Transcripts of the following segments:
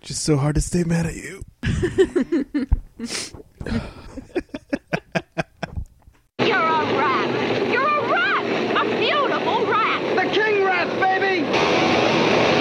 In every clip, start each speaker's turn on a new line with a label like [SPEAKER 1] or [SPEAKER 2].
[SPEAKER 1] Just so hard to stay mad at you.
[SPEAKER 2] You're a rat. You're a rat. A beautiful rat.
[SPEAKER 3] The king rat, baby!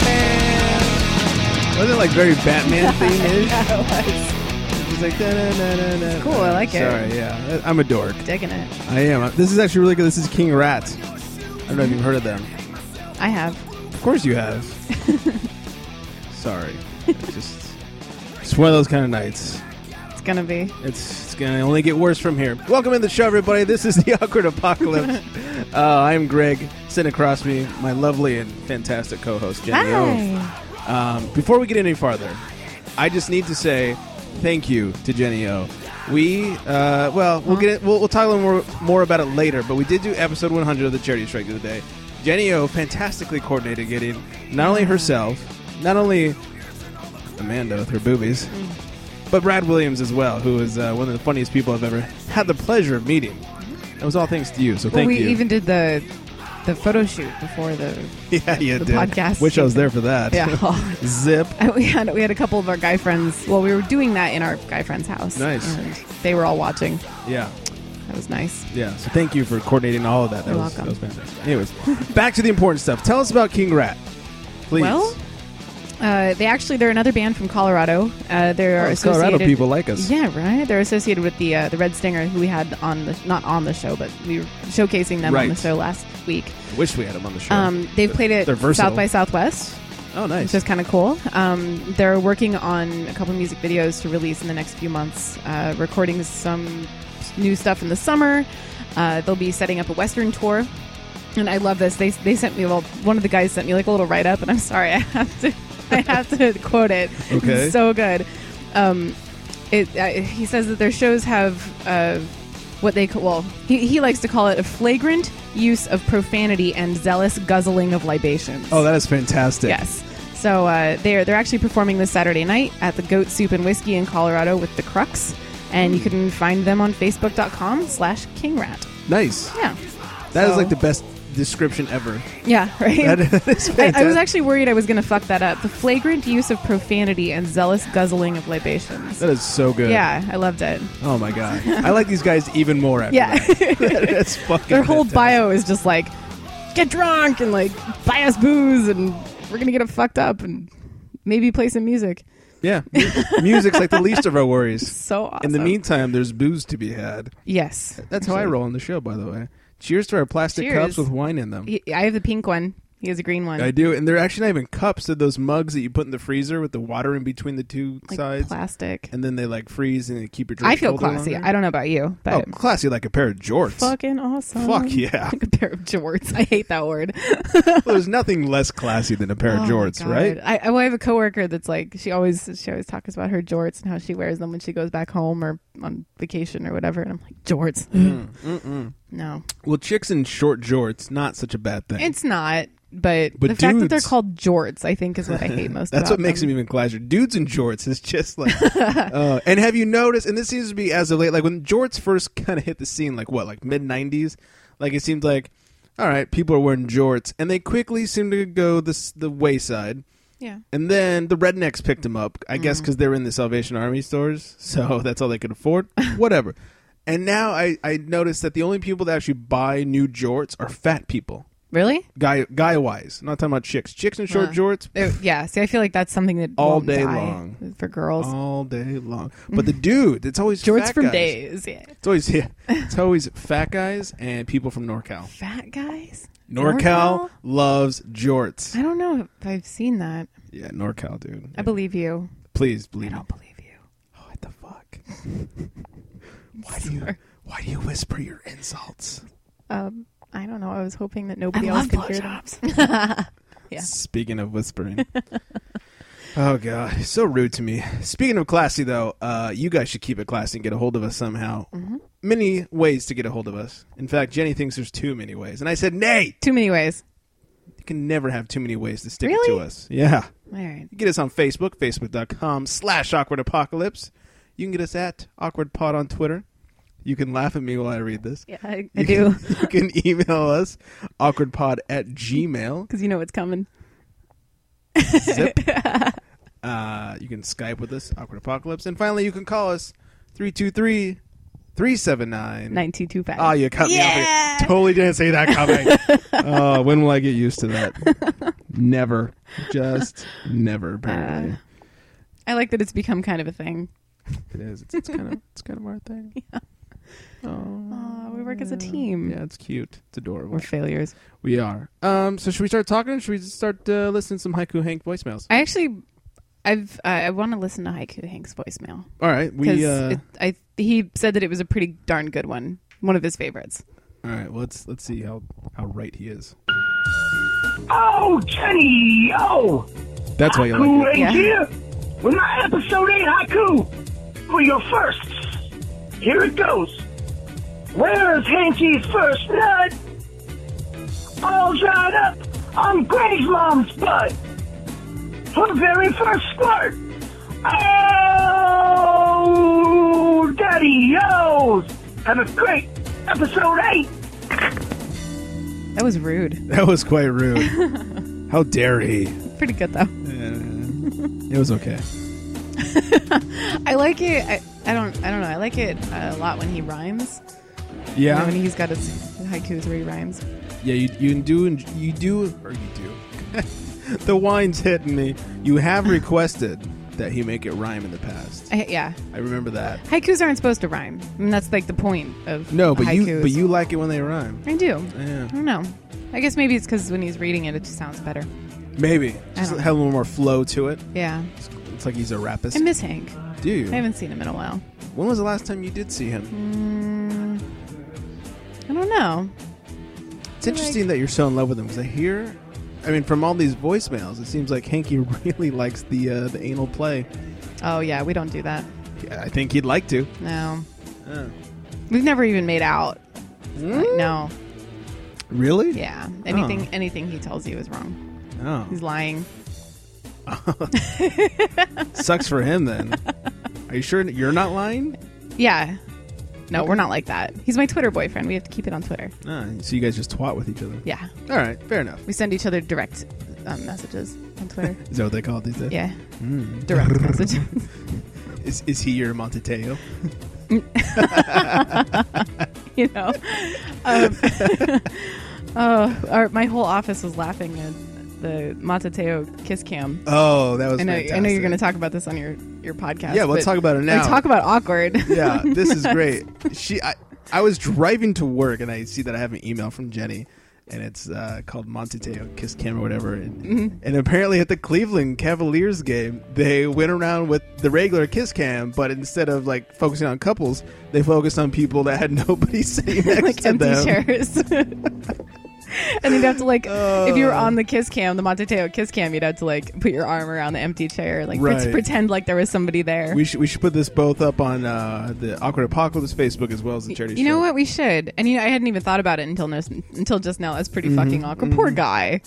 [SPEAKER 1] Batman. Wasn't it like very Batman theme-ish? It was like da na na na na.
[SPEAKER 4] Cool, I like it.
[SPEAKER 1] Sorry, yeah, I'm a dork.
[SPEAKER 4] Digging it.
[SPEAKER 1] I am. This is actually really good. This is King Rat. I don't know if you've heard of them.
[SPEAKER 4] I have.
[SPEAKER 1] Of course you have. Sorry, it's just it's one of those kind of nights.
[SPEAKER 4] It's gonna be.
[SPEAKER 1] It's, it's gonna only get worse from here. Welcome to the show, everybody. This is the Awkward Apocalypse. uh, I'm Greg. Sitting across me, my lovely and fantastic co-host Jenny. O.
[SPEAKER 4] Hi.
[SPEAKER 1] Um, before we get any farther, I just need to say thank you to Jenny O. We uh, well, we'll get it, we'll, we'll talk a little more, more about it later. But we did do episode 100 of the Charity Strike of the day. Jenny O fantastically coordinated getting not only herself, not only Amanda with her boobies, but Brad Williams as well, who is uh, one of the funniest people I've ever had the pleasure of meeting. It was all thanks to you, so
[SPEAKER 4] Well,
[SPEAKER 1] thank
[SPEAKER 4] we
[SPEAKER 1] you.
[SPEAKER 4] even did the the photo shoot before the
[SPEAKER 1] yeah, you
[SPEAKER 4] the
[SPEAKER 1] did.
[SPEAKER 4] podcast.
[SPEAKER 1] Wish I was there for that.
[SPEAKER 4] yeah.
[SPEAKER 1] Zip.
[SPEAKER 4] And we had we had a couple of our guy friends. Well, we were doing that in our guy friend's house.
[SPEAKER 1] Nice.
[SPEAKER 4] And they were all watching.
[SPEAKER 1] Yeah.
[SPEAKER 4] That was nice.
[SPEAKER 1] Yeah, so thank you for coordinating all of that. That
[SPEAKER 4] You're
[SPEAKER 1] was,
[SPEAKER 4] welcome.
[SPEAKER 1] That was fantastic. Anyways, back to the important stuff. Tell us about King Rat, please.
[SPEAKER 4] Well, uh, they actually they're another band from Colorado. Uh, they're
[SPEAKER 1] Oh,
[SPEAKER 4] associated,
[SPEAKER 1] Colorado people like us.
[SPEAKER 4] Yeah, right. They're associated with the uh, the Red Stinger who we had on the not on the show, but we were showcasing them on the
[SPEAKER 1] Right.
[SPEAKER 4] show last week.
[SPEAKER 1] wish we had him on the show.
[SPEAKER 4] Um, they've played it
[SPEAKER 1] They're versatile.
[SPEAKER 4] South by Southwest,
[SPEAKER 1] oh, nice.
[SPEAKER 4] which is kind of cool. Um, they're working on a couple music videos to release in the next few months, uh, recording some new stuff in the summer. Uh, they'll be setting up a Western tour. And I love this. They, they sent me, well, one of the guys sent me like a little write up, and I'm sorry, I have to, I have to quote it.
[SPEAKER 1] Okay.
[SPEAKER 4] It's so good. Um, it, uh, he says that their shows have uh, what they call, well, he, he likes to call it a flagrant use of profanity and zealous guzzling of libations.
[SPEAKER 1] oh, that is fantastic.
[SPEAKER 4] Yes. So uh, they're they're actually performing this Saturday night at the Goat Soup and Whiskey in Colorado with the Crux, and
[SPEAKER 1] Hmm.
[SPEAKER 4] you can find them on Facebook.com/slash KingRat.
[SPEAKER 1] Nice.
[SPEAKER 4] Yeah.
[SPEAKER 1] That is
[SPEAKER 4] So-
[SPEAKER 1] like the best description ever.
[SPEAKER 4] Yeah.
[SPEAKER 1] That
[SPEAKER 4] Right.
[SPEAKER 1] is fantastic.
[SPEAKER 4] I, I was actually worried I was going to fuck that up. The flagrant use of profanity and zealous guzzling of libations.
[SPEAKER 1] that is so good.
[SPEAKER 4] Yeah, I loved it.
[SPEAKER 1] Oh my god. I like these guys even more after
[SPEAKER 4] Yeah.
[SPEAKER 1] that. That's fucking.
[SPEAKER 4] Their whole
[SPEAKER 1] fantastic.
[SPEAKER 4] bio is just like, get drunk and like buy us booze and we're gonna get it fucked up and maybe play some music.
[SPEAKER 1] Yeah. Mu- Music's like the least of our worries.
[SPEAKER 4] So awesome.
[SPEAKER 1] In the meantime, there's booze to be had.
[SPEAKER 4] yes,
[SPEAKER 1] That's how I roll on the show, by the way. Cheers to our plastic
[SPEAKER 4] Cheers.
[SPEAKER 1] cups with wine in them.
[SPEAKER 4] He- I have the pink one. He has a green one.
[SPEAKER 1] I do, and they're actually not even cups. They're those mugs that you put in the freezer with the water in between the two
[SPEAKER 4] like
[SPEAKER 1] sides,
[SPEAKER 4] plastic.
[SPEAKER 1] and then they like freeze and they keep your drink.
[SPEAKER 4] I feel
[SPEAKER 1] colder
[SPEAKER 4] classy.
[SPEAKER 1] longer.
[SPEAKER 4] I don't know about you,
[SPEAKER 1] oh,
[SPEAKER 4] but
[SPEAKER 1] classy like a pair of jorts.
[SPEAKER 4] fucking awesome.
[SPEAKER 1] Fuck yeah.
[SPEAKER 4] Like a pair of jorts. I hate that word.
[SPEAKER 1] There's nothing less classy than a pair
[SPEAKER 4] Oh
[SPEAKER 1] of
[SPEAKER 4] my
[SPEAKER 1] jorts,
[SPEAKER 4] God.
[SPEAKER 1] right?
[SPEAKER 4] I, I- well, I have a coworker that's like she always she always talks about her jorts and how she wears them when she goes back home or on vacation or whatever. And I'm like jorts.
[SPEAKER 1] Mm,
[SPEAKER 4] no,
[SPEAKER 1] Well, chicks in short jorts, not such a bad thing.
[SPEAKER 4] it's not. But,
[SPEAKER 1] But
[SPEAKER 4] the fact that they're
[SPEAKER 1] dudes-
[SPEAKER 4] called jorts, I think, is what I hate most.
[SPEAKER 1] That's
[SPEAKER 4] about
[SPEAKER 1] what makes
[SPEAKER 4] them.
[SPEAKER 1] them even classier. Dudes in jorts is just like. uh, and have you noticed? And this seems to be as of late, like when jorts first kind of hit the scene, like what, like mid '90s, like it seemed like, all right, people are wearing jorts, and they quickly seem to go this the wayside.
[SPEAKER 4] yeah.
[SPEAKER 1] And then the rednecks picked them up, I
[SPEAKER 4] Mm.
[SPEAKER 1] guess, because they were in the Salvation Army stores, so that's all they could afford. Whatever. And now I, I noticed that the only people that actually buy new jorts are fat people,
[SPEAKER 4] Really?
[SPEAKER 1] guy guy wise. I'm not talking about chicks. Chicks in short
[SPEAKER 4] Huh.
[SPEAKER 1] jorts
[SPEAKER 4] Uh, yeah. See, I feel like that's something that
[SPEAKER 1] All
[SPEAKER 4] won't
[SPEAKER 1] day
[SPEAKER 4] die
[SPEAKER 1] long.
[SPEAKER 4] for girls.
[SPEAKER 1] all day long. But the dude, it's always
[SPEAKER 4] jorts
[SPEAKER 1] fat
[SPEAKER 4] Mm. from
[SPEAKER 1] guys.
[SPEAKER 4] days. Yeah.
[SPEAKER 1] It's always yeah, it's always fat guys and people from NorCal.
[SPEAKER 4] Fat guys.
[SPEAKER 1] NorCal,
[SPEAKER 4] NorCal?
[SPEAKER 1] loves jorts.
[SPEAKER 4] I don't know if I've seen that.
[SPEAKER 1] Yeah, NorCal dude.
[SPEAKER 4] I believe you.
[SPEAKER 1] Please
[SPEAKER 4] I
[SPEAKER 1] believe me.
[SPEAKER 4] don't believe you.
[SPEAKER 1] Oh, what the fuck? why do you why do you whisper your insults?
[SPEAKER 4] Um, I don't know. I was hoping that nobody else could hear them. Yeah.
[SPEAKER 1] Speaking of whispering. oh god, so rude to me. Speaking of classy though, uh, you guys should keep it classy and get a hold of us somehow.
[SPEAKER 4] Mm-hmm.
[SPEAKER 1] Many ways to get a hold of us. In fact, Jenny thinks there's too many ways, and I said, "Nay,
[SPEAKER 4] Too many ways.
[SPEAKER 1] you can never have too many ways to stick it
[SPEAKER 4] Really?
[SPEAKER 1] to us." Yeah.
[SPEAKER 4] All right.
[SPEAKER 1] You can get us on Facebook, facebook.com slash awkward apocalypse. You can get us at awkward pod on Twitter. You can laugh at me while I read this.
[SPEAKER 4] Yeah, I, I
[SPEAKER 1] You
[SPEAKER 4] do.
[SPEAKER 1] Can, you can email us awkwardpod at gmail.
[SPEAKER 4] Because you know what's coming.
[SPEAKER 1] Zip. uh, you can Skype with us, awkward apocalypse. And finally, you can call us 323 379
[SPEAKER 4] 9225.
[SPEAKER 1] Oh, you cut me off. again. Totally didn't see that coming. oh, when will I get used to that? never. Just never,
[SPEAKER 4] Uh.
[SPEAKER 1] apparently.
[SPEAKER 4] I like that it's become kind of a thing.
[SPEAKER 1] It is. It's, it's kind of it's kind of our thing. Yeah.
[SPEAKER 4] Aw, we work as a team.
[SPEAKER 1] Yeah, it's cute. It's adorable.
[SPEAKER 4] We're failures.
[SPEAKER 1] We are. Um. So should we start talking? Or should we just start uh, listening to some haiku Hank voicemails?
[SPEAKER 4] I actually, I've uh, I want to listen to Haiku Hank's voicemail
[SPEAKER 1] all right.
[SPEAKER 4] because
[SPEAKER 1] We. Uh,
[SPEAKER 4] I he said that it was a pretty darn good one, one of his favorites.
[SPEAKER 1] all right. well, Let's let's see how how right he is.
[SPEAKER 3] Oh, Jenny! Oh,
[SPEAKER 1] That's why you
[SPEAKER 3] Haiku
[SPEAKER 1] like
[SPEAKER 3] ain't
[SPEAKER 4] Yeah.
[SPEAKER 3] here. With my episode 8 Haiku for your first. Here it goes. Where's Hanky's first nut? All dried up on Granny's mom's butt. Her very first squirt. Oh, Daddy yo's. Have a great episode 8.
[SPEAKER 4] That was rude.
[SPEAKER 1] it. That was quite rude. how dare he?
[SPEAKER 4] Pretty good though.
[SPEAKER 1] Uh, it was okay.
[SPEAKER 4] I like it. I, I don't I don't know. I like it uh, a lot when he rhymes. You know,
[SPEAKER 1] Yeah.
[SPEAKER 4] when he's got his haikus where he rhymes.
[SPEAKER 1] Yeah, you, you do, you do, or you do. the wine's hitting me. You have requested that he make it rhyme in the past.
[SPEAKER 4] I, yeah,
[SPEAKER 1] I remember that.
[SPEAKER 4] haikus aren't supposed to rhyme. I mean, that's like the point of
[SPEAKER 1] No, but you,
[SPEAKER 4] haikus.
[SPEAKER 1] but you like it when they rhyme.
[SPEAKER 4] I do.
[SPEAKER 1] Yeah,
[SPEAKER 4] I don't know. I guess maybe it's because when he's reading it, it just sounds better.
[SPEAKER 1] maybe just
[SPEAKER 4] don't
[SPEAKER 1] have a little more flow to it.
[SPEAKER 4] Yeah.
[SPEAKER 1] It's, it's like he's a rapist.
[SPEAKER 4] I miss Mm, Hank.
[SPEAKER 1] do you?
[SPEAKER 4] I haven't seen him in a while.
[SPEAKER 1] When was the last time you did see him?
[SPEAKER 4] I don't know.
[SPEAKER 1] It's interesting that you're so in love with him because I hear, I mean, from all these voicemails, it seems like Hanky really likes the uh, the anal play.
[SPEAKER 4] Oh yeah, we don't do that.
[SPEAKER 1] Yeah, I think he'd like to.
[SPEAKER 4] No,
[SPEAKER 1] Uh,
[SPEAKER 4] we've never even made out. Like, no,
[SPEAKER 1] really?
[SPEAKER 4] yeah, anything anything he tells you is wrong.
[SPEAKER 1] Oh.
[SPEAKER 4] He's lying.
[SPEAKER 1] Sucks for him then. Are you sure you're not lying?
[SPEAKER 4] Yeah, no, we're not like that. He's my Twitter boyfriend. We have to keep it on Twitter.
[SPEAKER 1] No. Ah, So you guys just twat with each other.
[SPEAKER 4] Yeah,
[SPEAKER 1] All right. Fair enough.
[SPEAKER 4] we send each other direct um, messages on Twitter.
[SPEAKER 1] Is that what they call it these days?
[SPEAKER 4] yeah,
[SPEAKER 1] Hmm.
[SPEAKER 4] direct messages.
[SPEAKER 1] Is, is he your Monteteo?
[SPEAKER 4] you know. Um, oh, our, my whole office was laughing at the Matateo kiss cam.
[SPEAKER 1] Oh, that was.
[SPEAKER 4] I know, I know you're
[SPEAKER 1] fantastic.
[SPEAKER 4] going to talk about this on your, your podcast.
[SPEAKER 1] Yeah, we'll
[SPEAKER 4] but-
[SPEAKER 1] talk about it now.
[SPEAKER 4] Like, talk about awkward.
[SPEAKER 1] Yeah, this is great. She, I, I was driving to work and I see that I have an email from Jenny, and it's uh, called Monteteo Kiss Cam or whatever. And,
[SPEAKER 4] Mm-hmm.
[SPEAKER 1] and apparently at the Cleveland Cavaliers game, they went around with the regular Kiss Cam, but instead of like focusing on couples, they focused on people that had nobody sitting next
[SPEAKER 4] like
[SPEAKER 1] to
[SPEAKER 4] empty
[SPEAKER 1] them.
[SPEAKER 4] chairs. and you'd have to like, if you were
[SPEAKER 1] Oh.
[SPEAKER 4] on the kiss cam, the Matateo kiss cam, you'd have to like put your arm around the empty chair, like pre-
[SPEAKER 1] Right.
[SPEAKER 4] pretend like there was somebody there.
[SPEAKER 1] We should we should put this both up on uh, the Awkward Apocalypse Facebook as well as the charity.
[SPEAKER 4] you know
[SPEAKER 1] show.
[SPEAKER 4] what? We should. And you know, I hadn't even thought about it until no, until just now. That's pretty fucking awkward. Poor guy.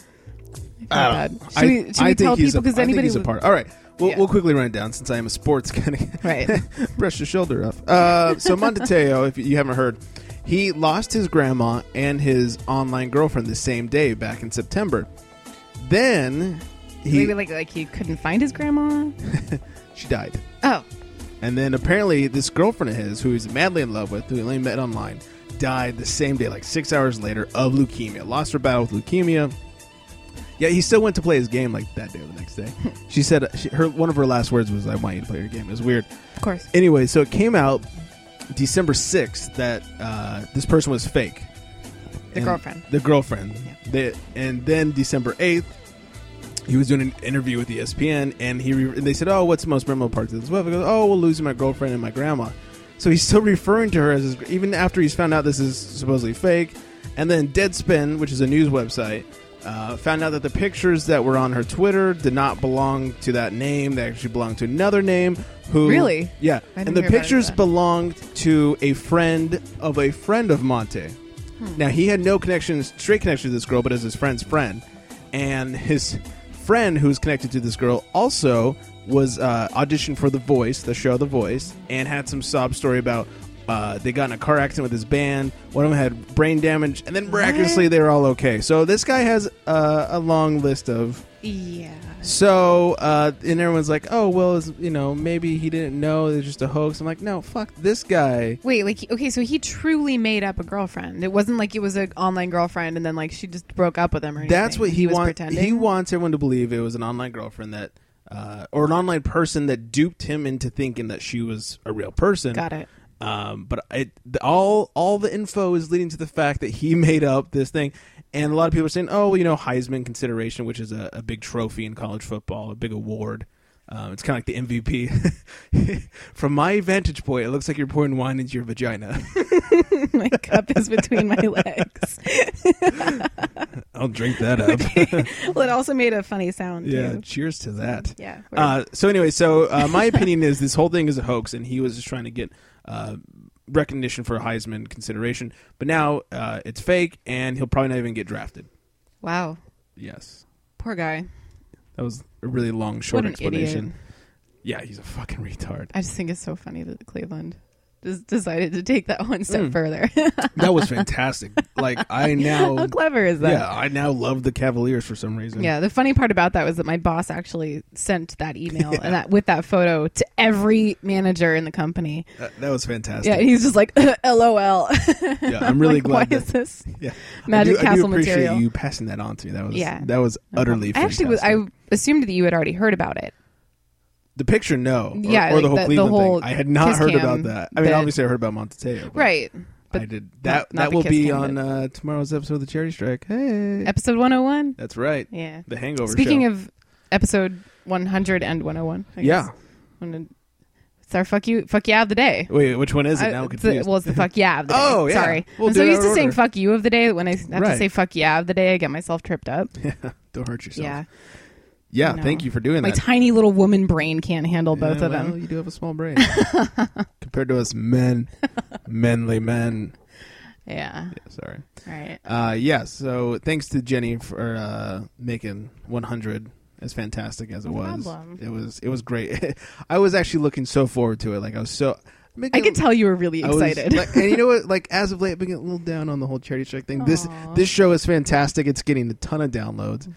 [SPEAKER 4] I feel bad. Should
[SPEAKER 1] Mm-hmm. I,
[SPEAKER 4] we, should
[SPEAKER 1] I
[SPEAKER 4] we
[SPEAKER 1] think
[SPEAKER 4] tell
[SPEAKER 1] he's
[SPEAKER 4] people?
[SPEAKER 1] a-
[SPEAKER 4] Because
[SPEAKER 1] I think
[SPEAKER 4] anybody
[SPEAKER 1] he's a
[SPEAKER 4] would-
[SPEAKER 1] part. All right, we'll,
[SPEAKER 4] Yeah.
[SPEAKER 1] we'll quickly run it down since I am a sports kind of
[SPEAKER 4] Right.
[SPEAKER 1] brush your shoulder off. Uh, so Monteteo, if you haven't heard, he lost his grandma and his online girlfriend the same day back in September. Then he
[SPEAKER 4] maybe like like he couldn't find his grandma.
[SPEAKER 1] she died.
[SPEAKER 4] Oh,
[SPEAKER 1] And then apparently, this girlfriend of his, who he's madly in love with, who he only met online, died the same day, like six hours later, of leukemia. Lost her battle with leukemia. Yeah, he still went to play his game like that day or the next day. she said she, her one of her last words was, "I want you to play your game." It was weird.
[SPEAKER 4] of course.
[SPEAKER 1] Anyway, so it came out December sixth that uh, this person was fake.
[SPEAKER 4] The
[SPEAKER 1] And-
[SPEAKER 4] girlfriend.
[SPEAKER 1] The girlfriend. They- and then December eighth, he was doing an interview with E ESPN, and he re- and they said, "Oh, what's the most memorable parts of this?" Well, he goes, "Oh, well, losing my girlfriend and my grandma." So he's still referring to her as his, even after he's found out this is supposedly fake. And then Deadspin, which is a news website, Uh, found out that the pictures that were on her Twitter did not belong to that name. They actually belonged to another name. Who
[SPEAKER 4] Really?
[SPEAKER 1] Yeah,
[SPEAKER 4] I didn't
[SPEAKER 1] and the
[SPEAKER 4] hear about any of
[SPEAKER 1] pictures
[SPEAKER 4] that.
[SPEAKER 1] belonged to a friend of a friend of Monte. Now he had no connection, straight connection to this girl, but as his friend's friend, and his friend who's connected to this girl also was uh, auditioned for The Voice, the show The Voice, and had some sob story about. Uh, they got in a car accident with his band. One of them had brain damage, and then miraculously they were all okay. So this guy has uh, a long list of
[SPEAKER 4] Yeah.
[SPEAKER 1] so, uh, and everyone's like, oh, well, it's, you know, maybe he didn't know. It's just a hoax. I'm like, no, fuck this guy.
[SPEAKER 4] Wait, like okay, so he truly made up a girlfriend. It wasn't like it was an online girlfriend, and then like she just broke up with him. Or
[SPEAKER 1] That's
[SPEAKER 4] anything.
[SPEAKER 1] what he,
[SPEAKER 4] was
[SPEAKER 1] wants.
[SPEAKER 4] Pretending.
[SPEAKER 1] He wants everyone to believe it was an online girlfriend that, uh, or an online person that duped him into thinking that she was a real person.
[SPEAKER 4] Got it.
[SPEAKER 1] Um, but it, the- all all the info is leading to the fact that he made up this thing, and a lot of people are saying, "Oh, well, you know, Heisman consideration, which is a, a big trophy in college football, a big award. Um, it's kind of like the MVP." From my vantage point, it looks like you're pouring wine into your vagina.
[SPEAKER 4] my cup is between my legs.
[SPEAKER 1] I'll drink that up.
[SPEAKER 4] well, it also made a funny sound.
[SPEAKER 1] yeah,
[SPEAKER 4] Too.
[SPEAKER 1] cheers to that.
[SPEAKER 4] Yeah. we're-
[SPEAKER 1] Uh, so anyway, so uh, my opinion is this whole thing is a hoax, and he was just trying to get uh, recognition for Heisman consideration. But now uh, it's fake, and he'll probably not even get drafted.
[SPEAKER 4] wow.
[SPEAKER 1] Yes,
[SPEAKER 4] Poor guy.
[SPEAKER 1] that was a really long, short
[SPEAKER 4] What an
[SPEAKER 1] explanation.
[SPEAKER 4] idiot.
[SPEAKER 1] Yeah, he's a fucking retard.
[SPEAKER 4] I just think it's so funny that Cleveland just decided to take that one
[SPEAKER 1] Hmm.
[SPEAKER 4] step further.
[SPEAKER 1] that was fantastic. like I
[SPEAKER 4] How
[SPEAKER 1] now,
[SPEAKER 4] clever is that?
[SPEAKER 1] yeah, I now love the Cavaliers for some reason.
[SPEAKER 4] Yeah, the funny part about that was that my boss actually sent that email and that with that photo to every manager in the company.
[SPEAKER 1] that, that was fantastic.
[SPEAKER 4] Yeah, and he's just like, LOL.
[SPEAKER 1] Yeah, I'm really
[SPEAKER 4] like,
[SPEAKER 1] glad.
[SPEAKER 4] Why
[SPEAKER 1] that,
[SPEAKER 4] is this?
[SPEAKER 1] yeah, I
[SPEAKER 4] Magic
[SPEAKER 1] do, I do
[SPEAKER 4] Castle
[SPEAKER 1] appreciate
[SPEAKER 4] material.
[SPEAKER 1] you passing that on to me. That was
[SPEAKER 4] Yeah.
[SPEAKER 1] that was utterly.
[SPEAKER 4] I actually was.
[SPEAKER 1] fantastic.
[SPEAKER 4] I assumed that you had already heard about it.
[SPEAKER 1] The picture, no. Or,
[SPEAKER 4] Yeah,
[SPEAKER 1] or
[SPEAKER 4] like
[SPEAKER 1] the whole
[SPEAKER 4] the- the
[SPEAKER 1] Cleveland
[SPEAKER 4] whole
[SPEAKER 1] thing. I had not
[SPEAKER 4] kiss
[SPEAKER 1] heard
[SPEAKER 4] cam
[SPEAKER 1] about that. I mean,
[SPEAKER 4] bit.
[SPEAKER 1] obviously, I heard about Monteteo. but
[SPEAKER 4] Right.
[SPEAKER 1] I did that.
[SPEAKER 4] not- not
[SPEAKER 1] that
[SPEAKER 4] the
[SPEAKER 1] will
[SPEAKER 4] kiss
[SPEAKER 1] be
[SPEAKER 4] cam
[SPEAKER 1] on
[SPEAKER 4] bit.
[SPEAKER 1] uh, tomorrow's episode of the Charity Strike. Hey,
[SPEAKER 4] Episode 101?
[SPEAKER 1] that's right.
[SPEAKER 4] Yeah.
[SPEAKER 1] The Hangover.
[SPEAKER 4] Speaking
[SPEAKER 1] show.
[SPEAKER 4] of episode 100 and 101. I guess.
[SPEAKER 1] yeah.
[SPEAKER 4] Wanna- It's our fuck you, fuck yeah of the day.
[SPEAKER 1] Wait, which one is it?
[SPEAKER 4] I-
[SPEAKER 1] now I'm
[SPEAKER 4] it's the-
[SPEAKER 1] confused.
[SPEAKER 4] well, it's the fuck yeah of the day.
[SPEAKER 1] Oh, yeah.
[SPEAKER 4] Sorry.
[SPEAKER 1] We'll
[SPEAKER 4] I'm
[SPEAKER 1] do
[SPEAKER 4] so
[SPEAKER 1] it
[SPEAKER 4] used
[SPEAKER 1] out
[SPEAKER 4] to
[SPEAKER 1] of
[SPEAKER 4] saying
[SPEAKER 1] order.
[SPEAKER 4] fuck you of the day. that When I have to
[SPEAKER 1] Right.
[SPEAKER 4] say fuck yeah of the day, I get myself tripped up.
[SPEAKER 1] Don't hurt yourself.
[SPEAKER 4] Yeah.
[SPEAKER 1] Yeah.
[SPEAKER 4] No.
[SPEAKER 1] Thank you for doing
[SPEAKER 4] My
[SPEAKER 1] that.
[SPEAKER 4] tiny little woman brain can't handle
[SPEAKER 1] Yeah,
[SPEAKER 4] both of
[SPEAKER 1] well,
[SPEAKER 4] them.
[SPEAKER 1] You do have a small brain compared to us men, manly men.
[SPEAKER 4] Yeah.
[SPEAKER 1] Sorry.
[SPEAKER 4] Right.
[SPEAKER 1] Uh, yeah. So thanks to Jenny for uh, making 100 as fantastic as it was.
[SPEAKER 4] problem.
[SPEAKER 1] It was it was great. I was actually looking so forward to it. Like I was so.
[SPEAKER 4] I can tell you were really
[SPEAKER 1] was-
[SPEAKER 4] excited.
[SPEAKER 1] like- and you know what? Like as of late, I've been getting a little down on the whole charity strike thing. This
[SPEAKER 4] Aw. Mm-hmm.
[SPEAKER 1] this show is fantastic. It's getting a ton of downloads.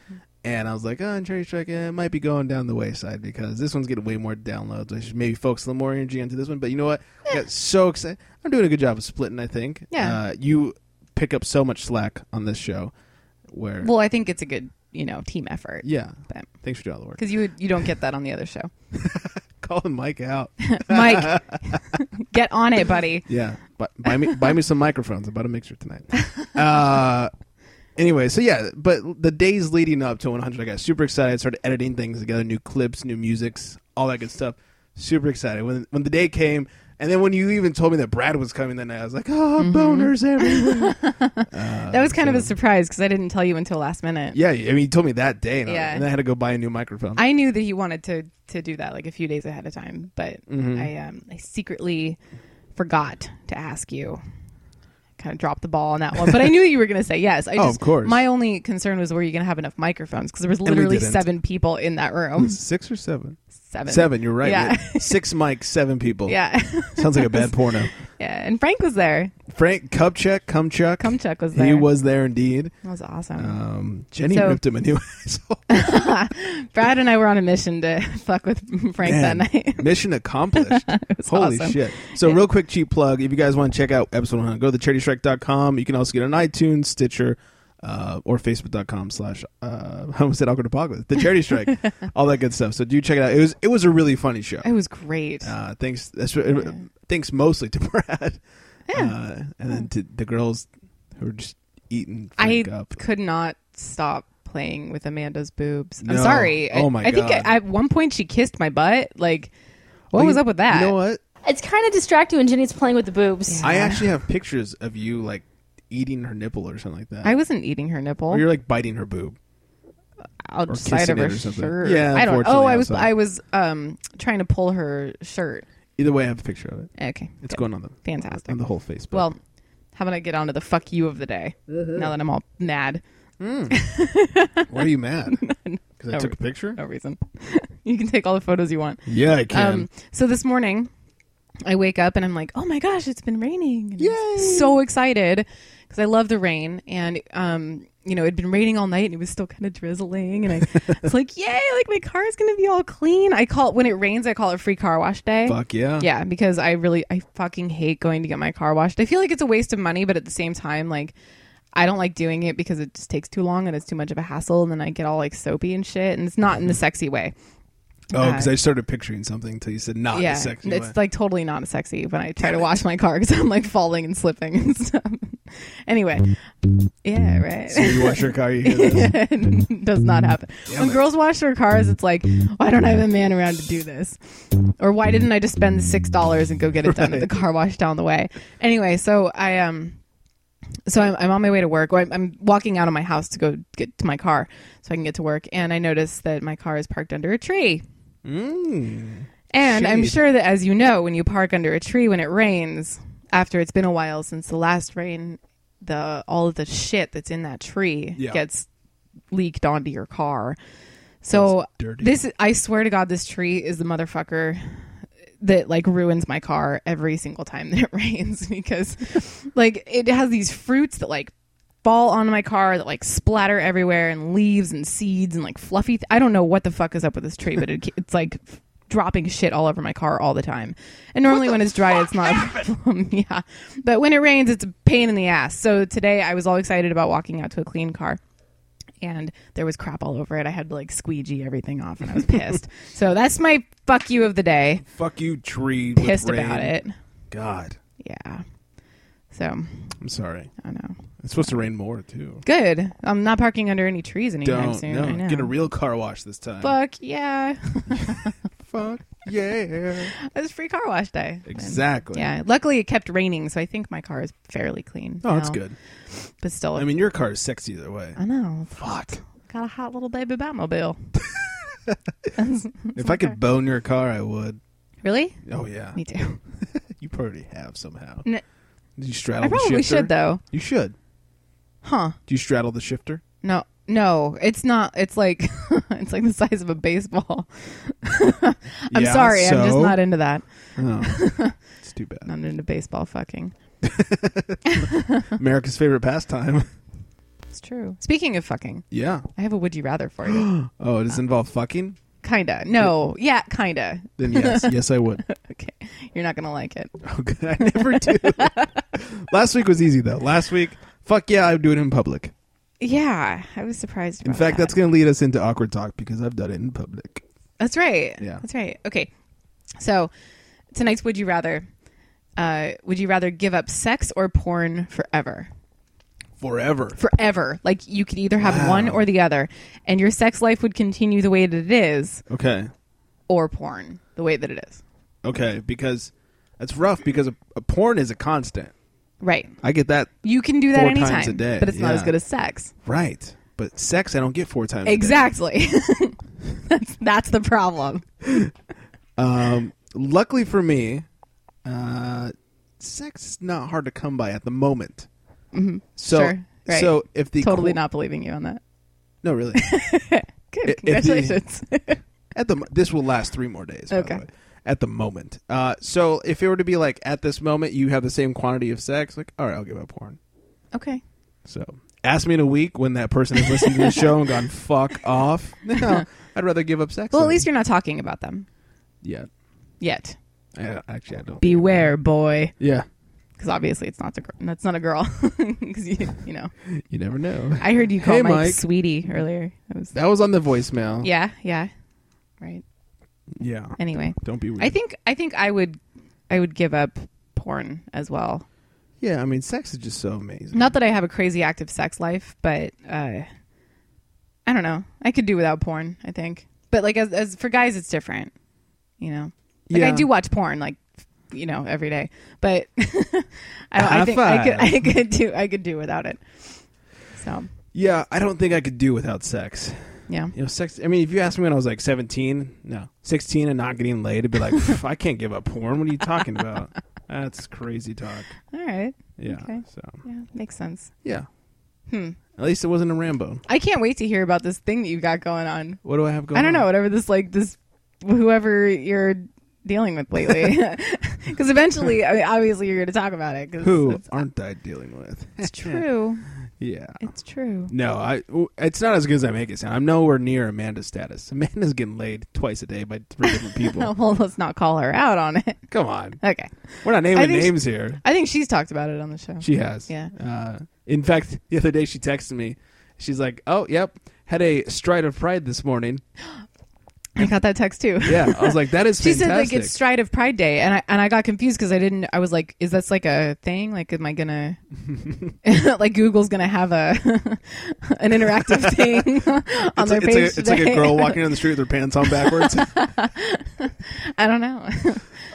[SPEAKER 1] And I was like, oh, charity strike, eh, it might be going down the wayside because this one's getting way more downloads. I should maybe focus a little more energy onto this one. But you know what? I got so excited. I'm doing a good job of splitting. I think.
[SPEAKER 4] Yeah.
[SPEAKER 1] Uh, you pick up so much slack on this show, where
[SPEAKER 4] well, I think it's a good, you know, team effort.
[SPEAKER 1] yeah.
[SPEAKER 4] But-
[SPEAKER 1] Thanks for doing all the work.
[SPEAKER 4] Because you would, you don't get that on the other show.
[SPEAKER 1] Calling Mike out.
[SPEAKER 4] Mike, get on it, buddy.
[SPEAKER 1] Yeah, but buy me buy me some microphones. I'm about to mixer tonight. Uh, anyway, so yeah, but the days leading up to 100, I got super excited. I started editing things together, new clips, new musics, all that good stuff. Super excited when when the day came, and then when you even told me that Brad was coming that night, I was like, oh,
[SPEAKER 4] Mm-hmm.
[SPEAKER 1] boners everywhere. Oh,
[SPEAKER 4] that was kind of a surprise because I didn't tell you until last minute.
[SPEAKER 1] yeah, I mean, you told me that day, and,
[SPEAKER 4] Yeah.
[SPEAKER 1] I, and I had to go buy a new microphone.
[SPEAKER 4] I knew that he wanted to to do that like a few days ahead of time, but
[SPEAKER 1] Mm-hmm.
[SPEAKER 4] I um I secretly forgot to ask you. Kind of dropped the ball on that one, but I knew you were going to say yes. I
[SPEAKER 1] Oh, of
[SPEAKER 4] just,
[SPEAKER 1] course.
[SPEAKER 4] My only concern was were you going to have enough microphones because there was
[SPEAKER 1] we
[SPEAKER 4] literally
[SPEAKER 1] didn't.
[SPEAKER 4] seven people in that room.
[SPEAKER 1] Six or seven?
[SPEAKER 4] Seven.
[SPEAKER 1] Seven. You're right.
[SPEAKER 4] Yeah.
[SPEAKER 1] Wait, Six mics, seven people.
[SPEAKER 4] yeah.
[SPEAKER 1] Sounds like a bad porno.
[SPEAKER 4] yeah. And Frank was there.
[SPEAKER 1] Frank Kupchak, Kumchuk.
[SPEAKER 4] Kumchuk was
[SPEAKER 1] He
[SPEAKER 4] there.
[SPEAKER 1] was there indeed.
[SPEAKER 4] That was awesome.
[SPEAKER 1] Um, Jenny
[SPEAKER 4] So-
[SPEAKER 1] ripped him a new asshole.
[SPEAKER 4] Brad and I were on a mission to fuck with Frank
[SPEAKER 1] Uh. Man,
[SPEAKER 4] that night.
[SPEAKER 1] mission accomplished. Holy
[SPEAKER 4] awesome.
[SPEAKER 1] shit. So, real quick, cheap plug. If you guys want to check out episode 100, go to charitystrike.com. You can also get it on iTunes, Stitcher, uh, or facebook.com slash, uh, I almost said awkward apocalypse, the charity strike, all that good stuff. So, do check it out. It was, it was a really funny show.
[SPEAKER 4] it was great.
[SPEAKER 1] Uh, thanks. That's what- thanks mostly to Brad, uh, and then to the girls who were just eating
[SPEAKER 4] I
[SPEAKER 1] Frank up.
[SPEAKER 4] could not stop playing with Amanda's boobs. I'm
[SPEAKER 1] No.
[SPEAKER 4] sorry. I-
[SPEAKER 1] Oh, my
[SPEAKER 4] I, think
[SPEAKER 1] God.
[SPEAKER 4] I, at one point she kissed my butt. Like, what
[SPEAKER 1] Well,
[SPEAKER 4] was
[SPEAKER 1] you-
[SPEAKER 4] up with that?
[SPEAKER 1] You know what?
[SPEAKER 5] It's kind of distracting when Jenny's playing with the boobs.
[SPEAKER 1] I actually have pictures of you like eating her nipple or something like that.
[SPEAKER 4] I wasn't eating her nipple.
[SPEAKER 1] or you're like biting her boob.
[SPEAKER 4] outside
[SPEAKER 1] kissing
[SPEAKER 4] of her
[SPEAKER 1] it or something.
[SPEAKER 4] shirt.
[SPEAKER 1] Yeah,
[SPEAKER 4] I don't.
[SPEAKER 1] unfortunately,
[SPEAKER 4] Oh, I was
[SPEAKER 1] outside.
[SPEAKER 4] I was um trying to pull her shirt. Eh,
[SPEAKER 1] Either way, I have a picture of it.
[SPEAKER 4] Okay,
[SPEAKER 1] It's
[SPEAKER 4] good.
[SPEAKER 1] going on the
[SPEAKER 4] Fantastic.
[SPEAKER 1] on the whole Facebook.
[SPEAKER 4] Well, how about I get on to the fuck you of the day? Now that I'm all mad,
[SPEAKER 1] why are you mad? Because I
[SPEAKER 4] No.
[SPEAKER 1] took a picture.
[SPEAKER 4] no reason. you can take all the photos you want.
[SPEAKER 1] Yeah, I can.
[SPEAKER 4] Um, so this morning, I wake up and I'm like, oh my gosh, it's been raining. And I'm
[SPEAKER 1] Yay!
[SPEAKER 4] So excited because I love the rain. And, um, you know, it'd been raining all night and it was still kind of drizzling. And I was like, yay, like my car's going to be all clean. I call it, when it rains, I call it free car wash day.
[SPEAKER 1] Fuck yeah.
[SPEAKER 4] Yeah, because I really, I fucking hate going to get my car washed. I feel like it's a waste of money, but at the same time, like, I don't like doing it because it just takes too long and it's too much of a hassle. And then I get all like soapy and shit. And it's not in the sexy way.
[SPEAKER 1] Oh, because I started picturing something until you said not in a
[SPEAKER 4] yeah,
[SPEAKER 1] sexy
[SPEAKER 4] it's
[SPEAKER 1] way.
[SPEAKER 4] like totally not sexy when I try to wash my car because I'm like falling and slipping and stuff. anyway, yeah, right.
[SPEAKER 1] you wash your car, you hear this.
[SPEAKER 4] Does not happen. when girls wash their cars, it's like, why don't I have a man around to do this? Or why didn't I just spend six dollars and go get it done at the car wash down the way? Anyway, so I um, so I'm, I'm on my way to work. Or I'm, I'm walking out of my house to go get to my car so I can get to work, and I notice that my car is parked under a tree. And I'm
[SPEAKER 1] Mm. Shade.
[SPEAKER 4] sure that, as you know, when you park under a tree when it rains, after it's been a while since the last rain, the all of the shit that's in that tree
[SPEAKER 1] Yeah.
[SPEAKER 4] gets leaked onto your car. So
[SPEAKER 1] dirty.
[SPEAKER 4] this, I swear to God, this tree is the motherfucker that like ruins my car every single time that it rains because like it has these fruits that like fall on my car that like splatter everywhere and leaves and seeds and like fluffy th- I don't know what the fuck is up with this tree but it, it's like f- dropping shit all over my car all the time. And normally when it's dry it's not a problem. yeah. But when it rains it's a pain in the ass. So today I was all excited about walking out to a clean car and there was crap all over it. I had to like squeegee everything off and I was pissed. so that's my fuck you of the day
[SPEAKER 1] Fuck you, tree.
[SPEAKER 4] pissed
[SPEAKER 1] with rain.
[SPEAKER 4] about it.
[SPEAKER 1] God,
[SPEAKER 4] Yeah. So
[SPEAKER 1] I'm sorry.
[SPEAKER 4] I don't know.
[SPEAKER 1] It's supposed to rain more too.
[SPEAKER 4] Good. I'm not parking under any trees anytime
[SPEAKER 1] Don't
[SPEAKER 4] soon.
[SPEAKER 1] no.
[SPEAKER 4] I know.
[SPEAKER 1] Get a real car wash this time.
[SPEAKER 4] Fuck yeah!
[SPEAKER 1] Fuck yeah.
[SPEAKER 4] it's free car wash day.
[SPEAKER 1] Exactly.
[SPEAKER 4] Yeah. Luckily, it kept raining, so I think my car is fairly clean.
[SPEAKER 1] Oh, that's
[SPEAKER 4] now.
[SPEAKER 1] good.
[SPEAKER 4] But still,
[SPEAKER 1] I mean, your car is sexy either way.
[SPEAKER 4] I know.
[SPEAKER 1] Fuck.
[SPEAKER 4] Got a hot little baby Batmobile.
[SPEAKER 1] If I could bone your car, I would.
[SPEAKER 4] really?
[SPEAKER 1] Oh yeah.
[SPEAKER 4] Me too.
[SPEAKER 1] You probably have somehow.
[SPEAKER 4] N-
[SPEAKER 1] Did you straddle
[SPEAKER 4] I probably
[SPEAKER 1] the shifter?
[SPEAKER 4] should though.
[SPEAKER 1] You should.
[SPEAKER 4] Huh?
[SPEAKER 1] Do you straddle the shifter?
[SPEAKER 4] No. No, it's not. It's like it's like the size of a baseball. I'm
[SPEAKER 1] Yeah,
[SPEAKER 4] sorry, I'm just
[SPEAKER 1] so?
[SPEAKER 4] not into that.
[SPEAKER 1] Oh, it's too bad.
[SPEAKER 4] Not into baseball fucking.
[SPEAKER 1] America's favorite pastime.
[SPEAKER 4] It's true. Speaking of fucking,
[SPEAKER 1] yeah.
[SPEAKER 4] I have a would you rather for you.
[SPEAKER 1] Oh, does it involve fucking?
[SPEAKER 4] kinda. No. Yeah, kinda.
[SPEAKER 1] Then yes, yes, I would.
[SPEAKER 4] Okay. You're not gonna like it.
[SPEAKER 1] Oh, good. I never do. Last week was easy though. Last week, fuck yeah, I would do it in public.
[SPEAKER 4] Yeah, I was surprised.
[SPEAKER 1] In
[SPEAKER 4] about
[SPEAKER 1] fact,
[SPEAKER 4] that.
[SPEAKER 1] that's going to lead us into awkward talk because I've done it in public.
[SPEAKER 4] that's right.
[SPEAKER 1] Yeah.
[SPEAKER 4] that's right. Okay, so tonight's would you rather? Uh, would you rather give up sex or porn forever?
[SPEAKER 1] Forever.
[SPEAKER 4] Forever, like you could either have one or the other, and your sex life would continue the way that it is,
[SPEAKER 1] Okay.
[SPEAKER 4] or porn the way that it is.
[SPEAKER 1] Okay, because that's rough because a, a porn is a constant.
[SPEAKER 4] Right.
[SPEAKER 1] I get that
[SPEAKER 4] You can do that
[SPEAKER 1] Four
[SPEAKER 4] anytime,
[SPEAKER 1] times a day,
[SPEAKER 4] but it's not
[SPEAKER 1] yeah.
[SPEAKER 4] as good as sex.
[SPEAKER 1] right. But sex I don't get four times a day.
[SPEAKER 4] Exactly. that's, that's the problem.
[SPEAKER 1] Um, Luckily for me, uh, sex is not hard to come by at the moment. Mm-hmm. So
[SPEAKER 4] Sure, right.
[SPEAKER 1] so if the
[SPEAKER 4] Totally
[SPEAKER 1] qu-
[SPEAKER 4] not believing you on that.
[SPEAKER 1] No, really.
[SPEAKER 4] Good.
[SPEAKER 1] If the-
[SPEAKER 4] congratulations.
[SPEAKER 1] at the mo- this will last 3 more days, by the
[SPEAKER 4] Okay.
[SPEAKER 1] way. At the moment. Uh, so if it were to be like at this moment you have the same quantity of sex, like all right, I'll give up porn.
[SPEAKER 4] okay.
[SPEAKER 1] So ask me in a week when that person has listened to the show and gone fuck off. No, I'd rather give up sex.
[SPEAKER 4] Well, at
[SPEAKER 1] than-
[SPEAKER 4] least you're not talking about them
[SPEAKER 1] yeah.
[SPEAKER 4] yet.
[SPEAKER 1] I, actually, I don't.
[SPEAKER 4] Beware, boy,
[SPEAKER 1] yeah,
[SPEAKER 4] because obviously it's not a girl. That's not a girl. 'Cause you, you know,
[SPEAKER 1] you never know.
[SPEAKER 4] I heard you call
[SPEAKER 1] Hey,
[SPEAKER 4] Mike,
[SPEAKER 1] Mike.
[SPEAKER 4] sweetie earlier. That was,
[SPEAKER 1] that was on the voicemail.
[SPEAKER 4] yeah, yeah, right.
[SPEAKER 1] yeah.
[SPEAKER 4] Anyway,
[SPEAKER 1] Don't be weird.
[SPEAKER 4] I think I think I would I would give up porn as well.
[SPEAKER 1] yeah, I mean, sex is just so amazing.
[SPEAKER 4] Not that I have a crazy active sex life, but uh, I don't know. I could do without porn. I think, but like as, as for guys, it's different. You know, like I
[SPEAKER 1] Yeah.
[SPEAKER 4] do watch porn like you know every day. But I, don't, I
[SPEAKER 1] High
[SPEAKER 4] think I could
[SPEAKER 1] five.
[SPEAKER 4] I could do I could do without it. So
[SPEAKER 1] Yeah, I don't think I could do without sex.
[SPEAKER 4] yeah,
[SPEAKER 1] You know, sex. I mean, if you asked me when I was like seventeen, no, sixteen, and not getting laid, I'd be like, "Pff, I can't give up porn. What are you talking about? That's crazy talk.
[SPEAKER 4] all right,
[SPEAKER 1] Yeah.
[SPEAKER 4] Okay.
[SPEAKER 1] So
[SPEAKER 4] yeah, makes sense.
[SPEAKER 1] yeah. Hmm. At least it wasn't a Rambo.
[SPEAKER 4] I can't wait to hear about this thing that you've got going on.
[SPEAKER 1] What do I have going?
[SPEAKER 4] I don't
[SPEAKER 1] on?
[SPEAKER 4] know, whatever this like this whoever you're dealing with lately, because eventually, I mean, obviously, you're going to talk about it. Cause
[SPEAKER 1] Who
[SPEAKER 4] It's,
[SPEAKER 1] aren't I dealing with?
[SPEAKER 4] it's true.
[SPEAKER 1] yeah.
[SPEAKER 4] It's true.
[SPEAKER 1] No, I. w- It's not as good as I make it sound. I'm nowhere near Amanda's status. Amanda's getting laid twice a day by three different people.
[SPEAKER 4] Well, let's not call her out on it.
[SPEAKER 1] Come on,
[SPEAKER 4] Okay.
[SPEAKER 1] we're not
[SPEAKER 4] I
[SPEAKER 1] naming
[SPEAKER 4] think she-
[SPEAKER 1] names here.
[SPEAKER 4] I think she's talked about it on the show.
[SPEAKER 1] She has.
[SPEAKER 4] Yeah.
[SPEAKER 1] Uh, in fact, the other day she texted me. She's like, "Oh, yep, had a stride of pride this morning."
[SPEAKER 4] I got that text too.
[SPEAKER 1] Yeah, I was like, "That is
[SPEAKER 4] She said
[SPEAKER 1] fantastic."
[SPEAKER 4] like it's Stride of Pride Day, and I and I got confused because I didn't. I was like, is this like a thing? Like, am I gonna like Google's gonna have a an interactive thing on
[SPEAKER 1] It's
[SPEAKER 4] their
[SPEAKER 1] like-
[SPEAKER 4] page
[SPEAKER 1] it's, like, it's like a
[SPEAKER 4] today?
[SPEAKER 1] girl walking down the street with her pants on backwards.
[SPEAKER 4] I don't know.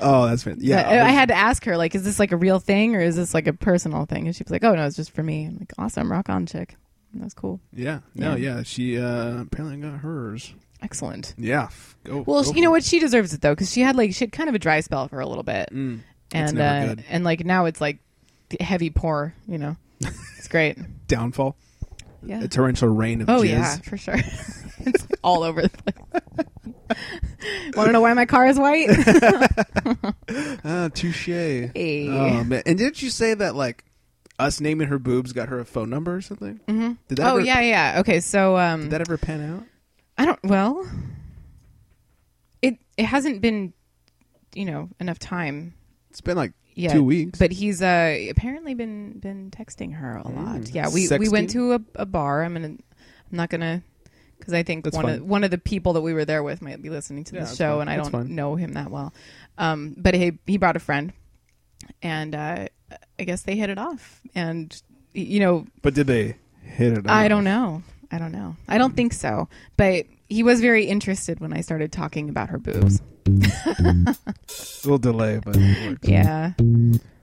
[SPEAKER 1] oh, that's fantastic. Yeah,
[SPEAKER 4] uh, I, I had to ask her like, is this like a real thing or is this like a personal thing? And she was like, oh no, it's just for me. I'm like, awesome, rock on, chick. And That's cool.
[SPEAKER 1] Yeah, no,
[SPEAKER 4] Yeah.
[SPEAKER 1] yeah. She uh, apparently got hers.
[SPEAKER 4] Excellent.
[SPEAKER 1] Yeah. f- Go,
[SPEAKER 4] Well,
[SPEAKER 1] go
[SPEAKER 4] she, you
[SPEAKER 1] for
[SPEAKER 4] know
[SPEAKER 1] it.
[SPEAKER 4] what? She deserves it though, because she had like she had kind of a dry spell for a little bit,
[SPEAKER 1] Mm, It's
[SPEAKER 4] and
[SPEAKER 1] never
[SPEAKER 4] uh,
[SPEAKER 1] good.
[SPEAKER 4] and like now it's like heavy pour. You know, it's great.
[SPEAKER 1] Downfall.
[SPEAKER 4] Yeah.
[SPEAKER 1] A torrential rain of
[SPEAKER 4] oh
[SPEAKER 1] jizz.
[SPEAKER 4] yeah, for sure. it's all over the place. Want to know why my car is white?
[SPEAKER 1] Ah, touche.
[SPEAKER 4] Hey.
[SPEAKER 1] Oh, man. And didn't you say that like us naming her boobs got her a phone number or something? Mm-hmm. Did that
[SPEAKER 4] oh
[SPEAKER 1] ever,
[SPEAKER 4] yeah, yeah. Okay, so um,
[SPEAKER 1] Did that ever pan out?
[SPEAKER 4] I don't. Well, it it hasn't been, you know, enough time
[SPEAKER 1] It's been like
[SPEAKER 4] yet.
[SPEAKER 1] two weeks.
[SPEAKER 4] But he's uh apparently been been texting her a lot. Yeah, we we went
[SPEAKER 1] Mm, Sexting?
[SPEAKER 4] to a, a bar. I'm gonna I'm not gonna because I think
[SPEAKER 1] That's
[SPEAKER 4] one of
[SPEAKER 1] fine.
[SPEAKER 4] one of the people that we were there with might be listening to
[SPEAKER 1] Yeah,
[SPEAKER 4] this
[SPEAKER 1] that's
[SPEAKER 4] show,
[SPEAKER 1] fine.
[SPEAKER 4] and I
[SPEAKER 1] That's
[SPEAKER 4] don't
[SPEAKER 1] fine.
[SPEAKER 4] know him that well. Um, but he he brought a friend, and uh, I guess they hit it off. And y- you know,
[SPEAKER 1] But did they hit it?
[SPEAKER 4] I don't know. I don't know. I don't think so. But he was very interested when I started talking about her boobs.
[SPEAKER 1] A little delay, but it worked.
[SPEAKER 4] Yeah.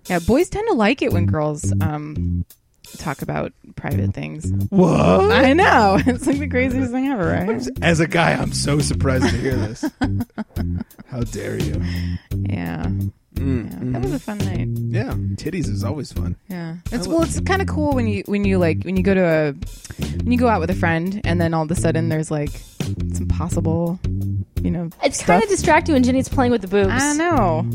[SPEAKER 4] Yeah, boys tend to like it when girls um talk about private things.
[SPEAKER 1] what?
[SPEAKER 4] I know. It's like the craziest thing ever, right?
[SPEAKER 1] As a guy, I'm so surprised to hear this. How dare you?
[SPEAKER 4] Yeah. yeah. That was a fun night.
[SPEAKER 1] Mm. Yeah, titties is always fun.
[SPEAKER 4] Yeah. It's well it's kinda cool when you when you like when you go to a when you go out with a friend and then all of a sudden there's like some possible you know
[SPEAKER 5] It's kind of distracting when Jenny's playing with the boobs.
[SPEAKER 4] I know.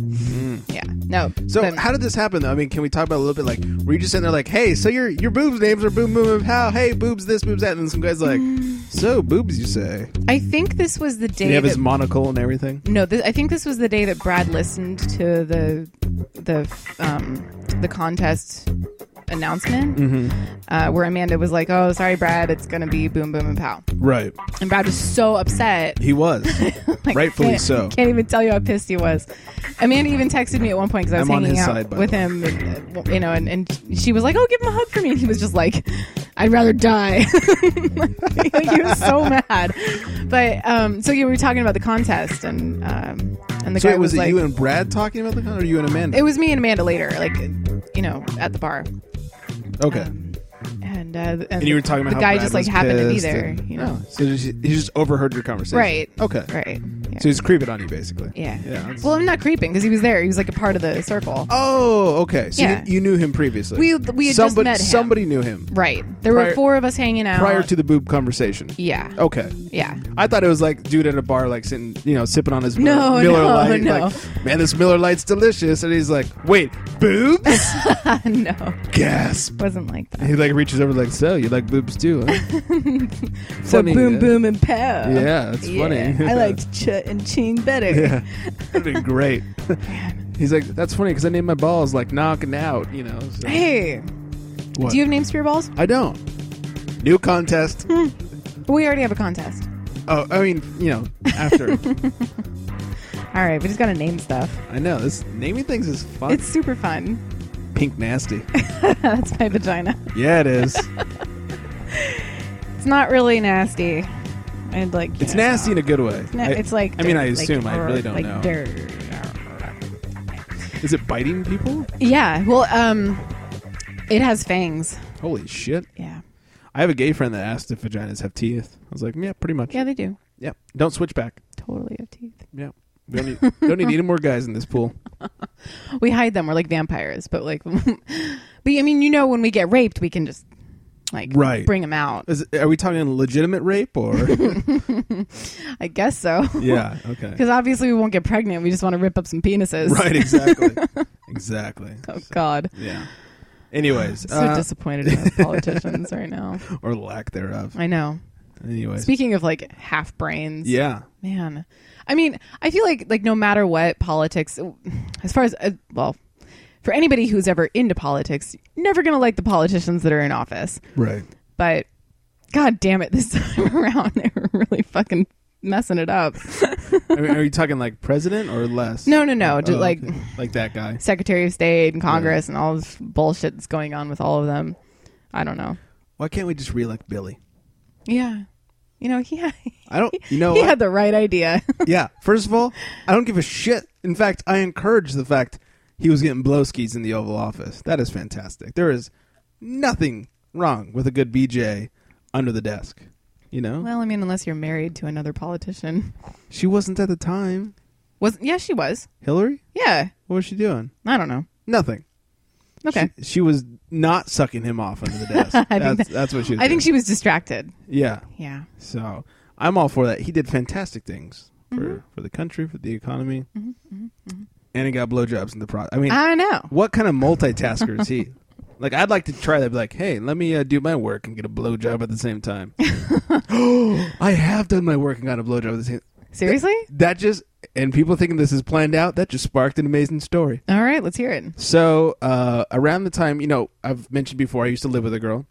[SPEAKER 4] Yeah. No.
[SPEAKER 1] Mm-hmm. So
[SPEAKER 4] but-
[SPEAKER 1] how did this happen? though? I mean, can we talk about it a little bit? Like, were you just sitting there like, "Hey, so your your boobs names are boom boom boom how? Hey, boobs this, boobs that," and then some guys like,
[SPEAKER 4] Mm.
[SPEAKER 1] "So boobs, you say?"
[SPEAKER 4] I think this was the day
[SPEAKER 1] Did he have
[SPEAKER 4] that
[SPEAKER 1] his monocle and everything?
[SPEAKER 4] No, th- I think this was the day that Brad listened to the the um, the contest announcement
[SPEAKER 1] Mm-hmm.
[SPEAKER 4] uh, where Amanda was like, "Oh, sorry, Brad, it's gonna be boom, boom, and pow,"
[SPEAKER 1] Right,
[SPEAKER 4] and Brad was so upset.
[SPEAKER 1] he was,
[SPEAKER 4] Like,
[SPEAKER 1] rightfully
[SPEAKER 4] can't-
[SPEAKER 1] so.
[SPEAKER 4] Can't even tell you how pissed he was. Amanda even texted me at one point because I was
[SPEAKER 1] I'm on
[SPEAKER 4] hanging
[SPEAKER 1] his
[SPEAKER 4] out
[SPEAKER 1] side, by
[SPEAKER 4] with
[SPEAKER 1] the way.
[SPEAKER 4] him, and, uh, you know, and, and she was like, "Oh, give him a hug for me," and he was just like, "I'd rather die." like, he was so mad. But um, so yeah, we were talking about the contest, and um, and the
[SPEAKER 1] So
[SPEAKER 4] guy
[SPEAKER 1] wait, was, it
[SPEAKER 4] like,
[SPEAKER 1] you and Brad talking about the con, or you and Amanda?
[SPEAKER 4] it was me and Amanda later, like you know, at the bar,
[SPEAKER 1] okay,
[SPEAKER 4] and uh, and,
[SPEAKER 1] and you were talking about
[SPEAKER 4] the
[SPEAKER 1] how
[SPEAKER 4] guy
[SPEAKER 1] Brad
[SPEAKER 4] just like
[SPEAKER 1] was
[SPEAKER 4] happened to be
[SPEAKER 1] pissed
[SPEAKER 4] there,
[SPEAKER 1] and-
[SPEAKER 4] you know,
[SPEAKER 1] Oh, so just, he just overheard your conversation,
[SPEAKER 4] right?
[SPEAKER 1] Okay,
[SPEAKER 4] right. Yeah.
[SPEAKER 1] So he's creeping on you, basically.
[SPEAKER 4] yeah.
[SPEAKER 1] that's-
[SPEAKER 4] Well, I'm not creeping because he was there. He was like a part of the circle.
[SPEAKER 1] Oh, okay. So
[SPEAKER 4] Yeah.
[SPEAKER 1] you, you knew him previously.
[SPEAKER 4] We- we had just
[SPEAKER 1] somebody,
[SPEAKER 4] met him.
[SPEAKER 1] Somebody knew him
[SPEAKER 4] Right. There
[SPEAKER 1] Prior-
[SPEAKER 4] were four of us hanging out
[SPEAKER 1] prior to Oh. the boob conversation.
[SPEAKER 4] Yeah.
[SPEAKER 1] Okay.
[SPEAKER 4] Yeah.
[SPEAKER 1] I thought it was like dude at a bar, like sitting, you know, sipping on his
[SPEAKER 4] No,
[SPEAKER 1] Miller
[SPEAKER 4] no,
[SPEAKER 1] Lite.
[SPEAKER 4] no.
[SPEAKER 1] Like, man, this Miller Lite's delicious. And he's like, wait, boobs?
[SPEAKER 4] no,
[SPEAKER 1] Gasp.
[SPEAKER 4] wasn't like that.
[SPEAKER 1] He like reaches over, like, so you like boobs too? Huh?
[SPEAKER 4] So
[SPEAKER 1] Funny,
[SPEAKER 4] boom,
[SPEAKER 1] yeah.
[SPEAKER 4] boom, and pow.
[SPEAKER 1] Yeah, that's
[SPEAKER 4] Yeah.
[SPEAKER 1] funny.
[SPEAKER 4] I liked chut and ching better.
[SPEAKER 1] Yeah, that'd be great. he's like, that's funny because I named my balls like knocking out, you know. So.
[SPEAKER 4] Hey,
[SPEAKER 1] What?
[SPEAKER 4] do you have names for your balls?
[SPEAKER 1] I don't. New contest.
[SPEAKER 4] We already have a contest.
[SPEAKER 1] Oh, I mean, you know, after.
[SPEAKER 4] All right, we just gotta name stuff.
[SPEAKER 1] I know this naming things is fun.
[SPEAKER 4] It's super fun.
[SPEAKER 1] pink nasty.
[SPEAKER 4] That's my vagina.
[SPEAKER 1] yeah, it is.
[SPEAKER 4] It's not really nasty. I'd like.
[SPEAKER 1] It's
[SPEAKER 4] yeah.
[SPEAKER 1] nasty in a good way.
[SPEAKER 4] No,
[SPEAKER 1] I-
[SPEAKER 4] it's like.
[SPEAKER 1] I mean, I
[SPEAKER 4] dirt, like
[SPEAKER 1] assume. I really
[SPEAKER 4] dirt,
[SPEAKER 1] don't
[SPEAKER 4] like
[SPEAKER 1] know.
[SPEAKER 4] Dirt.
[SPEAKER 1] Is it biting people?
[SPEAKER 4] Yeah. Well, um, it has fangs.
[SPEAKER 1] Holy shit!
[SPEAKER 4] Yeah.
[SPEAKER 1] I have a gay friend that asked if vaginas have teeth. I was like, yeah, pretty much.
[SPEAKER 4] Yeah, they do.
[SPEAKER 1] Yeah. Don't switch back.
[SPEAKER 4] Totally have teeth.
[SPEAKER 1] Yeah. We don't need, don't need any more guys in this pool.
[SPEAKER 4] We hide them. We're like vampires, but like, but I mean, you know, when we get raped, we can just like
[SPEAKER 1] Right.
[SPEAKER 4] bring them out.
[SPEAKER 1] Is, are we talking legitimate rape or?
[SPEAKER 4] I guess so.
[SPEAKER 1] yeah. Okay.
[SPEAKER 4] Because obviously we won't get pregnant. We just want to rip up some penises.
[SPEAKER 1] Right. Exactly. exactly.
[SPEAKER 4] Oh God.
[SPEAKER 1] Yeah. Anyways,
[SPEAKER 4] So
[SPEAKER 1] uh,
[SPEAKER 4] disappointed in us politicians right now.
[SPEAKER 1] or lack thereof.
[SPEAKER 4] I know.
[SPEAKER 1] Anyways.
[SPEAKER 4] Speaking of like half brains.
[SPEAKER 1] yeah.
[SPEAKER 4] Man. I mean, I feel like like no matter what politics as far as uh, well, for anybody who's ever into politics, you're never going to like the politicians that are in office.
[SPEAKER 1] Right.
[SPEAKER 4] But god damn it this time around they were really fucking messing it up.
[SPEAKER 1] I mean, are you talking like president or less?
[SPEAKER 4] No, no, no. Just
[SPEAKER 1] Oh,
[SPEAKER 4] like
[SPEAKER 1] okay. like that guy.
[SPEAKER 4] Secretary of State and Congress and all this bullshit that's going on with all of them. I don't know.
[SPEAKER 1] Why can't we just reelect Billy?
[SPEAKER 4] Yeah. You know, he had,
[SPEAKER 1] I don't. You know.
[SPEAKER 4] he
[SPEAKER 1] what?
[SPEAKER 4] had the right idea.
[SPEAKER 1] yeah. First of all, I don't give a shit. In fact, I encourage the fact he was getting blowskis in the Oval Office. That is fantastic. There is nothing wrong with a good BJ under the desk. You know,
[SPEAKER 4] well, I mean, unless you're married to another politician.
[SPEAKER 1] she wasn't at the time.
[SPEAKER 4] Was yeah, she was.
[SPEAKER 1] Hillary,
[SPEAKER 4] Yeah.
[SPEAKER 1] what was she doing?
[SPEAKER 4] I don't know.
[SPEAKER 1] Nothing.
[SPEAKER 4] Okay.
[SPEAKER 1] She, she was not sucking him off under the desk.
[SPEAKER 4] I think
[SPEAKER 1] that's,
[SPEAKER 4] that-
[SPEAKER 1] that's what she. Was
[SPEAKER 4] I think
[SPEAKER 1] doing.
[SPEAKER 4] she was distracted.
[SPEAKER 1] Yeah.
[SPEAKER 4] Yeah.
[SPEAKER 1] So I'm all for that. He did fantastic things for
[SPEAKER 4] Mm-hmm.
[SPEAKER 1] for the country, for the economy, and he got blowjobs in the process. I mean,
[SPEAKER 4] I know.
[SPEAKER 1] what kind of multitasker is he? Like, I'd like to try that. Be like, hey, let me uh, do my work and get a blowjob at the same time. I have done my work and got a blowjob at the same.
[SPEAKER 4] Seriously?
[SPEAKER 1] That just and people thinking this is planned out. That just sparked an amazing story.
[SPEAKER 4] All right, let's hear it.
[SPEAKER 1] So uh, around the time, you know, I've mentioned before, I used to live with a girl,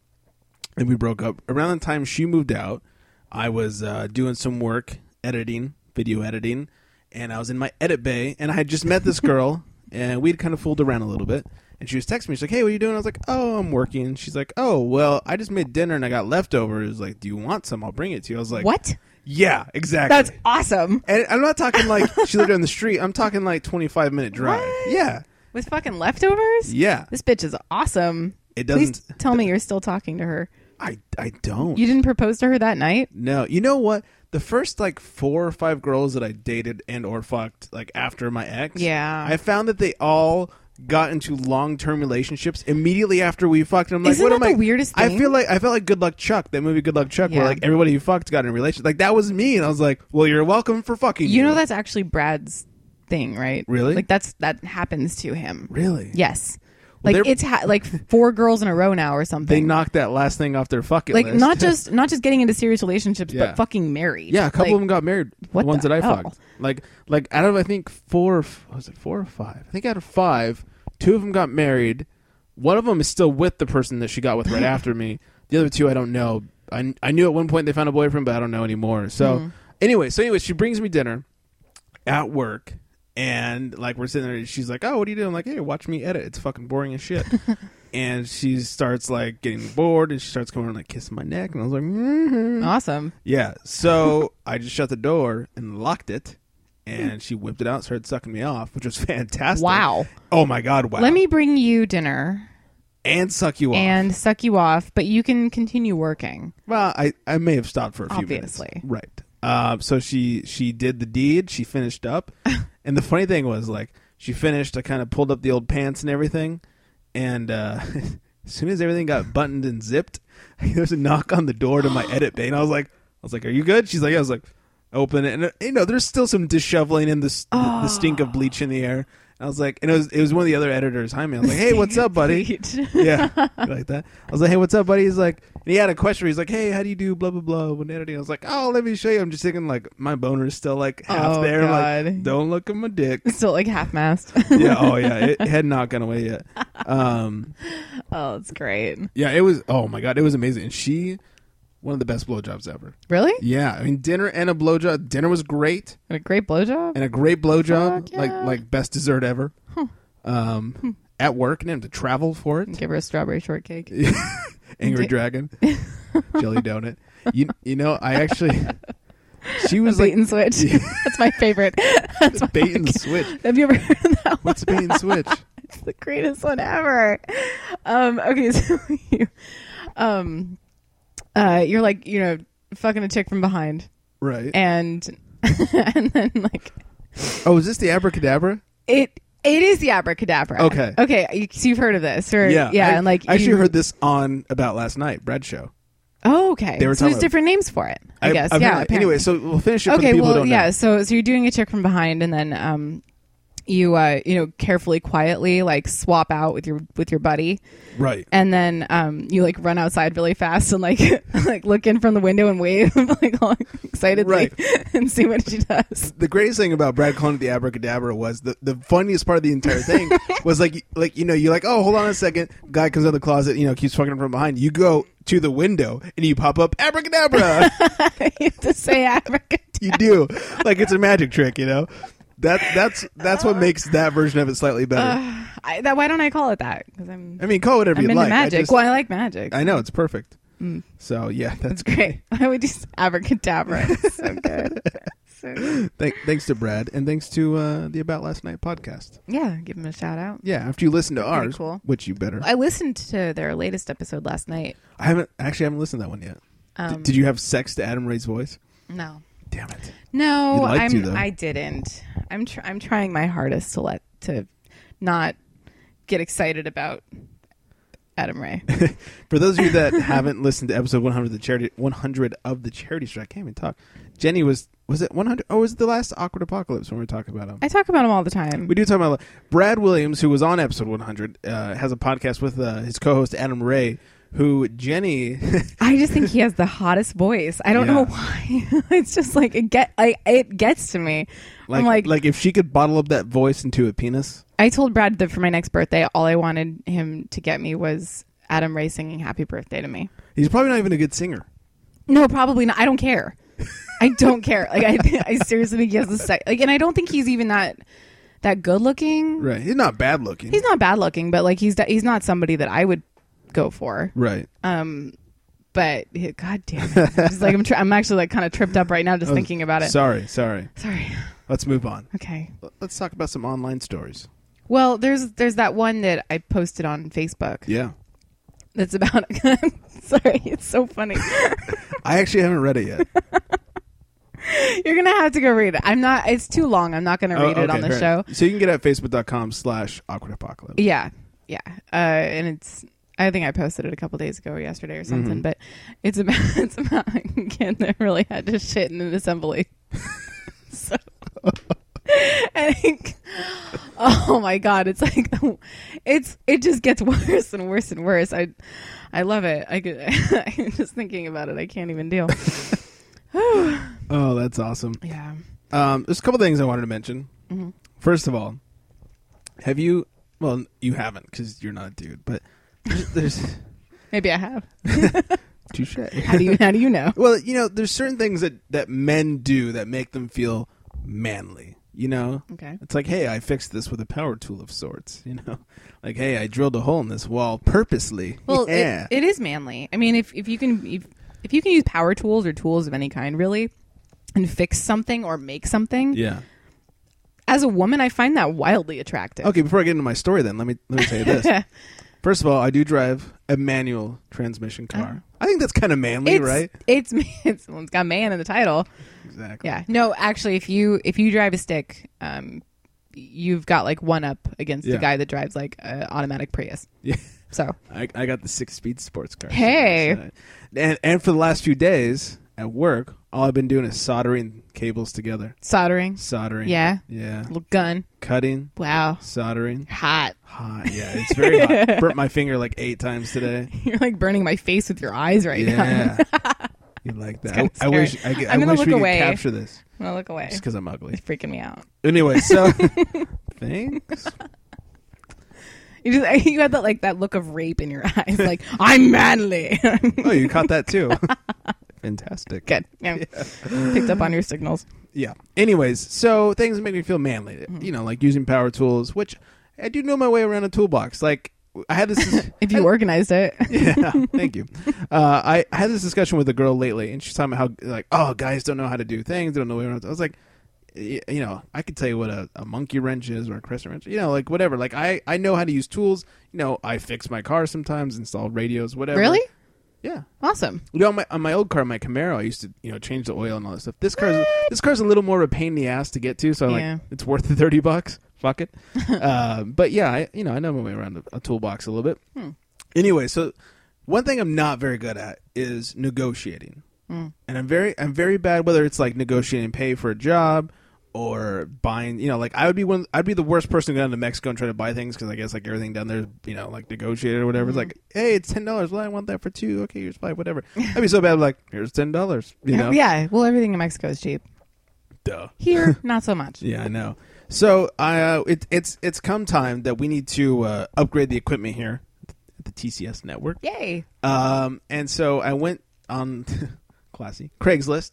[SPEAKER 1] and we broke up. Around the time she moved out, I was uh, doing some work editing, video editing, and I was in my edit bay, and I had just met this girl, and we'd kind of fooled around a little bit. And she was texting me. She's like, "Hey, what are you doing?" I was like, "Oh, I'm working." And she's like, "Oh, well, I just made dinner and I got leftovers. Like, do you want some? I'll bring it to you." I was like,
[SPEAKER 4] What?
[SPEAKER 1] Yeah, exactly.
[SPEAKER 4] That's awesome.
[SPEAKER 1] and I'm not talking like she lived on the street. I'm talking like 25 minute drive.
[SPEAKER 4] What?
[SPEAKER 1] Yeah,
[SPEAKER 4] With fucking leftovers?
[SPEAKER 1] yeah.
[SPEAKER 4] This bitch is awesome.
[SPEAKER 1] It
[SPEAKER 4] Please
[SPEAKER 1] doesn't-
[SPEAKER 4] tell me you're still talking to her.
[SPEAKER 1] I I don't.
[SPEAKER 4] You didn't propose to her that night?
[SPEAKER 1] no, you know what? The first like four or five girls that I dated and or fucked like after my ex,
[SPEAKER 4] Yeah.
[SPEAKER 1] I found that they all got into long term relationships immediately after we fucked. And I'm like,
[SPEAKER 4] Isn't
[SPEAKER 1] what
[SPEAKER 4] that
[SPEAKER 1] am
[SPEAKER 4] the
[SPEAKER 1] I?
[SPEAKER 4] weirdest
[SPEAKER 1] I
[SPEAKER 4] thing?
[SPEAKER 1] feel like I felt like Good Luck Chuck, that movie Good Luck Chuck, where
[SPEAKER 4] Yeah.
[SPEAKER 1] like everybody you fucked got in a relationship. Like that was me, and I was like, well, you're welcome for fucking. You,
[SPEAKER 4] You know that's actually Brad's thing, right?
[SPEAKER 1] Really?
[SPEAKER 4] Like that's that happens to him.
[SPEAKER 1] really.
[SPEAKER 4] Yes.
[SPEAKER 1] Well,
[SPEAKER 4] like
[SPEAKER 1] they're-
[SPEAKER 4] it's ha- like four girls in a row now or
[SPEAKER 1] They
[SPEAKER 4] something.
[SPEAKER 1] knocked that last thing off their fucking
[SPEAKER 4] like
[SPEAKER 1] list.
[SPEAKER 4] not just not just getting into serious relationships,
[SPEAKER 1] Yeah.
[SPEAKER 4] but fucking married.
[SPEAKER 1] Yeah, a couple
[SPEAKER 4] Like,
[SPEAKER 1] of them got married.
[SPEAKER 4] what
[SPEAKER 1] the ones
[SPEAKER 4] the
[SPEAKER 1] that I
[SPEAKER 4] hell?
[SPEAKER 1] fucked. Like, like out of I think four, or f- was it four or five? I think out of five, two of them got married. One of them is still with the person that she got with right after me. The other two, I don't know. I, I knew at one point they found a boyfriend, but I don't know anymore. So
[SPEAKER 4] Mm-hmm.
[SPEAKER 1] anyway, so anyway, she brings me dinner at work, and like we're sitting there, and she's like, "Oh, what are you doing?" I'm like, "Hey, watch me edit. It's fucking boring as shit." and she starts like getting bored, and she starts coming around like kissing my neck, and I was like, mm
[SPEAKER 4] Awesome.
[SPEAKER 1] yeah. So I just shut the door and locked it, and she whipped it out, started sucking me off, which was fantastic.
[SPEAKER 4] Wow.
[SPEAKER 1] Oh my god! Wow.
[SPEAKER 4] Let me bring you dinner
[SPEAKER 1] and suck you off.
[SPEAKER 4] and suck you off, but you can continue working.
[SPEAKER 1] well, I I may have stopped for a few
[SPEAKER 4] Obviously.
[SPEAKER 1] minutes. Right. Um. So she she did the deed. She finished up, and the funny thing was like she finished. I kind of pulled up the old pants and everything, and. uh As soon as everything got buttoned and zipped, there was a knock on the door to my edit bay, and I was like, "I was like, are you good?" She's like, "Yeah." "I was like, open it," and uh, you know, there's still some disheveling and the, s- the stink of bleach in the air. And I was like, and it was it was one of the other editors behind me. I was like, "Hey, what's up, buddy?" yeah, like that. I was like, "Hey, what's up, buddy?" He's like, and he had a question. He's like, "Hey, how do you do blah blah blah when editing?" I was like, "Oh, let me show you." I'm just thinking like my boner is still like half
[SPEAKER 4] Oh,
[SPEAKER 1] there. Like,
[SPEAKER 4] God.
[SPEAKER 1] don't look at my dick.
[SPEAKER 4] Still like half mast.
[SPEAKER 1] yeah, oh yeah, it, it had not gone away yet. Um,
[SPEAKER 4] oh, it's great.
[SPEAKER 1] yeah, it was. Oh my god, it was amazing. And she, one of the best blowjobs ever.
[SPEAKER 4] Really?
[SPEAKER 1] Yeah, I mean, dinner and a blowjob. Dinner was great
[SPEAKER 4] And a great blowjob?
[SPEAKER 1] and a great blowjob.
[SPEAKER 4] Fuck yeah. Hmm.
[SPEAKER 1] Like like best dessert ever. Um, at work and having to travel for it.
[SPEAKER 4] Give her a strawberry shortcake.
[SPEAKER 1] Angry Dragon, Jelly Donut. You you know, I actually she was
[SPEAKER 4] Bait
[SPEAKER 1] like
[SPEAKER 4] and switch. That's my favorite. That's my
[SPEAKER 1] bait and switch.
[SPEAKER 4] Have you ever heard that
[SPEAKER 1] What's being switch?
[SPEAKER 4] It's the greatest one ever. Um, okay, so you, um, uh, you're like you know fucking a chick from behind,
[SPEAKER 1] Right.
[SPEAKER 4] and and then like
[SPEAKER 1] oh, is this the abracadabra?
[SPEAKER 4] it. It is the abracadabra.
[SPEAKER 1] Okay.
[SPEAKER 4] Okay. You, so you've heard of this, or yeah,
[SPEAKER 1] I,
[SPEAKER 4] and like
[SPEAKER 1] I actually
[SPEAKER 4] you-
[SPEAKER 1] heard this on about last night, Brad show.
[SPEAKER 4] Oh, okay.
[SPEAKER 1] They were
[SPEAKER 4] so
[SPEAKER 1] talking
[SPEAKER 4] there's
[SPEAKER 1] about-
[SPEAKER 4] different names for it. I, guess.
[SPEAKER 1] I've
[SPEAKER 4] yeah.
[SPEAKER 1] heard-
[SPEAKER 4] apparently.
[SPEAKER 1] Anyway, so we'll finish it for the
[SPEAKER 4] okay.
[SPEAKER 1] people
[SPEAKER 4] Well,
[SPEAKER 1] who don't
[SPEAKER 4] yeah.
[SPEAKER 1] know.
[SPEAKER 4] So so you're doing a check from behind, and then um, you uh you know carefully, quietly like swap out with your with your buddy,
[SPEAKER 1] Right.
[SPEAKER 4] and then um you like run outside really fast and like like look in from the window and wave like all excitedly and see what she does.
[SPEAKER 1] the greatest thing about Brad calling it the abracadabra was the, the funniest part of the entire thing was like like you know you're like oh hold on a second guy comes out of the closet you know keeps fucking him from behind you go to the window and you pop up abracadabra
[SPEAKER 4] you have to say abracadabra.
[SPEAKER 1] you do like it's a magic trick you know that that's that's what makes that version of it slightly better
[SPEAKER 4] I, that, why don't I call it that? Because I'm
[SPEAKER 1] I mean call it whatever
[SPEAKER 4] Uh, I'm
[SPEAKER 1] you
[SPEAKER 4] into
[SPEAKER 1] like I
[SPEAKER 4] magic.
[SPEAKER 1] just-
[SPEAKER 4] well, Mm. I like magic.
[SPEAKER 1] I know it's perfect so yeah that's
[SPEAKER 4] Great. Why would you say abracadabra? It's so good. so good.
[SPEAKER 1] Thank, thanks to Brad and thanks to uh, the About Last Night podcast.
[SPEAKER 4] Yeah, give him a shout out.
[SPEAKER 1] Yeah, after you listen to ours,
[SPEAKER 4] cool.
[SPEAKER 1] which you better.
[SPEAKER 4] I listened to their latest episode last night.
[SPEAKER 1] I haven't actually I haven't listened to that one yet. D-
[SPEAKER 4] Um,
[SPEAKER 1] did you have sex to Adam Ray's voice?
[SPEAKER 4] No,
[SPEAKER 1] Damn it!
[SPEAKER 4] no,
[SPEAKER 1] You'd like
[SPEAKER 4] I'm,
[SPEAKER 1] to, though.
[SPEAKER 4] I didn't. I'm tr- I'm trying my hardest to let to not get excited about Adam Ray.
[SPEAKER 1] For those of you that haven't listened to episode 100 of the charity 100 of the charity strike, I can't even talk. Jenny was was it 100? Oh, was it the last awkward apocalypse when we were talking about him?
[SPEAKER 4] I talk about him all the time.
[SPEAKER 1] we do talk about Brad Williams, who was on episode 100, uh, has a podcast with uh, his co-host Adam Ray, who Jenny
[SPEAKER 4] I just think he has the hottest voice. I don't
[SPEAKER 1] Yeah.
[SPEAKER 4] know why. it's just like it get I, it gets to me.
[SPEAKER 1] like,
[SPEAKER 4] I'm
[SPEAKER 1] like
[SPEAKER 4] like,
[SPEAKER 1] if she could bottle up that voice into a penis.
[SPEAKER 4] I told Brad that for my next birthday, all I wanted him to get me was Adam Ray singing "Happy Birthday" to me.
[SPEAKER 1] He's probably not even a good singer.
[SPEAKER 4] No, probably not. I don't care. I don't care. Like I, I seriously think he has the sex. Like, and I don't think he's even that that good looking.
[SPEAKER 1] Right. He's not bad looking.
[SPEAKER 4] He's not bad looking, but like he's he's not somebody that I would go for.
[SPEAKER 1] right.
[SPEAKER 4] Um, but god damn, it. It's like I'm tr- I'm actually like kind of tripped up right now just thinking about it.
[SPEAKER 1] Oh, Sorry, sorry.
[SPEAKER 4] Sorry.
[SPEAKER 1] Let's move on.
[SPEAKER 4] Okay.
[SPEAKER 1] Let's talk about some online stories.
[SPEAKER 4] Well, there's there's that one that I posted on Facebook.
[SPEAKER 1] Yeah.
[SPEAKER 4] That's about. sorry, it's so funny.
[SPEAKER 1] I actually haven't read it yet.
[SPEAKER 4] You're gonna have to go read it. I'm not. It's too long. I'm not gonna read
[SPEAKER 1] Oh,
[SPEAKER 4] it on
[SPEAKER 1] okay,
[SPEAKER 4] the
[SPEAKER 1] fair
[SPEAKER 4] show.
[SPEAKER 1] enough. So you can get it at facebook.com slash awkward apocalypse.
[SPEAKER 4] Yeah, yeah, uh, and it's. I think I posted it a couple days ago or yesterday or something, but it's about it's about a kid that really had to shit in an assembly. so, and it- oh my god, it's like it's it just gets worse and worse and worse. I I love it. I could, I'm just thinking about it. I can't even deal.
[SPEAKER 1] Oh, that's awesome.
[SPEAKER 4] yeah.
[SPEAKER 1] Um, there's a couple things I wanted to mention.
[SPEAKER 4] Mm-hmm.
[SPEAKER 1] First of all, have you, well, you haven't because you're not a dude, but there's, there's
[SPEAKER 4] Maybe I have.
[SPEAKER 1] touche.
[SPEAKER 4] How do you how do you know?
[SPEAKER 1] Well, you know, there's certain things that, that men do that make them feel manly, you know?
[SPEAKER 4] Okay.
[SPEAKER 1] It's like, hey, I fixed this with a power tool of sorts, you know? Like, hey, I drilled a hole in this wall purposely.
[SPEAKER 4] Well, it-
[SPEAKER 1] yeah.
[SPEAKER 4] it is manly. I mean, if, if you can if, if you can use power tools or tools of any kind, really, and fix something or make something,
[SPEAKER 1] yeah.
[SPEAKER 4] as a woman, I find that wildly attractive.
[SPEAKER 1] Okay, before I get into my story, then let me let me tell you this. First of all, I do drive a manual transmission car. I think that's kind of manly,
[SPEAKER 4] Oh. It's,
[SPEAKER 1] right?
[SPEAKER 4] It's, it's well, it's got man in the title.
[SPEAKER 1] Exactly.
[SPEAKER 4] Yeah. No, actually, if you if you drive a stick, um, you've got like one up against
[SPEAKER 1] Yeah.
[SPEAKER 4] the guy that drives like a automatic Prius.
[SPEAKER 1] Yeah.
[SPEAKER 4] So
[SPEAKER 1] I, I got the six speed sports car.
[SPEAKER 4] Hey.
[SPEAKER 1] And and for the last few days at work, all I've been doing is soldering cables together.
[SPEAKER 4] soldering,
[SPEAKER 1] Soldering.
[SPEAKER 4] Yeah.
[SPEAKER 1] Yeah.
[SPEAKER 4] little gun.
[SPEAKER 1] Cutting.
[SPEAKER 4] Wow,
[SPEAKER 1] Soldering.
[SPEAKER 4] hot.
[SPEAKER 1] Hot. Yeah, it's very hot. Burnt my finger like eight times today.
[SPEAKER 4] You're like burning my face with your eyes right now.
[SPEAKER 1] Yeah. you like that?
[SPEAKER 4] kinda
[SPEAKER 1] I, I wish I,
[SPEAKER 4] scary.
[SPEAKER 1] I
[SPEAKER 4] I'm gonna
[SPEAKER 1] wish
[SPEAKER 4] look
[SPEAKER 1] we
[SPEAKER 4] away.
[SPEAKER 1] could capture this
[SPEAKER 4] I'm gonna look away.
[SPEAKER 1] just because I'm ugly.
[SPEAKER 4] It's freaking me out.
[SPEAKER 1] Anyway, so thanks.
[SPEAKER 4] You just you had that like that look of rape in your eyes, like I'm manly.
[SPEAKER 1] Oh, you caught that too. Fantastic.
[SPEAKER 4] Good, yeah. picked up on your signals.
[SPEAKER 1] Yeah. Anyways, so things that make me feel manly. You know, like using power tools, which I do know my way around a toolbox. Like I had this.
[SPEAKER 4] If you organized it,
[SPEAKER 1] yeah, thank you. Uh, I I had this discussion with a girl lately, and she's talking about how like, oh, guys don't know how to do things. They don't know. How to, I was like, y- you know, I could tell you what a, a monkey wrench is or a crescent wrench, you know, like whatever. Like I, I know how to use tools. You know, I fix my car sometimes, install radios, whatever.
[SPEAKER 4] Really?
[SPEAKER 1] Yeah.
[SPEAKER 4] Awesome.
[SPEAKER 1] You know, on my, on my old car, my Camaro, I used to you know change the oil and all that stuff. This car's this car's a little more of a pain in the ass to get to, so
[SPEAKER 4] Yeah.
[SPEAKER 1] like it's worth the thirty bucks. Fuck it. uh, but yeah, I, you know, I know my way around a, a toolbox a little bit. Anyway, so one thing I'm not very good at is negotiating, and I'm very I'm very bad. Whether it's like negotiating pay for a job or buying, you know, like I would be one I'd be the worst person to go down to Mexico and try to buy things because I guess like everything down there, is, you know, like negotiated or whatever. It's like, hey, it's ten dollars. Well, I want that for two. Okay, here's five. Whatever. I'd be so bad. Like, here's ten dollars. You know,
[SPEAKER 4] Yeah. Well, everything in Mexico is cheap.
[SPEAKER 1] Duh.
[SPEAKER 4] Here, not so much.
[SPEAKER 1] Yeah, I know. So I uh, it, it's it's come time that we need to uh, upgrade the equipment here at the TCS network.
[SPEAKER 4] Yay.
[SPEAKER 1] Um, and so I went on classy Craigslist,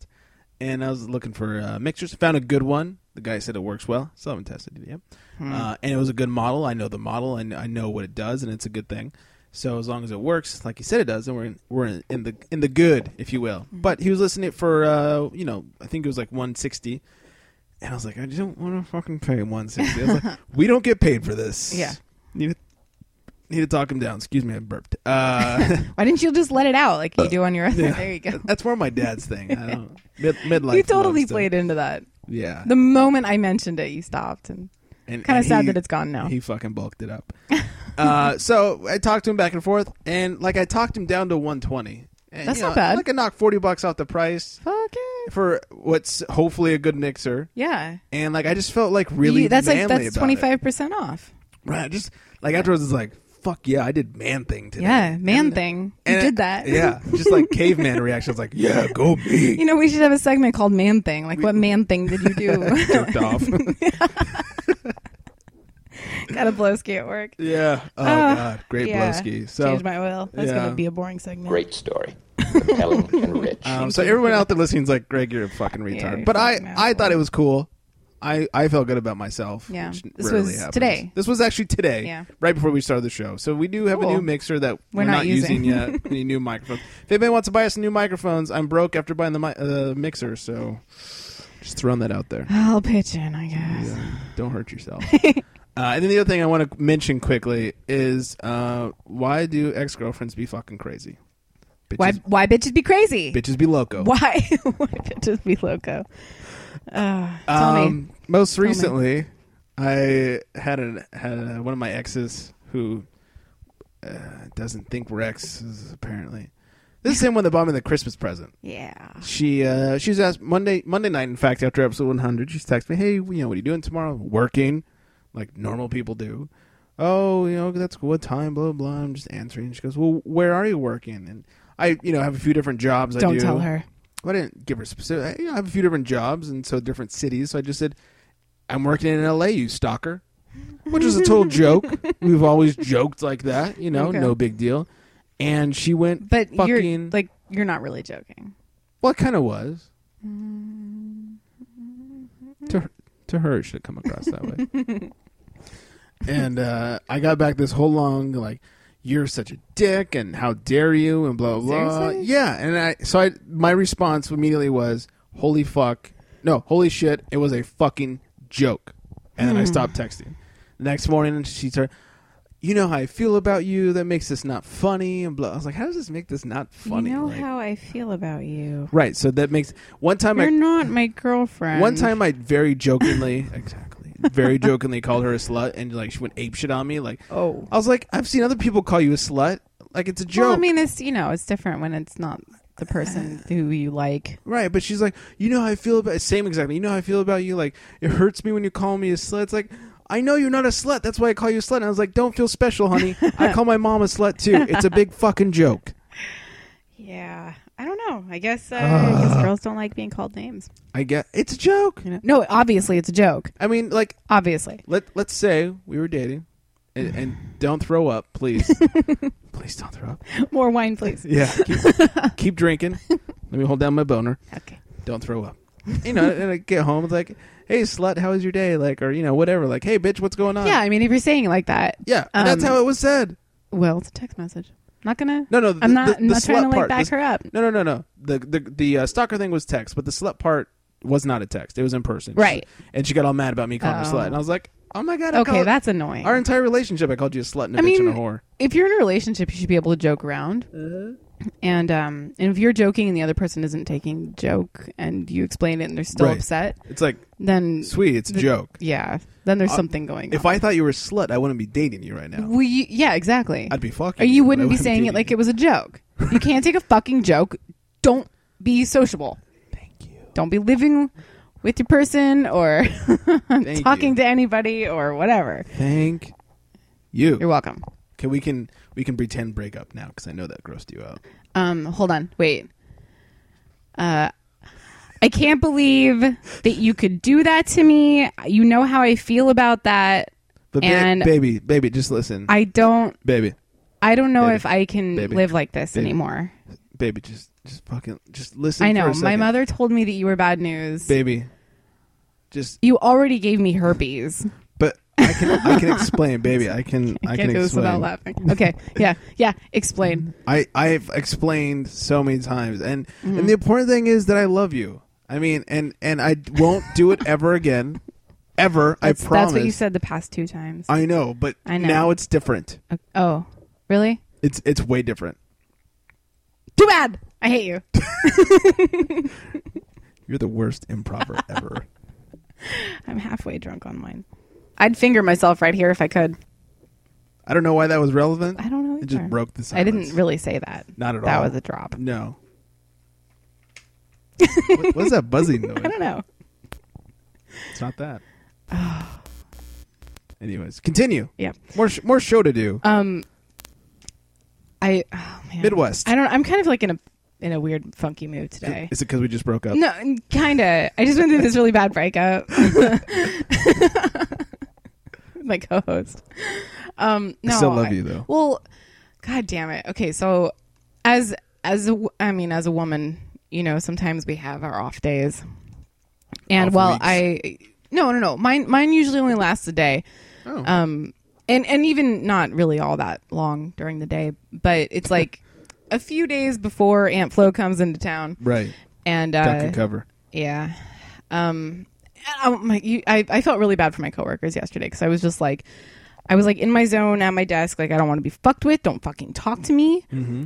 [SPEAKER 1] and I was looking for uh, mixers. Found a good one. The guy said it works well. So I haven't tested it yet. Uh, and it was a good model. I know the model. I know, I know what it does, and it's a good thing. So as long as it works, like he said it does, then we're in, we're in, in the in the good, if you will. But he was listening for uh, you know I think it was like 160, and I was like I don't want to fucking pay 160. I was like, we don't get paid for this.
[SPEAKER 4] Yeah.
[SPEAKER 1] Need to, need to talk him down. Excuse me, I burped. Uh,
[SPEAKER 4] Why didn't you just let it out like you do on your other? There you go.
[SPEAKER 1] That's more my dad's thing. I don't mid, midlife.
[SPEAKER 4] You totally
[SPEAKER 1] love stuff.
[SPEAKER 4] played into that.
[SPEAKER 1] Yeah,
[SPEAKER 4] The moment I mentioned it, you stopped and
[SPEAKER 1] and,
[SPEAKER 4] kinda
[SPEAKER 1] and
[SPEAKER 4] sad
[SPEAKER 1] he-
[SPEAKER 4] that it's gone now.
[SPEAKER 1] He fucking bulked it up. uh, so I talked to him back and forth, and like I talked him down to 120. And,
[SPEAKER 4] That's
[SPEAKER 1] you know,
[SPEAKER 4] not bad.
[SPEAKER 1] Like I knocked 40 bucks off the price
[SPEAKER 4] fuck it.
[SPEAKER 1] for what's hopefully a good mixer,
[SPEAKER 4] Yeah.
[SPEAKER 1] and like I just felt like really
[SPEAKER 4] You- that's
[SPEAKER 1] manly
[SPEAKER 4] like that's
[SPEAKER 1] about it.
[SPEAKER 4] twenty five percent off.
[SPEAKER 1] Right, just like afterwards, it's like fuck yeah, I did man thing today.
[SPEAKER 4] Yeah, man
[SPEAKER 1] And-
[SPEAKER 4] thing.
[SPEAKER 1] and-
[SPEAKER 4] you did that.
[SPEAKER 1] Yeah, just like caveman reactions, like yeah, go me.
[SPEAKER 4] You know, we should have a segment called Man Thing. Like, what man thing did you do?
[SPEAKER 1] jerked off.
[SPEAKER 4] Got a blow ski at work.
[SPEAKER 1] yeah. Oh
[SPEAKER 4] Ah,
[SPEAKER 1] god, great
[SPEAKER 4] yeah.
[SPEAKER 1] blowski. So um,
[SPEAKER 4] Change my oil. That's
[SPEAKER 1] Yeah.
[SPEAKER 4] gonna be a boring segment.
[SPEAKER 6] Great story. Compelling and rich.
[SPEAKER 1] Um, so everyone out there listening is like, Greg, you're a fucking retard.
[SPEAKER 4] you're
[SPEAKER 1] but I,
[SPEAKER 4] fucking
[SPEAKER 1] I
[SPEAKER 4] asshole.
[SPEAKER 1] thought it was cool. I, I felt good about myself.
[SPEAKER 4] Yeah.
[SPEAKER 1] which
[SPEAKER 4] This
[SPEAKER 1] rarely
[SPEAKER 4] was
[SPEAKER 1] happens.
[SPEAKER 4] today.
[SPEAKER 1] This was actually today.
[SPEAKER 4] Yeah.
[SPEAKER 1] Right before we started the show. So we do have a
[SPEAKER 4] Cool.
[SPEAKER 1] new mixer that we're,
[SPEAKER 4] We're not
[SPEAKER 1] using,
[SPEAKER 4] using.
[SPEAKER 1] yet. Any new microphones. If anybody wants to buy us new microphones, I'm broke after buying the mi- uh, mixer. So just throwing that out there.
[SPEAKER 4] I'll pitch in, I guess.
[SPEAKER 1] Yeah, don't hurt yourself. uh, and then the other thing I want to mention quickly is uh, why do ex girlfriends be fucking crazy? Bitches,
[SPEAKER 4] Why? Why bitches be crazy?
[SPEAKER 1] bitches be loco.
[SPEAKER 4] Why? why bitches be loco? Uh, tell
[SPEAKER 1] Um,
[SPEAKER 4] me.
[SPEAKER 1] Most recently, I had an had uh one of my exes who uh, doesn't think we're exes. Apparently, this is the same one that bought me the Christmas present.
[SPEAKER 4] Yeah.
[SPEAKER 1] She uh, she's asked Monday Monday night. In fact, after episode one hundred, she's texted me, "Hey, you know, what are you doing tomorrow? Working, like normal people do." Oh, you know, that's cool. What time? Blah blah. blah. I'm just answering. She goes, "Well, where are you working?" And I, you know, have a few different jobs. I
[SPEAKER 4] Don't
[SPEAKER 1] do.
[SPEAKER 4] tell her.
[SPEAKER 1] Well, I didn't give her specific. I, you know, I have a few different jobs and so different cities. So I just said, "I'm working in L.A. You stalker," which is a total joke. We've always joked like that. You know,
[SPEAKER 4] Okay.
[SPEAKER 1] no big deal. And she went,
[SPEAKER 4] But
[SPEAKER 1] fucking
[SPEAKER 4] you're like, you're not really joking.
[SPEAKER 1] well, it kind of was. Mm-hmm. To her, to her, it should have come across that way. and uh, I got back this whole long like, "You're such a dick," and "How dare you?" and blah blah. blah.
[SPEAKER 4] Seriously?
[SPEAKER 1] Yeah, and I so I my response immediately was, "Holy fuck!" No, holy shit! It was a fucking joke. And then I stopped texting. The next morning, she started. You know how I feel about you. That makes this not funny. And blah. I was like, how does this make this not funny?
[SPEAKER 4] You know
[SPEAKER 1] Like-
[SPEAKER 4] how I feel about you.
[SPEAKER 1] Right. So that makes one time
[SPEAKER 4] You're
[SPEAKER 1] I
[SPEAKER 4] not my girlfriend.
[SPEAKER 1] one time I very jokingly exactly very jokingly called her a slut and like she went ape shit on me like
[SPEAKER 4] Oh.
[SPEAKER 1] I was like I've seen other people call you a slut like it's a joke
[SPEAKER 4] Well, I mean, it's you know, it's different when it's not the person who you like.
[SPEAKER 1] right but she's like you know how I feel about same exactly you know how I feel about you like it hurts me when you call me a slut it's like I know you're not a slut that's why I call you a slut and I was like don't feel special honey I call my mom a slut too it's a big fucking joke
[SPEAKER 4] Yeah, I don't know. I guess, uh, I guess girls don't like being called names.
[SPEAKER 1] I get it's a joke
[SPEAKER 4] You know? No, obviously it's a joke.
[SPEAKER 1] I mean like
[SPEAKER 4] Obviously,
[SPEAKER 1] let let's say we were dating and, and don't throw up please please don't throw up
[SPEAKER 4] more wine, please.
[SPEAKER 1] yeah keep, keep drinking let me hold down my boner
[SPEAKER 4] Okay.
[SPEAKER 1] don't throw up you know and i get home it's like hey slut how was your day like or you know whatever like hey bitch what's going on
[SPEAKER 4] Yeah, I mean, if you're saying it like that,
[SPEAKER 1] yeah and that's
[SPEAKER 4] Um,
[SPEAKER 1] how it was said
[SPEAKER 4] well, it's a text message. Not gonna.
[SPEAKER 1] no no the,
[SPEAKER 4] I'm not.
[SPEAKER 1] the,
[SPEAKER 4] I'm
[SPEAKER 1] the
[SPEAKER 4] not trying
[SPEAKER 1] slut
[SPEAKER 4] to like
[SPEAKER 1] part,
[SPEAKER 4] back
[SPEAKER 1] the-
[SPEAKER 4] her up.
[SPEAKER 1] no no no no the the, the uh, stalker thing was text but the slut part was not a text. It was in person.
[SPEAKER 4] Right.
[SPEAKER 1] And she got all mad about me calling her
[SPEAKER 4] Oh.
[SPEAKER 1] slut, and I was like, "Oh my god!" I
[SPEAKER 4] Okay,
[SPEAKER 1] called-
[SPEAKER 4] that's annoying.
[SPEAKER 1] Our entire relationship, I called you a slut and a
[SPEAKER 4] I
[SPEAKER 1] bitch
[SPEAKER 4] mean,
[SPEAKER 1] and a whore. Uh-huh.
[SPEAKER 4] if you're in a relationship, you should be able to joke around. And um, and if you're joking and the other person isn't taking the joke, and you explain it and they're still
[SPEAKER 1] Right.
[SPEAKER 4] upset,
[SPEAKER 1] It's like,
[SPEAKER 4] then
[SPEAKER 1] sweet, it's a joke.
[SPEAKER 4] yeah, then there's something going.
[SPEAKER 1] Uh, If
[SPEAKER 4] on.
[SPEAKER 1] I thought you were a slut, I wouldn't be dating you right now.
[SPEAKER 4] well, you, yeah, exactly.
[SPEAKER 1] I'd be fucking
[SPEAKER 4] Or
[SPEAKER 1] you,
[SPEAKER 4] you
[SPEAKER 1] but I
[SPEAKER 4] wouldn't be
[SPEAKER 1] wouldn't
[SPEAKER 4] saying
[SPEAKER 1] be-
[SPEAKER 4] it like it was a joke. You can't take a fucking joke. Don't be sociable. Thank you. Don't be living with your person or
[SPEAKER 1] Thank
[SPEAKER 4] talking
[SPEAKER 1] you.
[SPEAKER 4] to anybody or whatever.
[SPEAKER 1] Thank you.
[SPEAKER 4] Mm-hmm. You're welcome.
[SPEAKER 1] Can we can we can pretend breakup now because I know that grossed you out.
[SPEAKER 4] Um, hold on, wait. Uh, I can't believe that you could do that to me. You know how I feel about that.
[SPEAKER 1] But ba-
[SPEAKER 4] And-
[SPEAKER 1] baby, baby, just listen,
[SPEAKER 4] I don't.
[SPEAKER 1] baby,
[SPEAKER 4] I don't know
[SPEAKER 1] Baby.
[SPEAKER 4] if I can
[SPEAKER 1] Baby.
[SPEAKER 4] live like this
[SPEAKER 1] Baby.
[SPEAKER 4] anymore.
[SPEAKER 1] baby, just just fucking just listen.
[SPEAKER 4] I
[SPEAKER 1] for
[SPEAKER 4] know.
[SPEAKER 1] a
[SPEAKER 4] My
[SPEAKER 1] second.
[SPEAKER 4] mother told me that you were bad news.
[SPEAKER 1] baby, just
[SPEAKER 4] You already gave me herpes.
[SPEAKER 1] but I can I can explain, baby. I can I,
[SPEAKER 4] I
[SPEAKER 1] can
[SPEAKER 4] can't do this
[SPEAKER 1] explain.
[SPEAKER 4] without laughing. Okay. Yeah. Yeah. Explain.
[SPEAKER 1] I I've explained so many times, and
[SPEAKER 4] Mm-hmm.
[SPEAKER 1] and the important thing is that I love you. I mean, and and I won't do it ever again, ever.
[SPEAKER 4] That's,
[SPEAKER 1] I promise.
[SPEAKER 4] that's what you said the past two times.
[SPEAKER 1] I know, but
[SPEAKER 4] I know.
[SPEAKER 1] now it's different.
[SPEAKER 4] oh, really?
[SPEAKER 1] It's it's way different.
[SPEAKER 4] Too bad. I hate you.
[SPEAKER 1] You're the worst improver ever.
[SPEAKER 4] I'm halfway drunk on mine. I'd finger myself right here if I could.
[SPEAKER 1] I don't know why that was relevant.
[SPEAKER 4] I don't know.
[SPEAKER 1] It just
[SPEAKER 4] either.
[SPEAKER 1] broke the
[SPEAKER 4] I
[SPEAKER 1] silence.
[SPEAKER 4] didn't really say that.
[SPEAKER 1] Not at
[SPEAKER 4] That
[SPEAKER 1] all.
[SPEAKER 4] was a drop.
[SPEAKER 1] No. what, what's that buzzing noise?
[SPEAKER 4] I don't know.
[SPEAKER 1] It's not that. Anyways, continue.
[SPEAKER 4] Yeah.
[SPEAKER 1] More sh- more show to do.
[SPEAKER 4] Um. I. Oh man.
[SPEAKER 1] Midwest.
[SPEAKER 4] I don't. I'm kind of like in a in a weird funky mood today.
[SPEAKER 1] Is it because we just broke up?
[SPEAKER 4] No, kind of. I just went through this really bad breakup. My co-host. Um, no,
[SPEAKER 1] still love you, though.
[SPEAKER 4] Well, god damn it. Okay, so as as a w- I mean, as a woman, you know, sometimes we have our off days, and
[SPEAKER 1] Off
[SPEAKER 4] while
[SPEAKER 1] weeks.
[SPEAKER 4] I no no no mine mine usually only lasts a day.
[SPEAKER 1] Oh.
[SPEAKER 4] Um, and and even not really all that long during the day, but it's like a few days before Aunt Flo comes into town,
[SPEAKER 1] Right.
[SPEAKER 4] and uh,
[SPEAKER 1] Duck and cover.
[SPEAKER 4] yeah. Um, I, my, you, I, I felt really bad for my coworkers yesterday because I was just like, I was like in my zone at my desk. Like, I don't want to be fucked with. Don't fucking talk to me.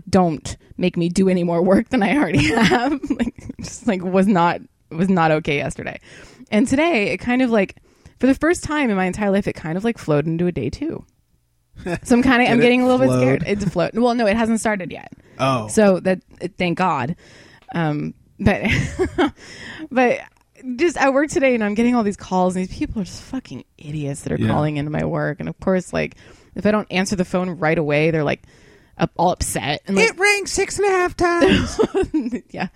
[SPEAKER 4] Don't make me do any more work than I already have. like, just like was not was not okay yesterday. And today, it kind of like for the first time in my entire life, it kind of like flowed into a day two. So I'm kind of I'm
[SPEAKER 1] it?
[SPEAKER 4] getting a little
[SPEAKER 1] Flowed?
[SPEAKER 4] bit scared. It's float. Well, no, it hasn't started yet.
[SPEAKER 1] Oh.
[SPEAKER 4] So that thank God. Um, but but just I work today and I'm getting all these calls and these people are just fucking idiots that are
[SPEAKER 1] Yeah.
[SPEAKER 4] calling into my work and of course like if I don't answer the phone right away they're like up, all upset and like
[SPEAKER 1] rang six and a half times.
[SPEAKER 4] yeah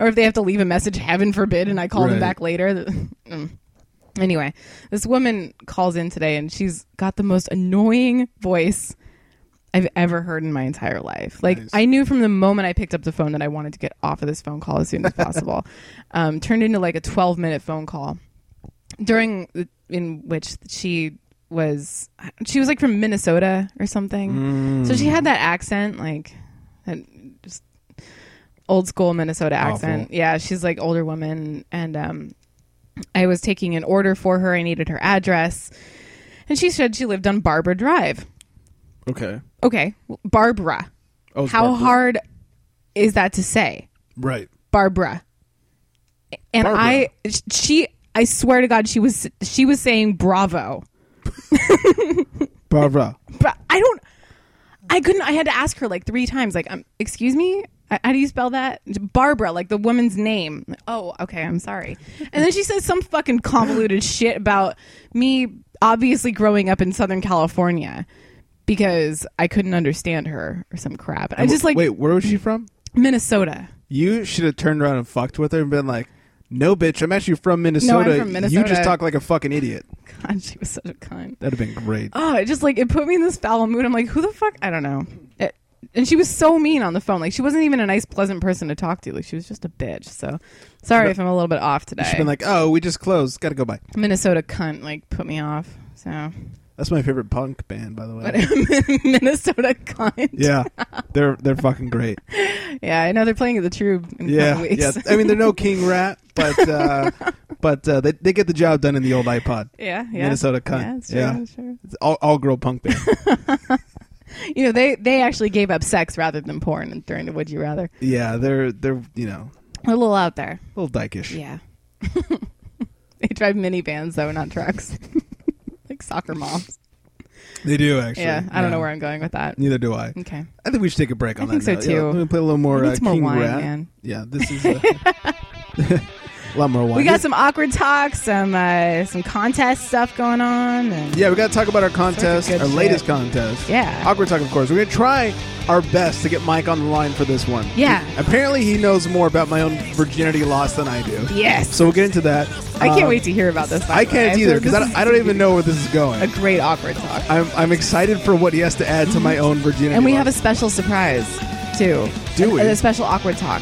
[SPEAKER 4] or if they have to leave a message heaven forbid and I call them
[SPEAKER 1] Right.
[SPEAKER 4] back later the- mm. anyway this woman calls in today and she's got the most annoying voice I've ever heard in my entire life. Like
[SPEAKER 1] Nice.
[SPEAKER 4] I knew from the moment I picked up the phone that I wanted to get off of this phone call as soon as possible. um, turned into like a 12 minute phone call during the- in which she was she was like from Minnesota or something. So she had that accent like that just old school Minnesota accent. Yeah, she's like older woman and um I was taking an order for her. I needed her address. And she said she lived on Barbara Drive.
[SPEAKER 1] okay.
[SPEAKER 4] Okay, well, Barbara.
[SPEAKER 1] Oh, it's
[SPEAKER 4] How
[SPEAKER 1] Barbara.
[SPEAKER 4] hard is that to say,
[SPEAKER 1] Right.
[SPEAKER 4] Barbara? And
[SPEAKER 1] Barbara.
[SPEAKER 4] I, she, I swear to God, she was she was saying Bravo,
[SPEAKER 1] Barbara.
[SPEAKER 4] but I don't, I couldn't. I had to ask her like three times, like, um, excuse me, I- how do you spell that, Barbara? Like the woman's name. Oh, okay, I'm sorry. And then she says some fucking convoluted shit about me obviously growing up in Southern California. Because I couldn't understand her or some crap. I just like
[SPEAKER 1] Wait, where was she from?
[SPEAKER 4] Minnesota.
[SPEAKER 1] You should have turned around and fucked with her and been like, "No, bitch, I'm actually from Minnesota.
[SPEAKER 4] from
[SPEAKER 1] You
[SPEAKER 4] Minnesota."
[SPEAKER 1] just talk like a fucking idiot."
[SPEAKER 4] God, she was such a cunt.
[SPEAKER 1] That'd have been great.
[SPEAKER 4] Oh, it just like it put me in this foul mood. I'm like, who the fuck? I don't know. It, and she was so mean on the phone. Like she wasn't even a nice, pleasant person to talk to. Like she was just a bitch. So sorry if I'm a little bit off today.
[SPEAKER 1] She'd been like, "Oh, we just closed. Got to go by."
[SPEAKER 4] Minnesota cunt like put me off. So
[SPEAKER 1] That's my favorite punk band, by the way.
[SPEAKER 4] Minnesota Cunt.
[SPEAKER 1] Yeah, they're they're fucking great.
[SPEAKER 4] Yeah, I know they're playing at the Tube in a
[SPEAKER 1] Yeah,
[SPEAKER 4] couple weeks.
[SPEAKER 1] yeah. I mean, they're no King Rat, but uh, but uh, they they get the job done in the old iPod.
[SPEAKER 4] yeah, yeah.
[SPEAKER 1] Minnesota
[SPEAKER 4] Yeah,
[SPEAKER 1] cunt.
[SPEAKER 4] it's true, it's true.
[SPEAKER 1] It's all all girl punk band.
[SPEAKER 4] You know, they they actually gave up sex rather than porn during the Would You Rather.
[SPEAKER 1] yeah, they're they're you know
[SPEAKER 4] A little out there.
[SPEAKER 1] a little dykish.
[SPEAKER 4] Yeah. they drive minivans though, not trucks. like soccer moms.
[SPEAKER 1] They do actually.
[SPEAKER 4] yeah, I don't know where I'm going with that.
[SPEAKER 1] Neither do I.
[SPEAKER 4] Okay.
[SPEAKER 1] I think we should take a break on
[SPEAKER 4] I
[SPEAKER 1] that.
[SPEAKER 4] think so,
[SPEAKER 1] note. Yeah,
[SPEAKER 4] too.
[SPEAKER 1] let me play a little more
[SPEAKER 4] We
[SPEAKER 1] uh,
[SPEAKER 4] need some more
[SPEAKER 1] King
[SPEAKER 4] wine,
[SPEAKER 1] Rat.
[SPEAKER 4] man.
[SPEAKER 1] Yeah, this is uh, a lot more wine.
[SPEAKER 4] We got some awkward talks, some uh, some contest stuff going on. And
[SPEAKER 1] Yeah, we got to talk about our contest,
[SPEAKER 4] good
[SPEAKER 1] our latest
[SPEAKER 4] shit.
[SPEAKER 1] contest.
[SPEAKER 4] Yeah.
[SPEAKER 1] Awkward Talk, of course. We're going to try our best to get Mike on the line for this one.
[SPEAKER 4] Yeah.
[SPEAKER 1] Apparently, he knows more about my own virginity loss than I do.
[SPEAKER 4] Yes.
[SPEAKER 1] So we'll get into that.
[SPEAKER 4] I can't
[SPEAKER 1] Um,
[SPEAKER 4] wait to hear about this. by
[SPEAKER 1] I
[SPEAKER 4] the
[SPEAKER 1] can't
[SPEAKER 4] way.
[SPEAKER 1] either
[SPEAKER 4] feel
[SPEAKER 1] because I,
[SPEAKER 4] this
[SPEAKER 1] don't- I don't even know where this is going.
[SPEAKER 4] is a great awkward talk.
[SPEAKER 1] I'm, I'm excited for what he has to add to my own virginity.
[SPEAKER 4] And we have a
[SPEAKER 1] loss.
[SPEAKER 4] special surprise too.
[SPEAKER 1] Do
[SPEAKER 4] A-
[SPEAKER 1] we?
[SPEAKER 4] A, special awkward talk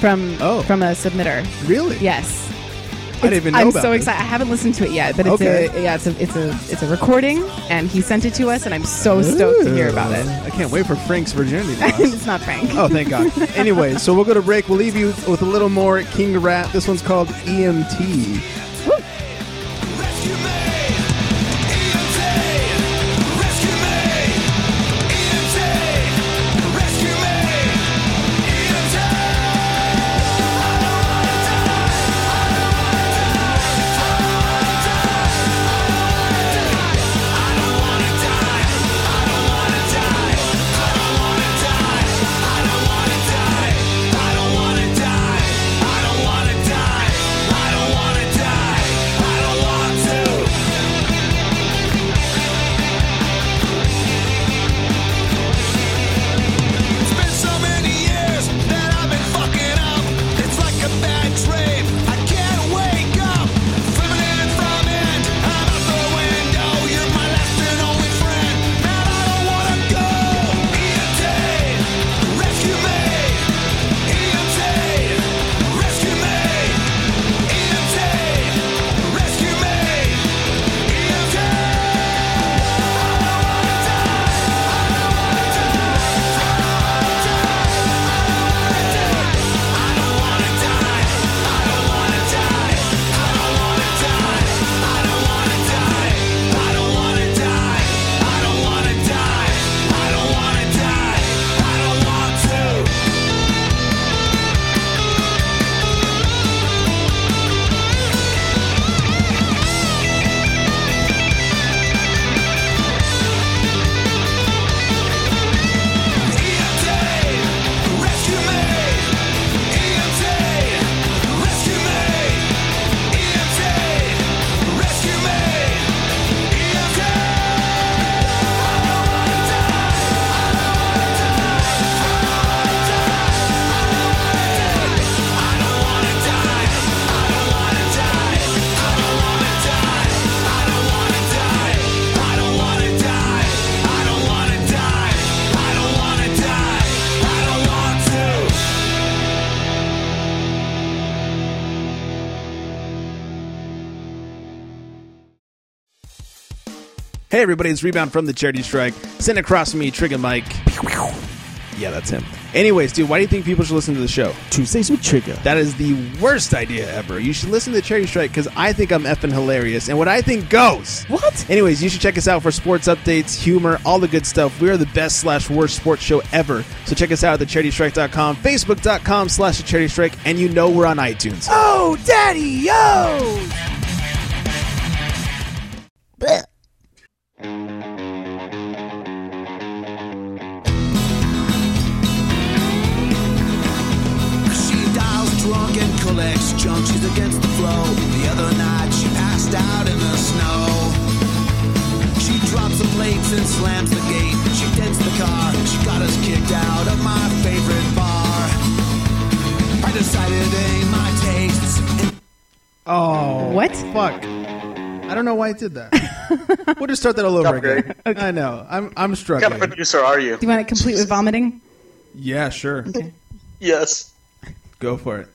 [SPEAKER 4] from
[SPEAKER 1] Oh.
[SPEAKER 4] from a submitter.
[SPEAKER 1] really.
[SPEAKER 4] Yes.
[SPEAKER 1] I didn't even know
[SPEAKER 4] I'm
[SPEAKER 1] about
[SPEAKER 4] so
[SPEAKER 1] this.
[SPEAKER 4] excited. I haven't listened to it yet, but it's
[SPEAKER 1] Okay.
[SPEAKER 4] a yeah, it's a it's a it's a recording and he sent it to us and I'm so stoked to hear about it.
[SPEAKER 1] I can't wait for Frank's virginity loss.
[SPEAKER 4] it's not Frank.
[SPEAKER 1] Oh, thank God. anyway, so we'll go to break. We'll leave you with a little more King Rat. This one's called E EMT.
[SPEAKER 7] E E E E E E E
[SPEAKER 1] Hey, everybody, it's Rebound from the Charity Strike. Send across me, Trigger Mike. Yeah, that's him. Anyways, dude, why do you think people should listen to the show?
[SPEAKER 8] Tuesdays with Trigger.
[SPEAKER 1] That is the worst idea ever. You should listen to the Charity Strike because I think I'm effing hilarious, and what I think goes.
[SPEAKER 4] What?
[SPEAKER 1] Anyways, you should check us out for sports updates, humor, all the good stuff. We are the best slash worst sports show ever. So check us out at thecharitystrike.com, facebook.com slash the charity strike, and you know we're on iTunes.
[SPEAKER 8] Oh, daddy, yo!
[SPEAKER 7] She dials drunk and collects junk. She's against the flow. The other night she passed out in the snow. She drops the plates and slams the gate. She dents the car. She got us kicked out of my favorite bar. I decided it ain't my tastes. And
[SPEAKER 1] Oh,
[SPEAKER 4] What?
[SPEAKER 1] Fuck. I don't know why I did that. we'll just start that all over
[SPEAKER 9] Okay.
[SPEAKER 1] again. I know. I'm, I'm
[SPEAKER 9] What kind of
[SPEAKER 1] struggling.
[SPEAKER 9] producer are you?
[SPEAKER 4] Do you want it complete with vomiting?
[SPEAKER 1] Yeah, sure.
[SPEAKER 9] Yes.
[SPEAKER 1] Go for it.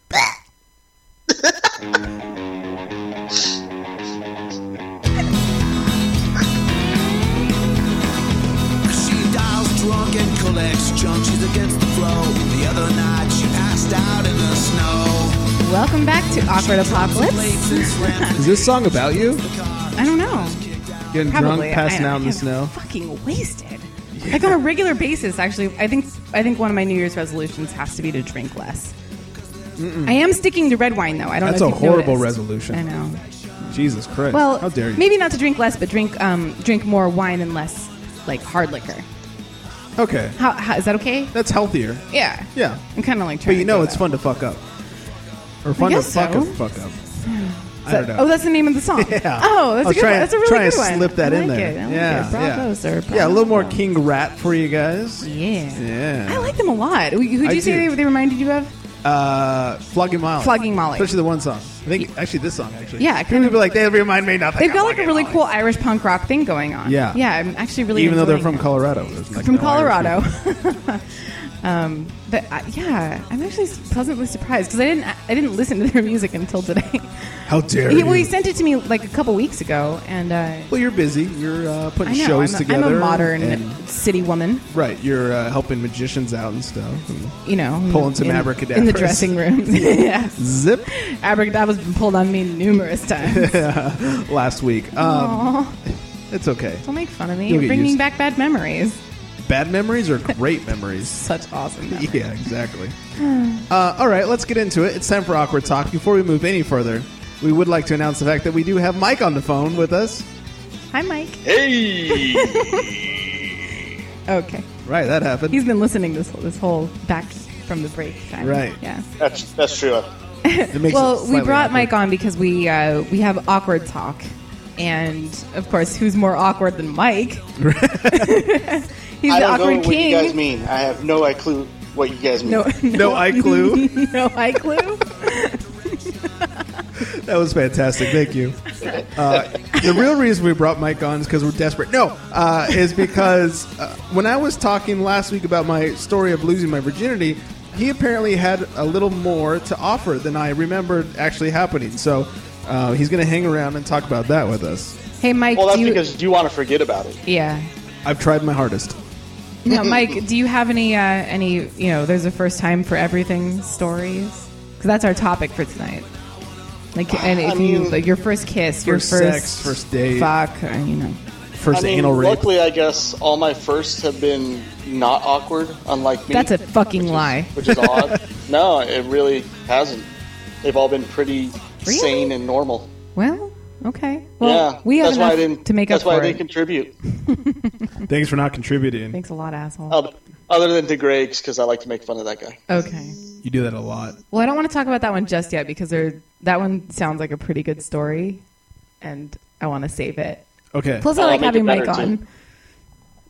[SPEAKER 4] to Awkward Apocalypse.
[SPEAKER 1] Is this song about you?
[SPEAKER 4] I don't know.
[SPEAKER 1] Getting
[SPEAKER 4] Probably.
[SPEAKER 1] drunk, passing
[SPEAKER 4] I,
[SPEAKER 1] out
[SPEAKER 4] I
[SPEAKER 1] in the
[SPEAKER 4] get
[SPEAKER 1] snow.
[SPEAKER 4] Fucking wasted. Like on a regular basis, actually. I think I think one of my New Year's resolutions has to be to drink less. I am sticking to red wine though. I don't.
[SPEAKER 1] That's
[SPEAKER 4] know
[SPEAKER 1] a
[SPEAKER 4] if you've
[SPEAKER 1] horrible
[SPEAKER 4] noticed.
[SPEAKER 1] resolution.
[SPEAKER 4] I know.
[SPEAKER 1] Jesus Christ!
[SPEAKER 4] Well,
[SPEAKER 1] how dare you?
[SPEAKER 4] maybe not to drink less, but drink um, drink more wine and less like hard liquor.
[SPEAKER 1] Okay,
[SPEAKER 4] How, how is that okay?
[SPEAKER 1] that's healthier.
[SPEAKER 4] Yeah.
[SPEAKER 1] Yeah,
[SPEAKER 4] I'm kind of like trying.
[SPEAKER 1] but you
[SPEAKER 4] to
[SPEAKER 1] know
[SPEAKER 4] do
[SPEAKER 1] it's
[SPEAKER 4] that.
[SPEAKER 1] fun to fuck up, or fun to
[SPEAKER 4] guess
[SPEAKER 1] fuck
[SPEAKER 4] so.
[SPEAKER 1] a fuck up. I
[SPEAKER 4] Is
[SPEAKER 1] don't
[SPEAKER 4] that-
[SPEAKER 1] know.
[SPEAKER 4] Oh, that's the name of the song.
[SPEAKER 1] Yeah.
[SPEAKER 4] Oh, that's
[SPEAKER 1] I
[SPEAKER 4] a
[SPEAKER 1] was
[SPEAKER 4] good
[SPEAKER 1] trying,
[SPEAKER 4] one. That's a really
[SPEAKER 1] trying
[SPEAKER 4] good one.
[SPEAKER 1] to slip that
[SPEAKER 4] I
[SPEAKER 1] in
[SPEAKER 4] like
[SPEAKER 1] there.
[SPEAKER 4] It. I like
[SPEAKER 1] yeah,
[SPEAKER 4] it. Bravo,
[SPEAKER 1] yeah.
[SPEAKER 4] sir. Bravo.
[SPEAKER 1] Yeah, a little more King Rat for you guys.
[SPEAKER 4] Yeah.
[SPEAKER 1] Yeah.
[SPEAKER 4] I like them a lot. Who who'd you
[SPEAKER 1] I
[SPEAKER 4] say
[SPEAKER 1] do.
[SPEAKER 4] they, they reminded you of?
[SPEAKER 1] Uh, Flogging Molly.
[SPEAKER 4] Flogging Molly.
[SPEAKER 1] Especially the one song. I think actually this song actually.
[SPEAKER 4] Yeah, I
[SPEAKER 1] People be like they remind me nothing.
[SPEAKER 4] They've
[SPEAKER 1] of
[SPEAKER 4] got like a
[SPEAKER 1] Flogging
[SPEAKER 4] really
[SPEAKER 1] Molly.
[SPEAKER 4] cool Irish punk rock thing going on.
[SPEAKER 1] Yeah.
[SPEAKER 4] Yeah, I'm actually really
[SPEAKER 1] Even though they're
[SPEAKER 4] enjoying
[SPEAKER 1] from
[SPEAKER 4] it.
[SPEAKER 1] Colorado, there's, like,
[SPEAKER 4] from
[SPEAKER 1] no Irish
[SPEAKER 4] Colorado.
[SPEAKER 1] people.
[SPEAKER 4] um, but I, yeah, I'm actually pleasantly surprised because I didn't I didn't listen to their music until today.
[SPEAKER 1] How dare
[SPEAKER 4] He,
[SPEAKER 1] you?
[SPEAKER 4] well, he sent it to me like a couple weeks ago, and uh,
[SPEAKER 1] Well, you're busy. You're uh,
[SPEAKER 4] I
[SPEAKER 1] putting
[SPEAKER 4] know
[SPEAKER 1] shows
[SPEAKER 4] I'm, a, I'm
[SPEAKER 1] together.
[SPEAKER 4] a modern
[SPEAKER 1] and-
[SPEAKER 4] city woman.
[SPEAKER 1] right. You're uh, helping magicians out and stuff. and
[SPEAKER 4] You know,
[SPEAKER 1] Pulling some
[SPEAKER 4] in,
[SPEAKER 1] abracadabras.
[SPEAKER 4] in the dressing room. yeah,
[SPEAKER 1] zip.
[SPEAKER 4] abracadabra's been pulled on me numerous times.
[SPEAKER 1] Last week. Um,
[SPEAKER 4] Aw, Mm.
[SPEAKER 1] it's okay.
[SPEAKER 4] don't make fun of me.
[SPEAKER 1] You'll
[SPEAKER 4] You're
[SPEAKER 1] get
[SPEAKER 4] bringing
[SPEAKER 1] used-
[SPEAKER 4] back bad memories.
[SPEAKER 1] Bad memories or great memories?
[SPEAKER 4] Such awesome. memories.
[SPEAKER 1] Yeah, exactly. uh, all right, let's get into it. It's time for awkward talk. Before we move any further, we would like to announce the fact that we do have Mike on the phone with us.
[SPEAKER 4] Hi, Mike.
[SPEAKER 6] Hey!
[SPEAKER 4] Okay,
[SPEAKER 1] Right, that happened.
[SPEAKER 4] he's been listening this whole, this whole back from the break time.
[SPEAKER 1] Right.
[SPEAKER 4] Yeah.
[SPEAKER 9] That's that's true.
[SPEAKER 1] It makes it
[SPEAKER 4] Well, we
[SPEAKER 1] slightly
[SPEAKER 4] brought
[SPEAKER 1] awkward.
[SPEAKER 4] Mike on because we uh, we have awkward talk, and of course, who's more awkward than Mike? He's
[SPEAKER 9] I
[SPEAKER 4] the
[SPEAKER 9] don't know
[SPEAKER 4] awkward
[SPEAKER 9] what
[SPEAKER 4] king.
[SPEAKER 9] you guys mean. I have no i- clue what you guys mean.
[SPEAKER 4] No,
[SPEAKER 1] No eye clue.
[SPEAKER 4] no eye clue.
[SPEAKER 1] That was fantastic. Thank you. Uh, the real reason we brought Mike on is because we're desperate. No, uh, is because uh, when I was talking last week about my story of losing my virginity, he apparently had a little more to offer than I remembered actually happening. So uh, he's going to hang around and talk about that with us.
[SPEAKER 4] hey, Mike.
[SPEAKER 9] Well, that's
[SPEAKER 4] do you,
[SPEAKER 9] because you want to forget about it.
[SPEAKER 4] yeah.
[SPEAKER 1] I've tried my hardest.
[SPEAKER 4] No, Mike. Do you have any uh, any you know? There's a first time for everything stories because that's our topic for tonight. Like, and if you
[SPEAKER 9] mean-
[SPEAKER 4] like your first kiss, your
[SPEAKER 1] First
[SPEAKER 4] first
[SPEAKER 1] sex, first date.
[SPEAKER 4] fuck, uh, you know.
[SPEAKER 1] First
[SPEAKER 9] I mean,
[SPEAKER 1] anal rape.
[SPEAKER 9] luckily, I guess all my firsts have been not awkward, unlike me.
[SPEAKER 4] That's a fucking lie.
[SPEAKER 9] which is odd. No, it really hasn't. They've all been pretty
[SPEAKER 4] Really?
[SPEAKER 9] sane and normal.
[SPEAKER 4] Well, okay. Well,
[SPEAKER 9] yeah,
[SPEAKER 4] we have
[SPEAKER 9] that's why I
[SPEAKER 4] enough
[SPEAKER 9] didn't.
[SPEAKER 4] to make
[SPEAKER 9] that's
[SPEAKER 4] up
[SPEAKER 9] why
[SPEAKER 4] for
[SPEAKER 9] I
[SPEAKER 4] it.
[SPEAKER 9] didn't contribute.
[SPEAKER 1] Thanks for not contributing.
[SPEAKER 4] Thanks a lot, asshole.
[SPEAKER 9] Other- Other than to Greg's, because I like to make fun of that guy.
[SPEAKER 4] Okay.
[SPEAKER 1] You do that a lot.
[SPEAKER 4] Well, I don't want to talk about that one just yet because there, that one sounds like a pretty good story, and I want to save it.
[SPEAKER 1] Okay.
[SPEAKER 4] Plus, I
[SPEAKER 9] I'll
[SPEAKER 4] like
[SPEAKER 9] make
[SPEAKER 4] having
[SPEAKER 9] it
[SPEAKER 4] Mike
[SPEAKER 9] better,
[SPEAKER 4] on.
[SPEAKER 9] too.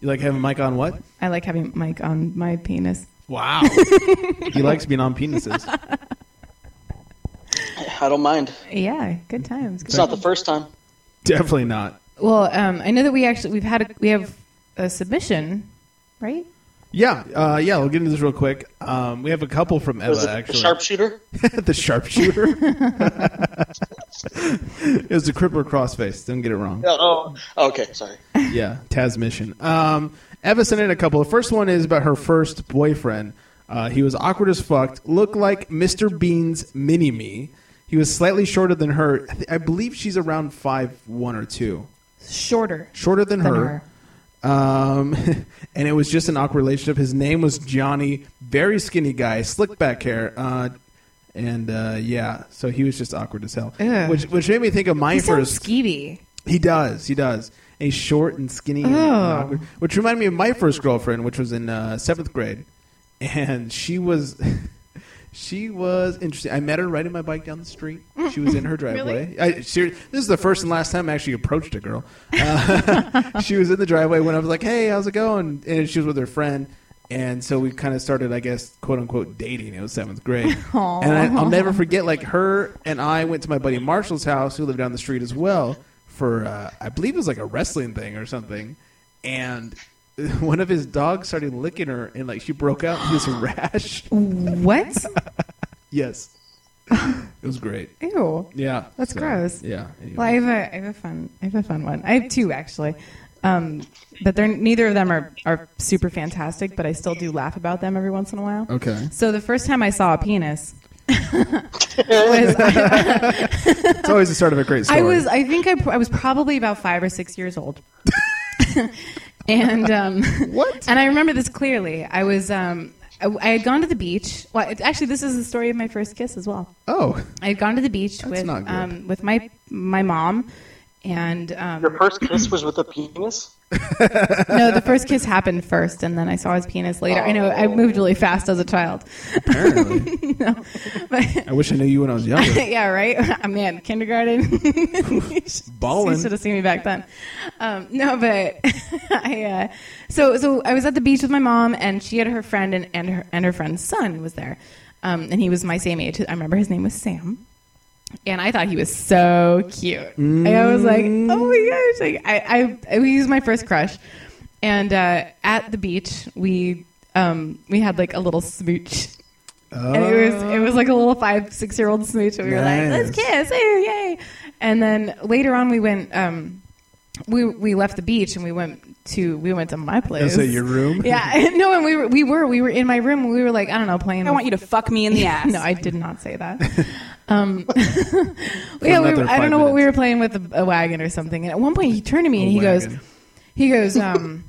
[SPEAKER 1] You like having Mike on what?
[SPEAKER 4] I like having Mike on my penis.
[SPEAKER 1] Wow. he likes being on penises.
[SPEAKER 9] I don't mind.
[SPEAKER 4] Yeah, good times. Good
[SPEAKER 9] It's not the first time.
[SPEAKER 1] Definitely not.
[SPEAKER 4] well, um, I know that we actually we've had a, we have a submission, right?
[SPEAKER 1] Yeah, uh, yeah. We'll get into this real quick. Um, we have a couple from Eva
[SPEAKER 9] Was it the
[SPEAKER 1] actually.
[SPEAKER 9] sharpshooter?
[SPEAKER 1] the sharpshooter. it was the crippler crossface. Don't get it wrong.
[SPEAKER 9] Oh, okay. Sorry.
[SPEAKER 1] Yeah, Taz mission. Um, Eva sent in a couple. The first one is about her first boyfriend. Uh, he was awkward as fucked. Looked like Mr. Bean's mini me. He was slightly shorter than her. I, th- I believe she's around five one or two.
[SPEAKER 4] Shorter.
[SPEAKER 1] Shorter than,
[SPEAKER 4] Than
[SPEAKER 1] her. Um, and it was just an awkward relationship. His name was Johnny. Very skinny guy, slick back hair. Uh, and uh, yeah, so he was just awkward as hell.
[SPEAKER 4] Ugh.
[SPEAKER 1] Which which made me think of my
[SPEAKER 4] He sounds
[SPEAKER 1] first.
[SPEAKER 4] skeevy.
[SPEAKER 1] He does. He does. And he's short and skinny, and
[SPEAKER 4] Oh.
[SPEAKER 1] awkward, which reminded me of my first girlfriend, which was in uh, seventh grade, and she was, she was interesting. I met her riding my bike down the street. She was in her driveway. I, ser- this is the first and last time I actually approached a girl. Uh, she was in the driveway when I was like, "Hey, how's it going?" And she was with her friend. And so we kind of started, I guess, quote unquote, dating. It was seventh grade, and I, I'll never forget. Like her and I went to my buddy Marshall's house, who lived down the street as well, for uh, I believe it was like a wrestling thing or something, and one of his dogs started licking her, and like she broke out this rash.
[SPEAKER 4] What?
[SPEAKER 1] yes, it was great.
[SPEAKER 4] Ew.
[SPEAKER 1] Yeah,
[SPEAKER 4] That's gross.
[SPEAKER 1] Yeah. anyway.
[SPEAKER 4] Well, I have a, I have a fun, I have a fun one. I have two actually, um, but they're neither of them are, are super fantastic. But I still do laugh about them every once in a while.
[SPEAKER 1] Okay.
[SPEAKER 4] So the first time I saw a penis, was
[SPEAKER 1] It's always the start of a great story.
[SPEAKER 4] I was. I think I, pr- I was probably about five or six years old. and um,
[SPEAKER 1] What?
[SPEAKER 4] And I remember this clearly. I was. Um, I, I had gone to the beach. Well, it, actually, this is the story of my first kiss as well.
[SPEAKER 1] Oh,
[SPEAKER 4] I had gone to the beach with
[SPEAKER 1] not good.
[SPEAKER 4] um, with my my mom, and um,
[SPEAKER 9] Your first kiss was with a penis?
[SPEAKER 4] no, the first kiss happened first, and then I saw his penis later. I know I moved really fast as a child.
[SPEAKER 1] apparently.
[SPEAKER 4] no, but,
[SPEAKER 1] I wish I knew you when I was younger.
[SPEAKER 4] yeah, right. Oh, man, kindergarten.
[SPEAKER 1] Ballin'.
[SPEAKER 4] You should have seen me back then. Um, no, but I. Uh, so so I was at the beach with my mom, and she had her friend, and and her, and her friend's son was there, um, and he was my same age. I remember his name was Sam. And I thought he was so cute. I was like, oh my gosh! Like, I, I, he was my first crush. And uh, at the beach, we, um, we had like a little smooch, and it was, it was like a little five, six year old smooch. And we were like,
[SPEAKER 1] Nice.
[SPEAKER 4] let's kiss, hey, yay! And then later on, we went, um, we we left the beach and we went to we went to my place.
[SPEAKER 1] Is it your room?
[SPEAKER 4] Yeah, no, and we were we were we were in my room. We were like, I don't know, playing.
[SPEAKER 10] I want you to fuck me in the ass.
[SPEAKER 4] No, I did not say that. Um, yeah, we
[SPEAKER 1] another
[SPEAKER 4] were, I
[SPEAKER 1] five
[SPEAKER 4] don't know what we
[SPEAKER 1] minutes.
[SPEAKER 4] were playing with a, a wagon or something. And at one point, he turned to me and he
[SPEAKER 1] wagon.
[SPEAKER 4] goes, he goes, um,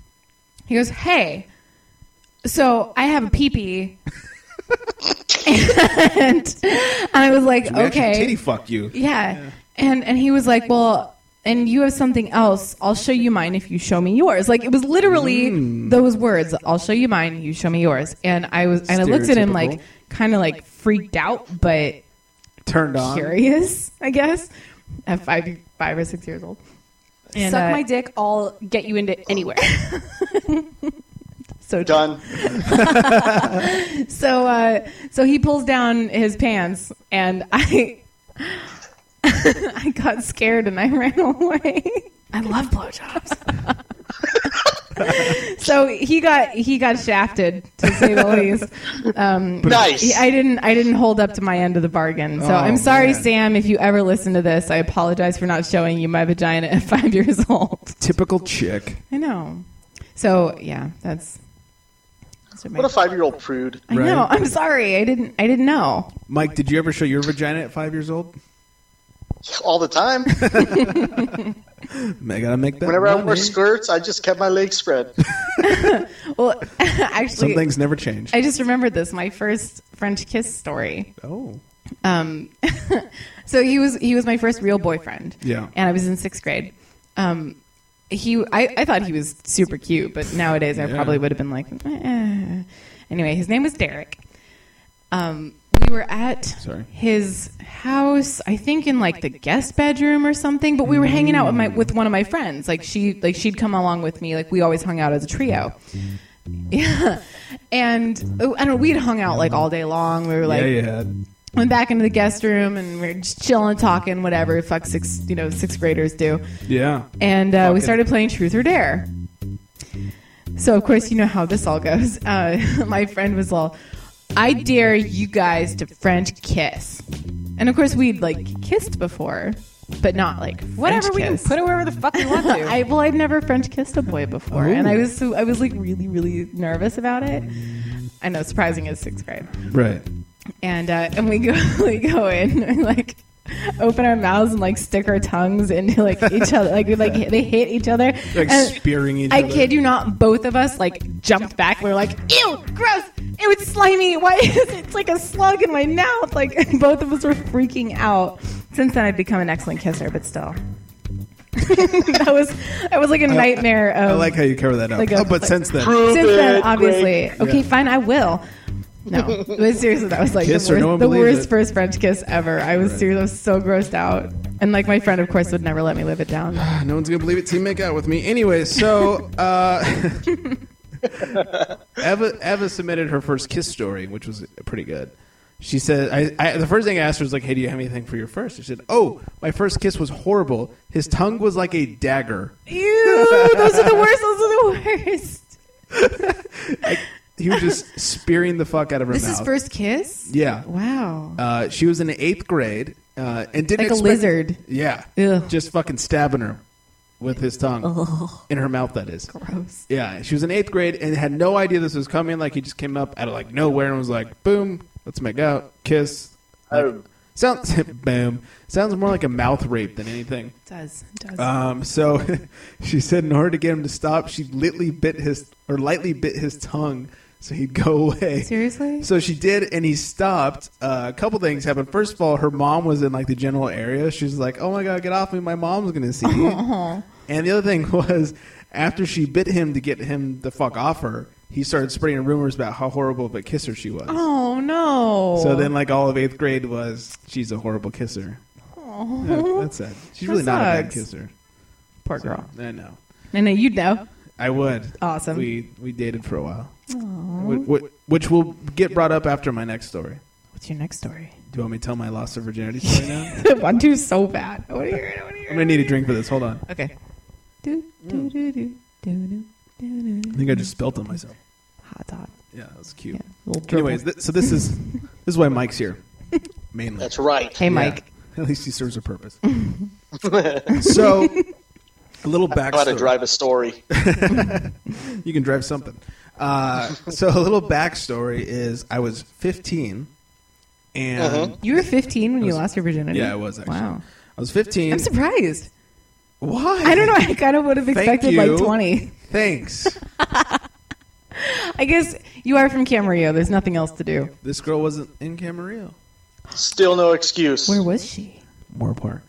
[SPEAKER 4] he goes, hey, so I have a peepee. and, and I was like,
[SPEAKER 1] We actually
[SPEAKER 4] okay,
[SPEAKER 1] Titty fuck you.
[SPEAKER 4] yeah. And and he was like, "Well, and you have something else. I'll show you mine if you show me yours." Like it was literally
[SPEAKER 10] Mm.
[SPEAKER 4] those words, "I'll show you mine, you show me yours." And I was and I looked at him like
[SPEAKER 1] Stereotypical.
[SPEAKER 4] kind of like freaked out but
[SPEAKER 1] Turned on.
[SPEAKER 4] curious, I guess. At 5 5 or 6 years old. And,
[SPEAKER 10] Suck
[SPEAKER 4] uh,
[SPEAKER 10] my dick. I'll get you into anywhere.
[SPEAKER 4] so
[SPEAKER 9] Done.
[SPEAKER 4] so uh, so he pulls down his pants and I I got scared and I ran away. I love blowjobs. so he got he got shafted to say the least. Um,
[SPEAKER 9] Nice.
[SPEAKER 4] I didn't I didn't hold up to my end of the bargain. So
[SPEAKER 1] Oh,
[SPEAKER 4] I'm sorry,
[SPEAKER 1] man.
[SPEAKER 4] Sam, if you ever listen to this. I apologize for not showing you my vagina at five years old.
[SPEAKER 1] Typical chick.
[SPEAKER 4] I know. So yeah, that's. that's my-
[SPEAKER 9] What a five year old prude.
[SPEAKER 4] I know. I'm sorry. I didn't. I didn't know.
[SPEAKER 1] Mike, did you ever show your vagina at five years old?
[SPEAKER 9] All the time.
[SPEAKER 1] I gotta make that.
[SPEAKER 9] Whenever I
[SPEAKER 1] money.
[SPEAKER 9] wore skirts, I just kept my legs spread.
[SPEAKER 4] Well,
[SPEAKER 1] some
[SPEAKER 4] actually,
[SPEAKER 1] things never change.
[SPEAKER 4] I just remembered this. My first French kiss story.
[SPEAKER 1] oh,
[SPEAKER 4] Um, so he was he was my first real boyfriend.
[SPEAKER 1] Yeah.
[SPEAKER 4] and I was in sixth grade. Um, he I, I thought he was super cute, but nowadays I
[SPEAKER 1] Yeah.
[SPEAKER 4] probably would have been like, eh. anyway. His name was Derek. Um, we were at
[SPEAKER 1] Sorry.
[SPEAKER 4] his house, I think in like the guest bedroom or something. But we were hanging out with my with one of my friends. Like she like she'd come along with me. Like we always hung out as a trio.
[SPEAKER 1] Mm-hmm.
[SPEAKER 4] Yeah, and oh, I don't. know, We'd hung out like all day long. We were like
[SPEAKER 1] yeah, yeah.
[SPEAKER 4] went back into the guest room and we are just chilling, talking, whatever. Fuck six, you know, sixth graders do.
[SPEAKER 1] yeah.
[SPEAKER 4] And uh, we
[SPEAKER 1] Fucking-
[SPEAKER 4] started playing Truth or Dare. So of course you know how this all goes. Uh, my friend was all, "I dare you guys to French kiss," and of course we'd like kissed before, but not like French
[SPEAKER 10] Whatever. We can
[SPEAKER 4] kiss.
[SPEAKER 10] put it wherever the fuck we want to.
[SPEAKER 4] I well, I'd never French kissed a boy before, and I was so I was like really really nervous about it. I know, surprising as sixth grade
[SPEAKER 1] Right.
[SPEAKER 4] and uh, and we go we go in and like open our mouths and like stick our tongues into like each other like we, like hit- they hit each other
[SPEAKER 1] Like
[SPEAKER 4] And
[SPEAKER 1] spearing each
[SPEAKER 4] Uh, I
[SPEAKER 1] other.
[SPEAKER 4] kid you not both of us like jumped back we were like ew gross it was slimy why is it it's like a slug in my mouth like both of us were freaking out since then I've become an excellent kisser but still that was that was like a nightmare of
[SPEAKER 1] I like how you cover that up.
[SPEAKER 4] Like a-
[SPEAKER 1] oh, but since then,
[SPEAKER 4] since then, obviously.
[SPEAKER 9] Greg.
[SPEAKER 4] Okay, fine, I will. No, but seriously, that was like
[SPEAKER 1] Kiss
[SPEAKER 4] the
[SPEAKER 1] or
[SPEAKER 4] worst,
[SPEAKER 1] no one
[SPEAKER 4] the
[SPEAKER 1] believes
[SPEAKER 4] worst
[SPEAKER 1] it.
[SPEAKER 4] first French kiss ever. I was serious. I was so grossed out. And like my friend, of course, would never let me live it down.
[SPEAKER 1] no one's gonna believe it. Team make out with me anyway. So, uh, Eva Eva submitted her first kiss story, which was pretty good. She said, I, I, the first thing I asked her was like, "Hey, do you have anything for your first? She said, "Oh, my first kiss was horrible. His tongue was like a dagger.
[SPEAKER 4] Ew, those are the worst. Those are the worst.
[SPEAKER 1] He was just spearing the fuck out of her
[SPEAKER 4] This
[SPEAKER 1] mouth."
[SPEAKER 4] is first kiss.
[SPEAKER 1] yeah.
[SPEAKER 4] Wow.
[SPEAKER 1] Uh, she was in the eighth grade uh, and didn't
[SPEAKER 4] Like a
[SPEAKER 1] expect-
[SPEAKER 4] lizard.
[SPEAKER 1] Yeah,
[SPEAKER 4] Ugh. Oh.
[SPEAKER 1] just fucking stabbing her with his tongue in her mouth. That is.
[SPEAKER 4] Gross.
[SPEAKER 1] Yeah, she was in eighth grade and had no idea this was coming. Like he just came up out of like nowhere and was like, "Boom, let's make out, kiss." Like, sounds boom. Sounds more like a mouth rape than anything.
[SPEAKER 4] does does.
[SPEAKER 1] Um, so she said in order to get him to stop, she lightly bit his or lightly bit his tongue so he'd go away.
[SPEAKER 4] Seriously?
[SPEAKER 1] So she did, and he stopped. Uh, a couple things happened. First of all, her mom was in like the general area. She's like, "Oh my god, get off me! My mom's gonna see you."
[SPEAKER 4] Uh-huh.
[SPEAKER 1] And the other thing was, after she bit him to get him the fuck off her, he started spreading rumors about how horrible of a kisser she was.
[SPEAKER 4] oh no.
[SPEAKER 1] So then, like all of eighth grade was, she's a horrible kisser.
[SPEAKER 4] Oh.
[SPEAKER 1] Yeah, that's sad. She's really
[SPEAKER 4] That
[SPEAKER 1] not a bad
[SPEAKER 4] sucks.
[SPEAKER 1] kisser.
[SPEAKER 4] Poor girl.
[SPEAKER 1] I know.
[SPEAKER 4] And then you'd know.
[SPEAKER 1] I would.
[SPEAKER 4] Awesome.
[SPEAKER 1] We we dated for a while,
[SPEAKER 4] Aw.
[SPEAKER 1] which, which will get brought up after my next story.
[SPEAKER 4] What's your next story?
[SPEAKER 1] Do you want me to tell my loss of virginity story now?
[SPEAKER 4] I want to so bad. I want to hear it. I want to hear
[SPEAKER 1] I'm gonna need a drink for this. Hold on.
[SPEAKER 4] it. Okay. Do, do, do, do, do, do, do, do.
[SPEAKER 1] I think I just spelt on myself.
[SPEAKER 4] Hot dog.
[SPEAKER 1] Yeah, that's cute.
[SPEAKER 4] Little dribble.
[SPEAKER 1] Anyways, th- so this is this is why Mike's here, mainly.
[SPEAKER 9] That's right.
[SPEAKER 4] Hey, Mike.
[SPEAKER 1] Yeah. At least he serves a purpose. so, a little
[SPEAKER 9] How to
[SPEAKER 1] backstory.
[SPEAKER 9] drive a story.
[SPEAKER 1] you can drive something. Uh, so a little backstory is I was 15, and
[SPEAKER 9] Uh-huh.
[SPEAKER 4] You were 15 when you
[SPEAKER 1] was-
[SPEAKER 4] lost your virginity.
[SPEAKER 1] yeah, I was actually.
[SPEAKER 4] Wow.
[SPEAKER 1] I was 15.
[SPEAKER 4] I'm surprised.
[SPEAKER 1] Why?
[SPEAKER 4] I don't know. I kind of would have
[SPEAKER 1] Thank
[SPEAKER 4] expected
[SPEAKER 1] you.
[SPEAKER 4] like 20.
[SPEAKER 1] Thanks.
[SPEAKER 4] I guess you are from Camarillo. There's nothing else to do.
[SPEAKER 1] this girl wasn't in Camarillo.
[SPEAKER 9] Still no excuse.
[SPEAKER 4] Where was she?
[SPEAKER 1] Moore Park.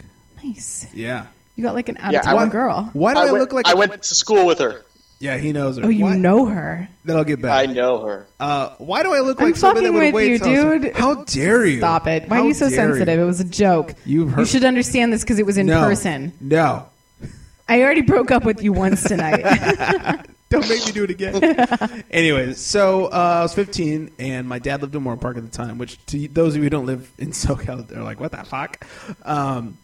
[SPEAKER 4] Nice.
[SPEAKER 1] Yeah.
[SPEAKER 4] You got like an out
[SPEAKER 9] Yeah,
[SPEAKER 4] of town
[SPEAKER 9] I went-
[SPEAKER 4] girl.
[SPEAKER 1] Why do I,
[SPEAKER 9] I, went,
[SPEAKER 1] look like?
[SPEAKER 9] I went to school with her.
[SPEAKER 1] Yeah, he knows her.
[SPEAKER 4] Oh, you
[SPEAKER 1] Why-
[SPEAKER 4] know her.
[SPEAKER 1] Then I'll get
[SPEAKER 9] I
[SPEAKER 1] back.
[SPEAKER 9] know her.
[SPEAKER 1] uh, why do I look
[SPEAKER 4] I'm
[SPEAKER 1] like somebody that would
[SPEAKER 4] fucking with
[SPEAKER 1] wait
[SPEAKER 4] you,
[SPEAKER 1] till-
[SPEAKER 4] dude.
[SPEAKER 1] How dare you?
[SPEAKER 4] Stop it. Why
[SPEAKER 1] How
[SPEAKER 4] are you so
[SPEAKER 1] dare
[SPEAKER 4] sensitive? It was a joke.
[SPEAKER 1] You've
[SPEAKER 4] You
[SPEAKER 1] heard-
[SPEAKER 4] should understand this because it was in
[SPEAKER 1] No.
[SPEAKER 4] person.
[SPEAKER 1] No.
[SPEAKER 4] I already broke up with you once tonight.
[SPEAKER 1] Don't make me do it again. Anyways, so uh, I was 15, and my dad lived in Moore Park at the time, which to those of you who don't live in SoCal, they're like, what the fuck? Um,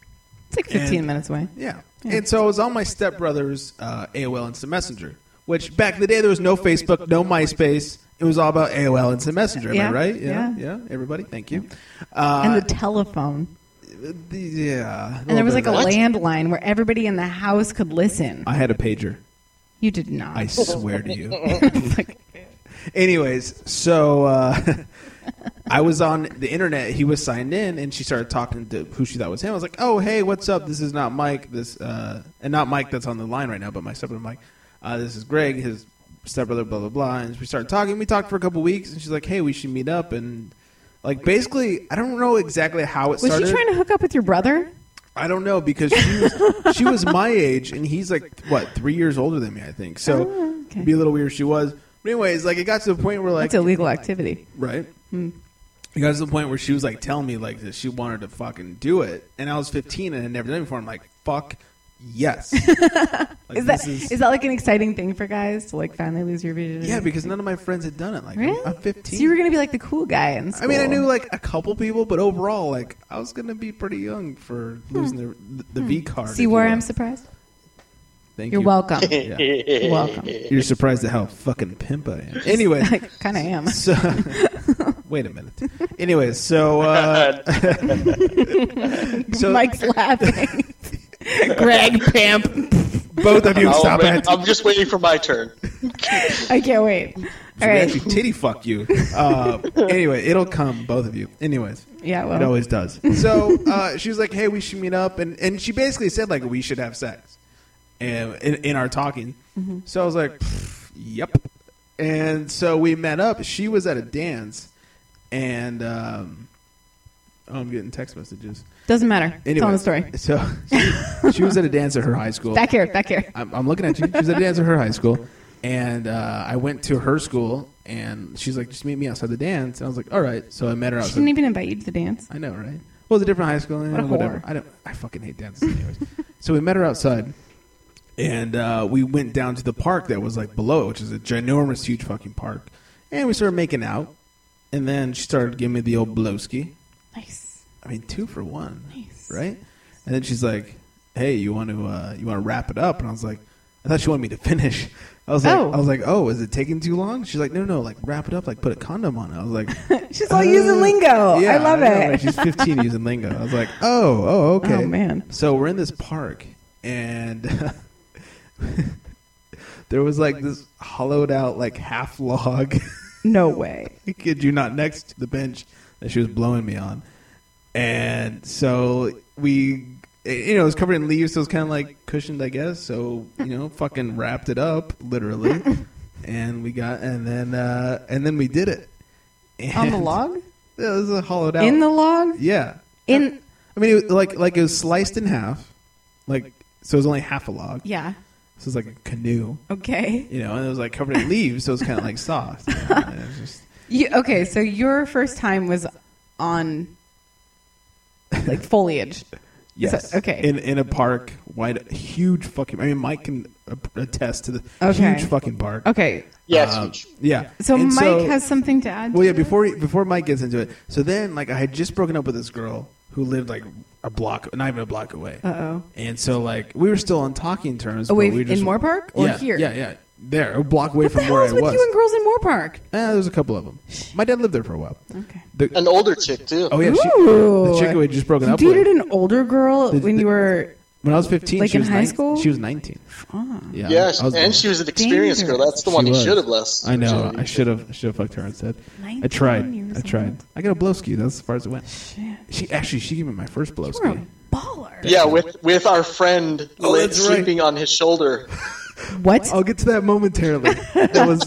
[SPEAKER 4] it's like 15
[SPEAKER 1] And-
[SPEAKER 4] minutes away.
[SPEAKER 1] yeah. And so I was on my stepbrother's uh, AOL Instant Messenger, which back in the day, there was no Facebook, no MySpace. It was all about AOL Instant Messenger, am
[SPEAKER 4] Yeah,
[SPEAKER 1] I right?
[SPEAKER 4] yeah.
[SPEAKER 1] yeah. Everybody, thank you. Uh,
[SPEAKER 4] and the telephone.
[SPEAKER 1] the, yeah.
[SPEAKER 4] And there was like a
[SPEAKER 9] What?
[SPEAKER 4] landline where everybody in the house could listen.
[SPEAKER 1] I had a pager.
[SPEAKER 4] You did not.
[SPEAKER 1] I swear to you. Anyways, so uh, I was on the internet. He was signed in, and she started talking to who she thought was him. I was like, "Oh, hey, what's up? This is not Mike. This uh, and not Mike that's on the line right now, but my stepbrother Mike. Uh, this is Greg, his stepbrother. Blah blah blah." And we started talking. We talked for a couple weeks, and she's like, "Hey, we should meet up." And like, basically, I don't know exactly how it
[SPEAKER 4] was
[SPEAKER 1] started.
[SPEAKER 4] she trying to hook up with your brother?
[SPEAKER 1] I don't know because she was, she was my age and he's like what three years older than me I think so
[SPEAKER 4] Oh, okay.
[SPEAKER 1] it'd be a little weird if she was but anyways like it got to the point where like
[SPEAKER 4] That's hmm. illegal activity.
[SPEAKER 1] right it got to the point where she was like telling me like that she wanted to fucking do it and I was 15 and had never done it before I'm like fuck yes Like,
[SPEAKER 4] Is that
[SPEAKER 1] this
[SPEAKER 4] is, that like an exciting thing for guys to like finally lose your virginity?
[SPEAKER 1] yeah because none of my friends had done it like
[SPEAKER 4] really?
[SPEAKER 1] I'm 15
[SPEAKER 4] So you were gonna be like the cool guy in
[SPEAKER 1] I mean, I
[SPEAKER 4] school.
[SPEAKER 1] knew like a couple people, but overall, like I was gonna be pretty young for losing the the V card. if
[SPEAKER 4] Hmm. See
[SPEAKER 1] you
[SPEAKER 4] where
[SPEAKER 1] will.
[SPEAKER 4] I'm surprised?
[SPEAKER 1] Thank
[SPEAKER 4] You're
[SPEAKER 1] you.
[SPEAKER 4] welcome.
[SPEAKER 1] Yeah.
[SPEAKER 4] welcome.
[SPEAKER 1] You're surprised at how fucking pimp I am. Anyway,
[SPEAKER 4] I kind of am.
[SPEAKER 1] so wait a minute. Anyway, so uh, so
[SPEAKER 4] Mike's laughing. Greg Pimp.
[SPEAKER 1] both of you
[SPEAKER 9] I'll
[SPEAKER 1] stop
[SPEAKER 9] wait-
[SPEAKER 1] it.
[SPEAKER 9] I'm just waiting for my turn.
[SPEAKER 4] I can't wait.
[SPEAKER 1] We
[SPEAKER 4] All right.
[SPEAKER 1] actually titty fuck you. Uh, anyway, it'll come, both of you. Anyways.
[SPEAKER 4] Yeah.
[SPEAKER 1] It
[SPEAKER 4] Well.
[SPEAKER 1] always does. So uh, she was like, "Hey, we should meet up," and, and she basically said like we should have sex, and in, in our talking.
[SPEAKER 4] Mm-hmm.
[SPEAKER 1] So I was like, "Pfft, "Yep." And so we met up. She was at a dance, and um, oh, I'm getting text messages.
[SPEAKER 4] Doesn't matter.
[SPEAKER 1] Anyway,
[SPEAKER 4] Tell him the story.
[SPEAKER 1] So she, she was at a dance at her high school.
[SPEAKER 4] Back here. Back here.
[SPEAKER 1] I'm, I'm looking at you. She was at a dance at her high school, and uh, I went to her school, and she's like, "Just meet me outside the dance." And I was like, "All right." So I met her
[SPEAKER 4] She
[SPEAKER 1] outside.
[SPEAKER 4] didn't even invite you to the dance.
[SPEAKER 1] I know, right? Well, it's a different high school. and
[SPEAKER 4] What a
[SPEAKER 1] whatever.
[SPEAKER 4] whore.
[SPEAKER 1] I don't. I fucking hate dances. Anyways, so we met her outside, and uh, we went down to the park that was like below, which is a ginormous, huge fucking park. And we started making out, and then she started giving me the old blowski.
[SPEAKER 4] Nice.
[SPEAKER 1] I mean, two for one,
[SPEAKER 4] Nice.
[SPEAKER 1] right? And then she's like, "Hey, you want to uh, you want to wrap it up?" And I was like, "I thought she wanted me to finish." I was like,
[SPEAKER 4] Oh.
[SPEAKER 1] "I was like, oh, is it taking too long?" She's like, "No, no, like wrap it up, like put a condom on it." I was like, "Oh."
[SPEAKER 4] She's all using lingo. I love
[SPEAKER 1] Uh, know,
[SPEAKER 4] it.
[SPEAKER 1] right? She's 15 using lingo. I was like, oh, oh, okay.
[SPEAKER 4] Oh, man.
[SPEAKER 1] So we're in this park, and there was like this hollowed out, like half log,
[SPEAKER 4] No way.
[SPEAKER 1] I kid you not, next to the bench that she was blowing me on. and so we, eh, you know, it was covered in leaves, so it was kind of like cushioned, I guess. So you know, fucking wrapped it up literally, and we got, and then, uh, and then we did it
[SPEAKER 4] On the
[SPEAKER 1] And-
[SPEAKER 4] log?
[SPEAKER 1] Yeah, it was a hollowed out
[SPEAKER 4] In the log?
[SPEAKER 1] Yeah,
[SPEAKER 4] In
[SPEAKER 1] I mean, it, was like like it was sliced in half, like so it was only half a log.
[SPEAKER 4] Yeah.
[SPEAKER 1] so it was like a canoe.
[SPEAKER 4] Okay.
[SPEAKER 1] You know, and it was like covered in leaves, so it was kind of like soft. And it was just-
[SPEAKER 4] You, okay, so your first time was on like foliage.
[SPEAKER 1] yes.
[SPEAKER 4] So- okay.
[SPEAKER 1] In in a park, wide, huge fucking. I mean, Mike can a- attest to the
[SPEAKER 4] Okay.
[SPEAKER 1] huge fucking park.
[SPEAKER 4] Okay.
[SPEAKER 1] Yeah, Yeah.
[SPEAKER 4] So
[SPEAKER 1] And
[SPEAKER 4] Mike has something to add.
[SPEAKER 1] Well,
[SPEAKER 4] to
[SPEAKER 1] yeah. Before he- before Mike gets into it, so then like I had just broken up with this girl who lived like a block, not even a block away.
[SPEAKER 4] Uh-oh.
[SPEAKER 1] And so like we were still on talking terms.
[SPEAKER 4] Away
[SPEAKER 1] but we
[SPEAKER 4] f-
[SPEAKER 1] just,
[SPEAKER 4] in Moore Park or
[SPEAKER 1] yeah,
[SPEAKER 4] here?
[SPEAKER 1] Yeah, yeah. There, a block away
[SPEAKER 4] What
[SPEAKER 1] from
[SPEAKER 4] the hell
[SPEAKER 1] where
[SPEAKER 4] is
[SPEAKER 1] I
[SPEAKER 4] with
[SPEAKER 1] was.
[SPEAKER 4] you and girls in Moore Park?
[SPEAKER 1] Eh, there's a couple of them. My dad lived there for a while. Okay.
[SPEAKER 9] An older chick too.
[SPEAKER 1] Oh yeah, she,
[SPEAKER 4] Ooh.
[SPEAKER 1] the chick who had just broken
[SPEAKER 4] You
[SPEAKER 1] up
[SPEAKER 4] dated
[SPEAKER 1] with.
[SPEAKER 4] an older girl
[SPEAKER 1] The-
[SPEAKER 4] when you were
[SPEAKER 1] When I was 15,
[SPEAKER 4] like
[SPEAKER 1] she
[SPEAKER 4] in
[SPEAKER 1] was
[SPEAKER 4] high
[SPEAKER 1] nine-
[SPEAKER 4] school?
[SPEAKER 1] She was 19. Yeah,
[SPEAKER 9] Yeah,
[SPEAKER 1] I was-
[SPEAKER 9] and she was an experienced girl. That's the one
[SPEAKER 1] She
[SPEAKER 9] he
[SPEAKER 1] was.
[SPEAKER 9] should have blessed.
[SPEAKER 1] I know. I should have. Should have fucked her instead. I tried. I tried. I got a blow ski. That's as far as it went. She actually she gave me my first blow ski.
[SPEAKER 9] Yeah, with with our friend
[SPEAKER 1] Oh,
[SPEAKER 9] lay-
[SPEAKER 1] that's right.
[SPEAKER 9] sleeping on his shoulder.
[SPEAKER 4] What?
[SPEAKER 1] I'll get to that momentarily. that was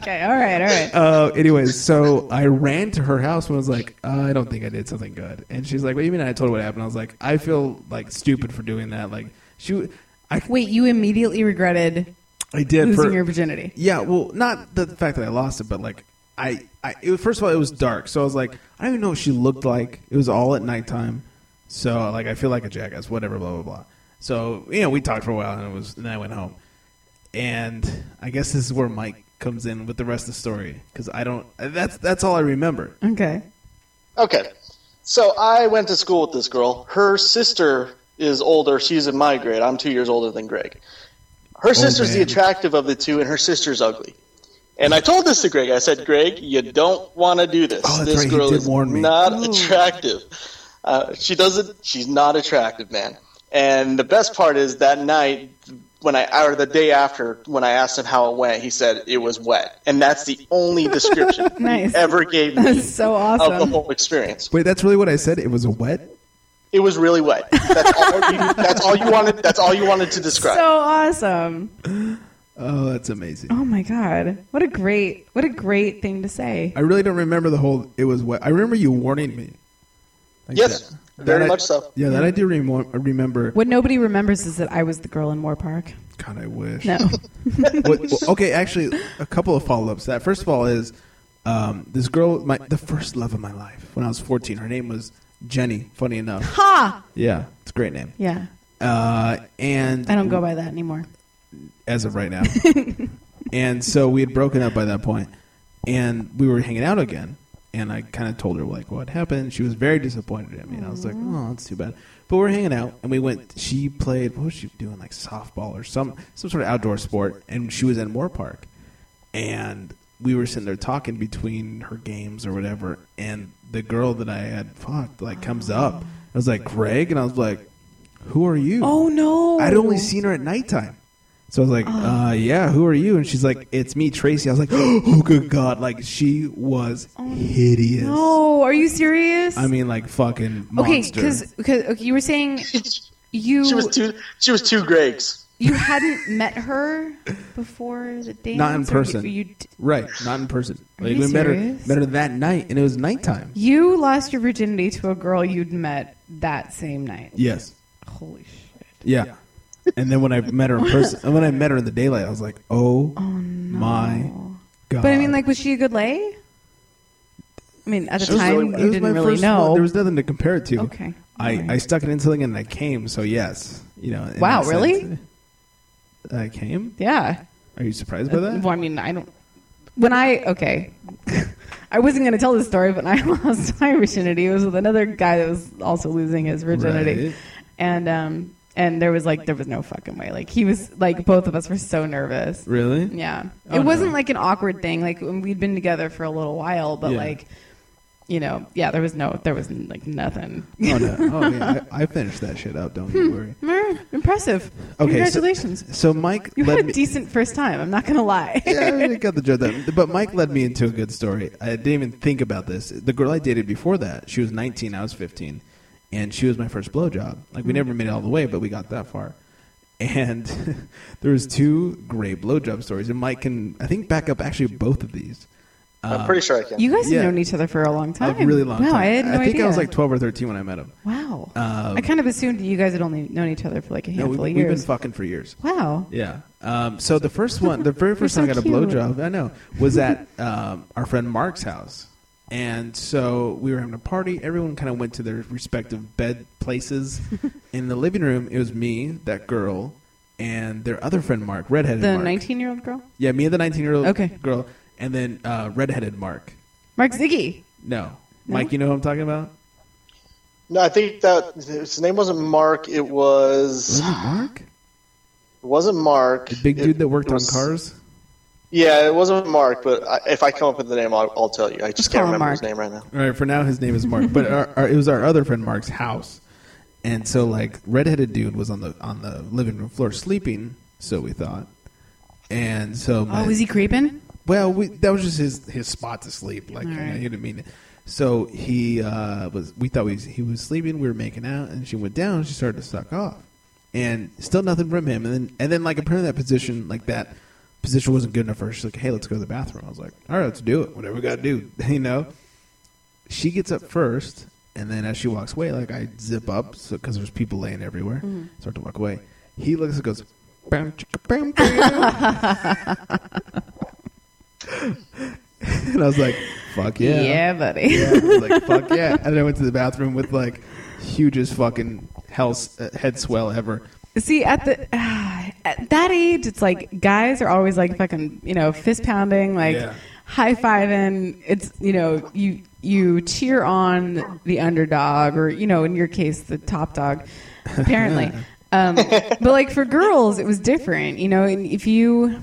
[SPEAKER 4] okay. All right. All right.
[SPEAKER 1] Uh, anyways, so I ran to her house when I was like, I don't think I did something good. And she's like, What do you mean? I told her what happened. I was like, I feel like stupid for doing that. Like, she, I,
[SPEAKER 4] Wait, you immediately regretted
[SPEAKER 1] I did
[SPEAKER 4] losing
[SPEAKER 1] for
[SPEAKER 4] your virginity.
[SPEAKER 1] yeah. Well, not the fact that I lost it, but like, I, I it, was- first of all, it was dark, so I was like, I don't even know what she looked like. It was all at nighttime, so like, I feel like a jackass. Whatever, blah blah blah. So you know, we talked for a while, and it was, and I went home. and I guess this is where Mike comes in with the rest of the story because I don't. That's that's all I remember.
[SPEAKER 4] Okay.
[SPEAKER 9] Okay. So I went to school with this girl. Her sister is older. She's in my grade. I'm two years older than Greg. Her sister's the
[SPEAKER 1] Oh, man.
[SPEAKER 9] attractive of the two, and her sister's ugly. And I told this to Greg. I said, Greg, you don't want to do this.
[SPEAKER 1] Oh, that's
[SPEAKER 9] this
[SPEAKER 1] right. He
[SPEAKER 9] girl
[SPEAKER 1] did
[SPEAKER 9] is
[SPEAKER 1] warn me.
[SPEAKER 9] not attractive. Uh, she doesn't. She's not attractive, man. And the best part is that night, when I or the day after, when I asked him how it went, he said it was wet, and that's the only description
[SPEAKER 4] Nice.
[SPEAKER 9] he ever gave me
[SPEAKER 4] That's so
[SPEAKER 9] of the
[SPEAKER 4] awesome.
[SPEAKER 9] whole experience.
[SPEAKER 1] Wait, that's really what I said. It was a wet.
[SPEAKER 9] It was really wet. That's all you, that's all you wanted. That's all you wanted to describe.
[SPEAKER 4] So awesome.
[SPEAKER 1] Oh, that's amazing.
[SPEAKER 4] Oh my god. What a great what a great thing to say.
[SPEAKER 1] I really don't remember the whole. It was wet. I remember you warning me. Like
[SPEAKER 9] yes,
[SPEAKER 1] that.
[SPEAKER 9] very
[SPEAKER 1] That I-
[SPEAKER 9] much so.
[SPEAKER 1] Yeah, that I do remo- remember.
[SPEAKER 4] What nobody remembers is that I was the girl in Moore Park.
[SPEAKER 1] God, I wish.
[SPEAKER 4] No.
[SPEAKER 1] What- well, okay, actually, a couple of follow ups. That first of all is um, this girl, my the first love of my life when I was fourteen. Her name was Jenny. Funny enough.
[SPEAKER 4] Ha.
[SPEAKER 1] Yeah, it's a great name.
[SPEAKER 4] Yeah.
[SPEAKER 1] Uh, and
[SPEAKER 4] I don't go by that anymore.
[SPEAKER 1] as of right now. and so we had broken up by that point, and we were hanging out again. And I kind of told her like what happened. She was very disappointed at me, and I was like, "Oh, that's too bad." But we were hanging out, and we went. She played what was she doing? Like softball or some some sort of outdoor sport, and she was in Moore Park, and we were sitting there talking between her games or whatever. And the girl that I had fucked like comes up. I was like, "Greg," and I was like, "Who are you?"
[SPEAKER 4] Oh no.
[SPEAKER 1] I'd only seen her at nighttime. So I was like, uh, yeah, who are you? And she's like, it's me, Tracy. I was like, oh, good God. Like, she was hideous.
[SPEAKER 4] Oh, No, are you serious?
[SPEAKER 1] I mean, like, fucking
[SPEAKER 4] okay,
[SPEAKER 1] monster.
[SPEAKER 4] because okay, you were saying you
[SPEAKER 9] She was two. She was two Gregs.
[SPEAKER 4] you hadn't met her before the dance,
[SPEAKER 1] Not in
[SPEAKER 4] or
[SPEAKER 1] person.
[SPEAKER 4] You, you,
[SPEAKER 1] right, not in person. Like,
[SPEAKER 4] you
[SPEAKER 1] we met her,
[SPEAKER 4] serious?
[SPEAKER 1] met her that night, and it was nighttime.
[SPEAKER 4] you lost your virginity to a girl you'd met that same night.
[SPEAKER 1] Yes.
[SPEAKER 4] Holy shit!
[SPEAKER 1] Yeah. and then when I met her in person, and when I met her in the daylight, I was like, oh, my God.
[SPEAKER 4] But I mean, like, was she a good lay? I mean, at the
[SPEAKER 1] It was
[SPEAKER 4] time
[SPEAKER 1] really- it was
[SPEAKER 4] you
[SPEAKER 1] my
[SPEAKER 4] didn't really
[SPEAKER 1] first
[SPEAKER 4] know.
[SPEAKER 1] one. There was nothing to compare it to.
[SPEAKER 4] Okay.
[SPEAKER 1] I,
[SPEAKER 4] Alright.
[SPEAKER 1] I stuck it in something and I came, so yes. You know. in
[SPEAKER 4] Wow,
[SPEAKER 1] that
[SPEAKER 4] really?
[SPEAKER 1] sense. I came?
[SPEAKER 4] yeah.
[SPEAKER 1] Are you surprised by that?
[SPEAKER 4] Well, I mean, I don't. When I okay, I wasn't going to tell this story, but when I lost my virginity. It was with another guy that was also losing his virginity,
[SPEAKER 1] Right.
[SPEAKER 4] and um, and there was like there was no fucking way. Like he was like both of us were so nervous.
[SPEAKER 1] Really?
[SPEAKER 4] Yeah,
[SPEAKER 1] Oh,
[SPEAKER 4] it
[SPEAKER 1] no.
[SPEAKER 4] wasn't like an awkward thing. Like we'd been together for a little while, but
[SPEAKER 1] Yeah.
[SPEAKER 4] like, you know, yeah, there was no, there was like nothing.
[SPEAKER 1] Oh, no. Oh, yeah. I, I finished that shit up. Don't you worry.
[SPEAKER 4] Mm, Impressive.
[SPEAKER 1] so-
[SPEAKER 4] Congratulations.
[SPEAKER 1] So Mike
[SPEAKER 4] you
[SPEAKER 1] led
[SPEAKER 4] had a
[SPEAKER 1] me.
[SPEAKER 4] decent first time. I'm not going to lie.
[SPEAKER 1] yeah, I got Eh, the joke that. But Mike led me into a good story. I didn't even think about this. The girl I dated before that, she was 19, I was 15. and she was my first blowjob. Like we never made it all the way, but we got that far. And there was two great blowjob stories, and Mike can I think back up actually both of these. Uh,
[SPEAKER 9] I'm pretty sure I can.
[SPEAKER 4] You guys
[SPEAKER 1] Yeah.
[SPEAKER 4] have known each other for a long time.
[SPEAKER 1] A really long
[SPEAKER 4] wow,
[SPEAKER 1] time.
[SPEAKER 4] I had no
[SPEAKER 1] think
[SPEAKER 4] idea.
[SPEAKER 1] I was like twelve or thirteen when I met him.
[SPEAKER 4] wow.
[SPEAKER 1] Um,
[SPEAKER 4] I kind of assumed you guys had only known each other for like a
[SPEAKER 1] No,
[SPEAKER 4] handful
[SPEAKER 1] we,
[SPEAKER 4] of
[SPEAKER 1] we've
[SPEAKER 4] years.
[SPEAKER 1] been fucking for years.
[SPEAKER 4] Wow.
[SPEAKER 1] Yeah. Um, so the first one, the very first
[SPEAKER 4] You're
[SPEAKER 1] time I
[SPEAKER 4] so
[SPEAKER 1] got a
[SPEAKER 4] cute.
[SPEAKER 1] blowjob, I know, was at um, our friend Mark's house. And so we were having a party. Everyone kind of went to their respective bed places. In the living room, it was me, that girl, and their other friend Mark, redheaded
[SPEAKER 4] The
[SPEAKER 1] Mark.
[SPEAKER 4] 19 year old girl?
[SPEAKER 1] yeah, me and the nineteen-year-old
[SPEAKER 4] Okay.
[SPEAKER 1] girl, and then uh, redheaded Mark.
[SPEAKER 4] Mark Ziggy.
[SPEAKER 1] No. Mike, you know who I'm talking about?
[SPEAKER 9] No, I think that his name wasn't Mark. It was.
[SPEAKER 1] Was it Mark?
[SPEAKER 9] It wasn't Mark.
[SPEAKER 1] The big
[SPEAKER 9] It-
[SPEAKER 1] dude that worked
[SPEAKER 9] it
[SPEAKER 1] on
[SPEAKER 9] was-
[SPEAKER 1] cars.
[SPEAKER 9] Yeah, it wasn't Mark, but I, if I come up with the name, I'll, I'll tell you. I just
[SPEAKER 4] call him
[SPEAKER 9] can't remember his
[SPEAKER 4] Mark.
[SPEAKER 9] name right now.
[SPEAKER 1] All right, for now his name is Mark, but our, our, it was our other friend Mark's house, and so like redheaded dude was on the on the living room floor sleeping, so we thought, and so my,
[SPEAKER 4] Oh, was he creeping?
[SPEAKER 1] well we, that was just his his spot to sleep, like you know,
[SPEAKER 4] right.
[SPEAKER 1] he didn't mean it. So he uh, was we thought he was, he was sleeping, we were making out, and she went down, she started to suck off, and still nothing from him, and then and then like apparently that position like that position wasn't good enough for her. She's like, hey, let's go to the bathroom. I was like, all right, let's do it, whatever we got to do, you know she gets up first, and then as she walks away, like I zip up because there's people laying everywhere.
[SPEAKER 4] Mm-hmm.
[SPEAKER 1] Start to walk away. He looks and goes, "Bam, chicka, bam, bam." and I was like, "Fuck yeah,
[SPEAKER 4] buddy.
[SPEAKER 1] Yeah. I was like, "Fuck yeah!" And then I went to the bathroom with like hugest fucking hell s- uh, head swell ever.
[SPEAKER 4] See, at the at that age, it's like guys are always like fucking, you know, fist pounding, like
[SPEAKER 1] Yeah.
[SPEAKER 4] high fiving. It's you know, you you cheer on the underdog, or you know, in your case, the top dog, apparently. um, but like for girls, it was different, you know. And if you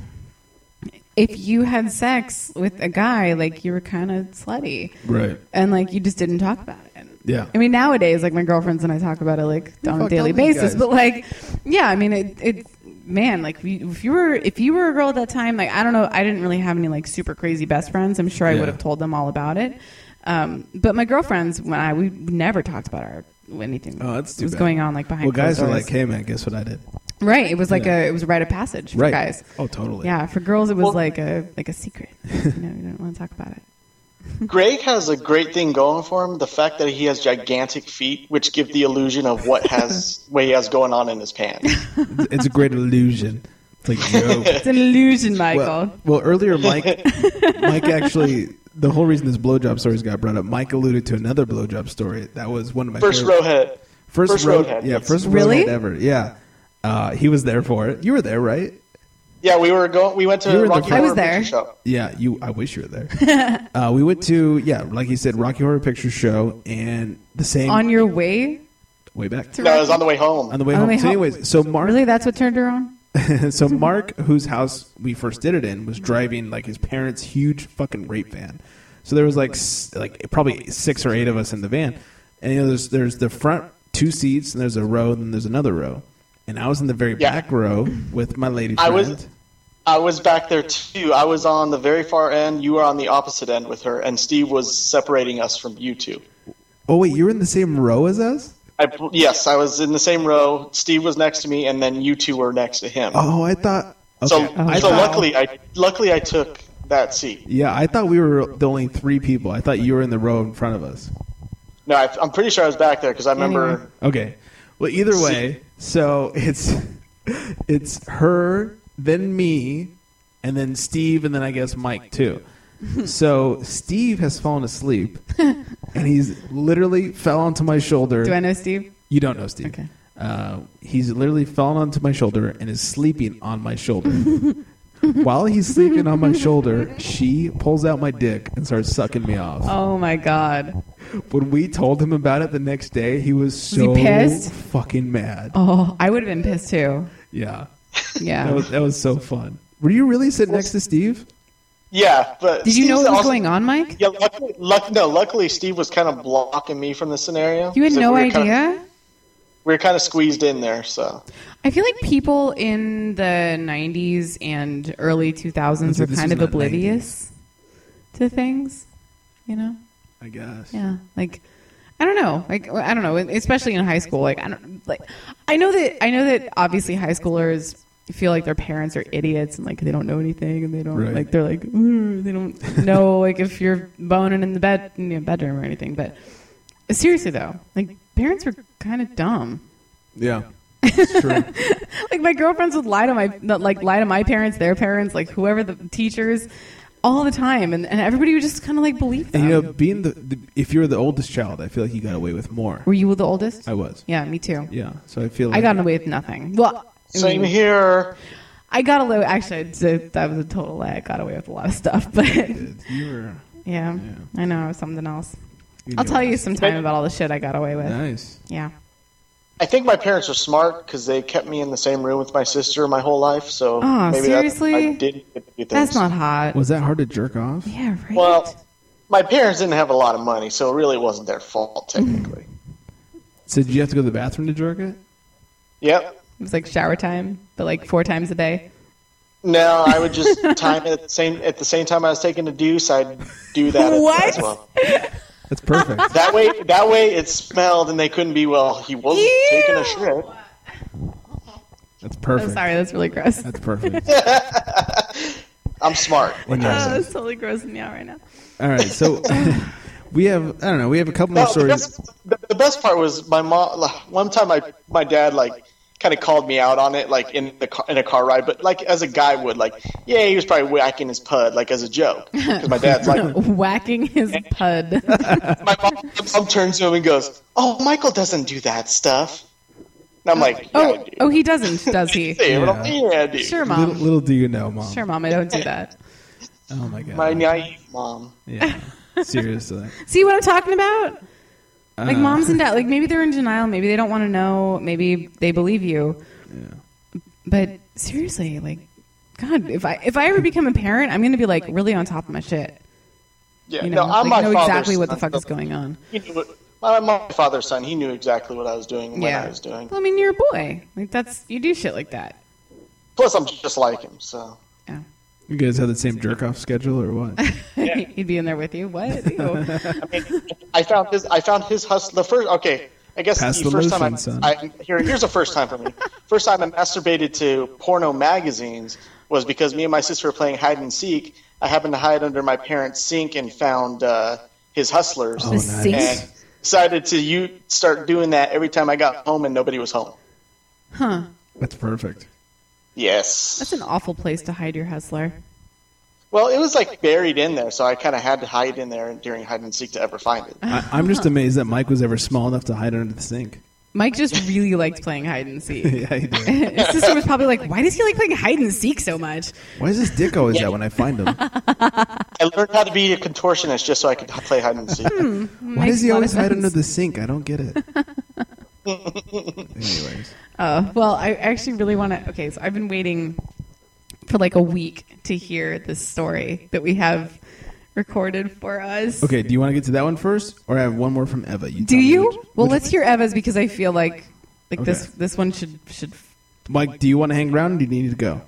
[SPEAKER 4] if you had sex with a guy, like you were kind of slutty,
[SPEAKER 1] Right.
[SPEAKER 4] and like you just didn't talk about it.
[SPEAKER 1] Yeah.
[SPEAKER 4] I mean, nowadays, like my girlfriends and I talk about it like on a
[SPEAKER 1] fucked
[SPEAKER 4] daily
[SPEAKER 1] all these
[SPEAKER 4] basis,
[SPEAKER 1] guys.
[SPEAKER 4] but like, yeah, I mean, it, it, man, like we- if you were if you were a girl at that time, like I don't know, I didn't really have any like super crazy best friends. I'm sure I
[SPEAKER 1] Yeah.
[SPEAKER 4] would have told them all about it. Um, but my girlfriends, when I we never talked about our anything
[SPEAKER 1] Oh, that's too
[SPEAKER 4] was
[SPEAKER 1] bad.
[SPEAKER 4] going on like behind.
[SPEAKER 1] Well, guys
[SPEAKER 4] closed
[SPEAKER 1] are
[SPEAKER 4] doors.
[SPEAKER 1] like, "Hey man, guess what I did?"
[SPEAKER 4] right? It was like
[SPEAKER 1] Yeah.
[SPEAKER 4] a it was a rite of passage for
[SPEAKER 1] Right.
[SPEAKER 4] guys.
[SPEAKER 1] Oh, totally.
[SPEAKER 4] Yeah, for girls, it was
[SPEAKER 9] Well-
[SPEAKER 4] like a like a secret. you know, you don't want to talk about it.
[SPEAKER 9] Greg has a great thing going for him. The fact that he has gigantic feet, which give the illusion of what has what he has going on in his pants.
[SPEAKER 1] It's, it's a great illusion. It's like, yo,
[SPEAKER 4] It's an illusion, Michael.
[SPEAKER 1] Well, well, earlier, Mike, Mike actually, the whole reason this blowjob stories got brought up, Mike alluded to another blowjob story that was one of my
[SPEAKER 9] First
[SPEAKER 1] favorite-
[SPEAKER 9] row head.
[SPEAKER 1] first,
[SPEAKER 9] first
[SPEAKER 1] road,
[SPEAKER 9] roadhead,
[SPEAKER 1] yeah,
[SPEAKER 9] yes.
[SPEAKER 1] first
[SPEAKER 4] Really?
[SPEAKER 1] roadhead ever, yeah. Uh, he was there for it. You were there, right?
[SPEAKER 9] Yeah, we were going. We went
[SPEAKER 1] You were
[SPEAKER 9] to
[SPEAKER 1] in the
[SPEAKER 9] Rocky
[SPEAKER 1] front. I
[SPEAKER 9] Horror
[SPEAKER 1] was
[SPEAKER 4] there.
[SPEAKER 9] Picture Show.
[SPEAKER 1] Yeah, you. I wish you were there. uh, we went to yeah, like he said, Rocky Horror Picture Show, and the same
[SPEAKER 4] On your way,
[SPEAKER 1] way back
[SPEAKER 9] No, it was on the way home.
[SPEAKER 1] on the way
[SPEAKER 4] on the
[SPEAKER 1] home.
[SPEAKER 4] way
[SPEAKER 1] so,
[SPEAKER 4] home.
[SPEAKER 1] anyways, so Mark,
[SPEAKER 4] really, that's what turned her on.
[SPEAKER 1] so Mark, whose house we first did it in, was driving like his parents' huge fucking rape van. So there was like s- like probably six or eight of us in the van, and you know there's there's the front two seats and there's a row and then there's another row, and I was in the very
[SPEAKER 9] Yeah.
[SPEAKER 1] back row with my lady
[SPEAKER 9] I
[SPEAKER 1] friend.
[SPEAKER 9] was- I was back there too. I was on the very far end. You were on the opposite end with her, and Steve was separating us from you two.
[SPEAKER 1] oh wait, you were in the same row as us?
[SPEAKER 9] I, yes, I was in the same row. Steve was next to me, and then you two were next to him.
[SPEAKER 1] Oh, I thought. Okay.
[SPEAKER 9] so,
[SPEAKER 1] I
[SPEAKER 9] so
[SPEAKER 1] thought-
[SPEAKER 9] luckily, I luckily I took that seat.
[SPEAKER 1] Yeah, I thought we were the only three people. I thought you were in the row in front of us.
[SPEAKER 9] No, I, I'm pretty sure I was back there because I remember.
[SPEAKER 4] Anyway.
[SPEAKER 1] Okay. Well, either way, so it's it's her, then me, and then Steve, and then I guess Mike too. So Steve has fallen asleep, and he's literally fell onto my shoulder.
[SPEAKER 4] Do I know Steve?
[SPEAKER 1] You don't know Steve.
[SPEAKER 4] Okay.
[SPEAKER 1] Uh, he's literally fallen onto my shoulder and is sleeping on my shoulder. While he's sleeping on my shoulder, she pulls out my dick and starts sucking me off.
[SPEAKER 4] Oh my god.
[SPEAKER 1] When we told him about it the next day, he was so
[SPEAKER 4] Was he pissed?
[SPEAKER 1] fucking mad.
[SPEAKER 4] Oh, I would have been pissed too.
[SPEAKER 1] Yeah.
[SPEAKER 4] Yeah.
[SPEAKER 1] That was that was so fun. Were you really sitting next to Steve?
[SPEAKER 9] Yeah, but
[SPEAKER 4] Did you know what was
[SPEAKER 9] also,
[SPEAKER 4] going on, Mike?
[SPEAKER 9] Yeah, luckily, luck, no, luckily Steve was kind of blocking me from the scenario.
[SPEAKER 4] You had
[SPEAKER 9] 'Cause
[SPEAKER 4] no
[SPEAKER 9] we were
[SPEAKER 4] idea?
[SPEAKER 9] kind of- we were kind of squeezed in there, so
[SPEAKER 4] I feel like people in the 90s and early 2000s
[SPEAKER 1] So
[SPEAKER 4] were
[SPEAKER 1] this
[SPEAKER 4] kind
[SPEAKER 1] was
[SPEAKER 4] of
[SPEAKER 1] not
[SPEAKER 4] oblivious to things, you know?
[SPEAKER 1] I guess.
[SPEAKER 4] Yeah. Like I don't know. Like I don't know, especially in high school. Like I don't like I know that I know that obviously high schoolers feel like their parents are idiots and like they don't know anything and they don't
[SPEAKER 11] Right.
[SPEAKER 4] like they're like "Ooh," they don't know like if you're boning in the bed in your bedroom or anything. But seriously though, like parents were kind of dumb.
[SPEAKER 1] Yeah.
[SPEAKER 4] like my girlfriends would lie to my not, like lie to my parents, their parents, like whoever the teachers, all the time, and, and everybody would just kind of like believe
[SPEAKER 1] And
[SPEAKER 4] them.
[SPEAKER 1] you know, being the, the if you were the oldest child, I feel like you got away with more.
[SPEAKER 4] Were you the oldest?
[SPEAKER 1] I was.
[SPEAKER 4] Yeah, me too.
[SPEAKER 1] Yeah, so I feel like
[SPEAKER 4] I got away with nothing. Well, I
[SPEAKER 9] Same
[SPEAKER 4] mean,
[SPEAKER 9] here.
[SPEAKER 4] I got away. Actually, I did- that was a total lie. I got away with a lot of stuff, but
[SPEAKER 1] you were.
[SPEAKER 4] Yeah, I know I was something else.
[SPEAKER 9] You
[SPEAKER 4] I'll
[SPEAKER 9] knew
[SPEAKER 4] tell
[SPEAKER 9] it.
[SPEAKER 4] you sometime about all the shit I got away with.
[SPEAKER 1] Nice.
[SPEAKER 4] Yeah.
[SPEAKER 9] I think my parents are smart because they kept me in the same room with my sister my whole life. So
[SPEAKER 4] Aw,
[SPEAKER 9] maybe
[SPEAKER 4] seriously?
[SPEAKER 9] That's, I didn't get to do things.
[SPEAKER 4] That's not hot.
[SPEAKER 1] Was that hard to jerk off?
[SPEAKER 4] Yeah, right.
[SPEAKER 9] Well, my parents didn't have a lot of money, so it really wasn't their fault technically.
[SPEAKER 1] So did you have to go to the bathroom to jerk it?
[SPEAKER 9] yep.
[SPEAKER 4] It was like shower time, but like four times a day.
[SPEAKER 9] No, I would just time it at the same at the same time I was taking a deuce. I'd do that as-
[SPEAKER 4] What?
[SPEAKER 9] as well.
[SPEAKER 1] That's perfect.
[SPEAKER 9] That way, that way it smelled, and they couldn't be well. He wasn't taking a shit.
[SPEAKER 1] That's perfect.
[SPEAKER 4] I'm sorry, that's really gross.
[SPEAKER 1] That's perfect.
[SPEAKER 9] I'm smart.
[SPEAKER 1] When you're-
[SPEAKER 4] Oh, that's totally grossing me out right now.
[SPEAKER 1] All right, so we have I don't know, we have a couple more
[SPEAKER 4] Oh,
[SPEAKER 9] No, Oh, the,
[SPEAKER 1] stories.
[SPEAKER 9] best, the, the best part was my mom. like, One time, my my dad like kind of called me out on it, like in the car, in a car ride, but like as a guy would, like yeah, he was probably whacking his pud, like as a joke, because my dad's like.
[SPEAKER 4] whacking his pud.
[SPEAKER 9] my mom, my mom turns to him and goes, "Oh, Michael doesn't do that stuff." And I'm like, "Yeah,
[SPEAKER 4] oh, oh, he doesn't, does he?
[SPEAKER 9] Hey, but I'm- yeah, I do."
[SPEAKER 4] Sure, mom.
[SPEAKER 1] Little, little do you know, mom.
[SPEAKER 4] Sure, mom. I don't do that.
[SPEAKER 1] Oh my god.
[SPEAKER 9] My naive mom.
[SPEAKER 1] yeah. Seriously.
[SPEAKER 4] See what I'm talking about? Like
[SPEAKER 1] Uh,
[SPEAKER 4] moms and dad. Like maybe they're in denial. Maybe they don't want to know. Maybe they believe you. But seriously, like, God, if I if I ever become a parent, I'm gonna be like really on top of my shit.
[SPEAKER 9] Yeah,
[SPEAKER 4] You know,
[SPEAKER 9] no, I'm
[SPEAKER 4] like,
[SPEAKER 9] my
[SPEAKER 4] know
[SPEAKER 9] father's
[SPEAKER 4] exactly what the fuck
[SPEAKER 9] son, so
[SPEAKER 4] is going on.
[SPEAKER 9] He knew what, my, my father's son. He knew exactly what I was doing and
[SPEAKER 4] Yeah.
[SPEAKER 9] what I was doing.
[SPEAKER 4] Well, I mean, you're a boy. Like that's you do shit like that.
[SPEAKER 9] Plus, I'm just like him. So
[SPEAKER 1] You guys have the same jerk off schedule or what?
[SPEAKER 4] He'd be in there with you. What? Ew.
[SPEAKER 9] I found his. I found his hustle. The first. Okay, I guess
[SPEAKER 1] Pass
[SPEAKER 9] the
[SPEAKER 1] the
[SPEAKER 9] first time. I,
[SPEAKER 1] lotion, son.
[SPEAKER 9] I here. Here's a first time for me. First time I masturbated to porno magazines was because me and my sister were playing hide and seek. I happened to hide under my parents' sink and found uh, his hustlers.
[SPEAKER 1] Oh, The nice. sink?
[SPEAKER 9] And decided to you start doing that every time I got home and nobody was home.
[SPEAKER 4] Huh?
[SPEAKER 1] That's perfect.
[SPEAKER 9] Yes.
[SPEAKER 4] That's an awful place to hide your hustler.
[SPEAKER 9] Well, it was like buried in there, so I kind of had to hide in there during hide and seek to ever find it.
[SPEAKER 1] I, I'm just amazed that Mike was ever small enough to hide under the sink.
[SPEAKER 4] Mike just really liked playing hide and seek.
[SPEAKER 1] yeah, he did.
[SPEAKER 4] His sister was probably like, "Why does he like playing hide and seek so much?"
[SPEAKER 1] Why is his dick always out when I find him?
[SPEAKER 9] I learned how to be a contortionist just so I could play hide and seek.
[SPEAKER 4] Hmm.
[SPEAKER 1] Why does he always hide under the sink? I don't get it. Anyways.
[SPEAKER 4] Oh well, I actually really want to. Okay, so I've been waiting for like a week to hear this story that we have recorded for us.
[SPEAKER 1] Okay, do you want to get to that one first, or I have one more from Eva? You
[SPEAKER 4] Do
[SPEAKER 1] tell me
[SPEAKER 4] you?
[SPEAKER 1] which-
[SPEAKER 4] well, let's hear Eva's because I feel like like this
[SPEAKER 1] Okay.
[SPEAKER 4] this one should should.
[SPEAKER 1] Mike, do you want to hang around? Or do you need to go?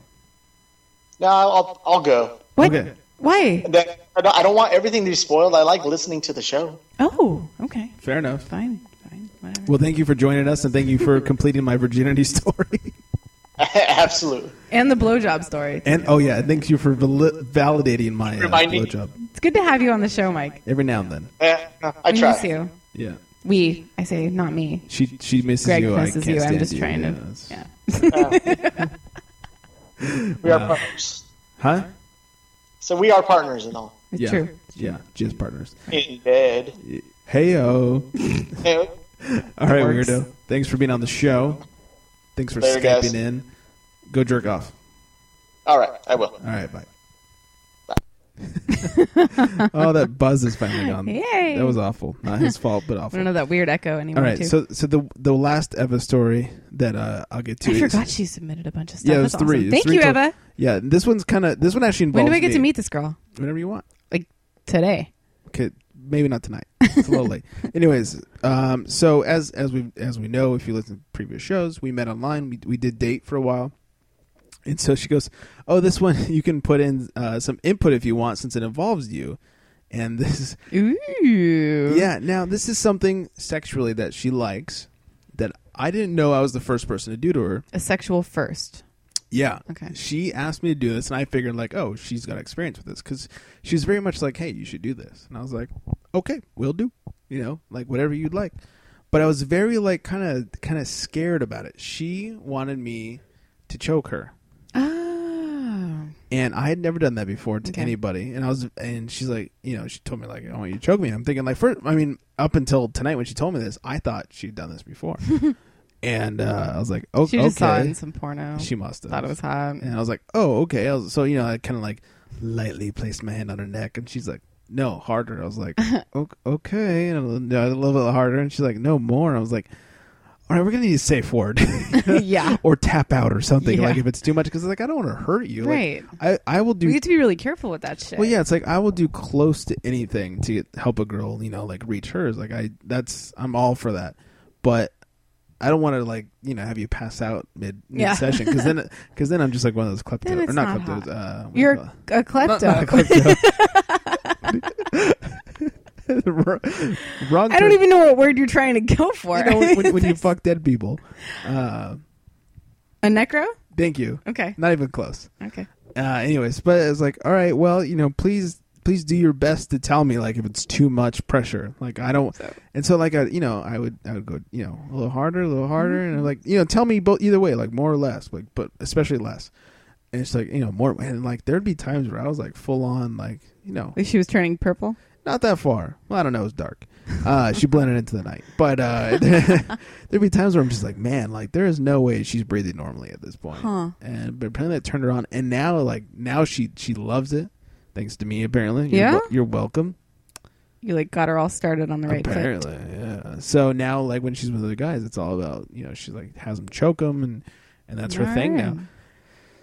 [SPEAKER 9] No, I'll, I'll go.
[SPEAKER 4] What?
[SPEAKER 1] Okay.
[SPEAKER 4] Why?
[SPEAKER 9] That, I don't- I don't want everything to be spoiled. I like listening to the show.
[SPEAKER 4] Oh, okay,
[SPEAKER 1] Fair enough.
[SPEAKER 4] fine, fine, whatever.
[SPEAKER 1] Well, thank you for joining us, and thank you for completing my virginity story.
[SPEAKER 9] Absolutely.
[SPEAKER 4] And the blowjob story.
[SPEAKER 1] And oh yeah, thank you for vali- validating my uh,
[SPEAKER 9] Reminding-
[SPEAKER 1] blowjob
[SPEAKER 4] It's good to have you on the show, Mike.
[SPEAKER 1] every now and then.
[SPEAKER 9] Eh, I
[SPEAKER 4] we
[SPEAKER 9] try.
[SPEAKER 4] miss you.
[SPEAKER 1] Yeah,
[SPEAKER 4] We, I say, not me.
[SPEAKER 1] she she misses
[SPEAKER 4] Greg
[SPEAKER 1] you. I
[SPEAKER 4] misses
[SPEAKER 1] can't
[SPEAKER 4] you. I'm
[SPEAKER 1] stand
[SPEAKER 4] just
[SPEAKER 1] you.
[SPEAKER 4] trying
[SPEAKER 1] Yeah,
[SPEAKER 4] to.
[SPEAKER 1] that's-
[SPEAKER 4] Yeah.
[SPEAKER 9] We are
[SPEAKER 1] Wow.
[SPEAKER 9] partners.
[SPEAKER 1] Huh?
[SPEAKER 9] So we are partners and all.
[SPEAKER 4] It's
[SPEAKER 1] yeah.
[SPEAKER 4] true.
[SPEAKER 1] Yeah, just partners.
[SPEAKER 9] In bed.
[SPEAKER 1] Hey oh.
[SPEAKER 9] Eh,
[SPEAKER 1] All right,
[SPEAKER 4] Works.
[SPEAKER 1] weirdo. Thanks for being on the show. Thanks for
[SPEAKER 9] Later,
[SPEAKER 1] skyping
[SPEAKER 9] guys.
[SPEAKER 1] in. Go jerk off.
[SPEAKER 9] All right, I will.
[SPEAKER 1] All right, bye. oh, that buzz is finally gone.
[SPEAKER 4] Yay.
[SPEAKER 1] That was awful. Not his fault, but
[SPEAKER 4] I
[SPEAKER 1] awful.
[SPEAKER 4] don't know that weird echo anymore.
[SPEAKER 1] All right,
[SPEAKER 4] too.
[SPEAKER 1] so so the the last Eva story that uh, I'll get to.
[SPEAKER 4] I
[SPEAKER 1] is-
[SPEAKER 4] forgot she submitted a bunch of stuff.
[SPEAKER 1] Yeah, it was
[SPEAKER 4] That's
[SPEAKER 1] three.
[SPEAKER 4] awesome.
[SPEAKER 1] It was
[SPEAKER 4] Thank
[SPEAKER 1] three
[SPEAKER 4] you,
[SPEAKER 1] total.
[SPEAKER 4] Eva.
[SPEAKER 1] Yeah, this one's kind of this one actually involves.
[SPEAKER 4] When do I get to meet this girl?
[SPEAKER 1] Whenever you want.
[SPEAKER 4] Like today.
[SPEAKER 1] Okay, maybe not tonight. It's a little late. Anyways, um, so as as we as we know, if you listen to previous shows, we met online. We we did date for a while, and so she goes, "Oh, this one you can put in uh, some input if you want, since it involves you." and this
[SPEAKER 4] Ooh.
[SPEAKER 1] yeah now this is something sexually that she likes that i didn't know i was the first person to do to her
[SPEAKER 4] A sexual first.
[SPEAKER 1] yeah
[SPEAKER 4] Okay.
[SPEAKER 1] she asked me to do this and i figured like oh she's got experience with this because she was very much like hey you should do this and i was like okay we'll do you know like whatever you'd like but i was very like kind of kind of scared about it she wanted me to choke her Ah.
[SPEAKER 4] Oh.
[SPEAKER 1] and I had never done that before to
[SPEAKER 4] Okay.
[SPEAKER 1] anybody. And I was, and she's like, you know, she told me like, I want you to choke me. I'm thinking like, first, I mean, up until tonight when she told me this, I thought she'd done this before, and uh, I was like, oh,
[SPEAKER 4] She
[SPEAKER 1] okay,
[SPEAKER 4] just saw it in some porno.
[SPEAKER 1] she must have
[SPEAKER 4] Oh, thought it was hot.
[SPEAKER 1] And I was like, oh, okay. I was, so you know, I kind of like lightly placed my hand on her neck, and she's like, no, harder. I was like, "O- okay, and a little, no, a little bit harder, and she's like, no more. And I was like. All right, we're gonna need a safe word,
[SPEAKER 4] Yeah.
[SPEAKER 1] or tap out or something.
[SPEAKER 4] Yeah.
[SPEAKER 1] Like if it's too much, because like I don't want to hurt you. Like,
[SPEAKER 4] Right.
[SPEAKER 1] I I will do
[SPEAKER 10] We get to be really careful with that shit.
[SPEAKER 1] well, yeah, it's like I will do close to anything to get- help a girl, you know, like reach hers. Like I, that's I'm all for that, but I don't want to like you know have you pass out mid
[SPEAKER 4] Yeah.
[SPEAKER 1] mid session because then because then I'm just like one of those
[SPEAKER 4] Then
[SPEAKER 1] kleptos
[SPEAKER 4] it's
[SPEAKER 1] or
[SPEAKER 4] not
[SPEAKER 1] not
[SPEAKER 4] hot.
[SPEAKER 1] kleptos. Uh, what do you
[SPEAKER 4] You're
[SPEAKER 1] call it?
[SPEAKER 4] a
[SPEAKER 1] Not-
[SPEAKER 4] klepto.
[SPEAKER 1] not a klepto. Wrong.
[SPEAKER 4] I
[SPEAKER 1] term.
[SPEAKER 4] don't even know what word you're trying to go for.
[SPEAKER 1] You know, when, when you fuck dead people. Uh,
[SPEAKER 4] a necro?
[SPEAKER 1] thank you.
[SPEAKER 4] Okay.
[SPEAKER 1] Not even close.
[SPEAKER 4] Okay.
[SPEAKER 1] uh, anyways, but it's like, all right, well, you know, please, please do your best to tell me like if it's too much pressure. Like I don't, and so like I, you know, I would, I would go, you know, a little harder, a little harder, and like, you know, tell me both either way, like more or less, like, but especially less. And it's like, you know, more, and like there'd be times where I was like full on, like, you know,
[SPEAKER 4] She was turning purple.
[SPEAKER 1] not that far. Well, I don't know. It was dark. Uh, she blended into the night, but uh, there'd be times where I'm just like, man, like there is no way she's breathing normally at this point.
[SPEAKER 4] Huh.
[SPEAKER 1] And but apparently that turned her on, and now like now she she loves it, thanks to me apparently. You're
[SPEAKER 4] Yeah?
[SPEAKER 1] wel- you're welcome.
[SPEAKER 4] You like got her all started on the right foot.
[SPEAKER 1] apparently, yeah. So now like when she's with other guys, it's all about you know she's like has them choke them, and and that's her thing now.
[SPEAKER 4] Darn.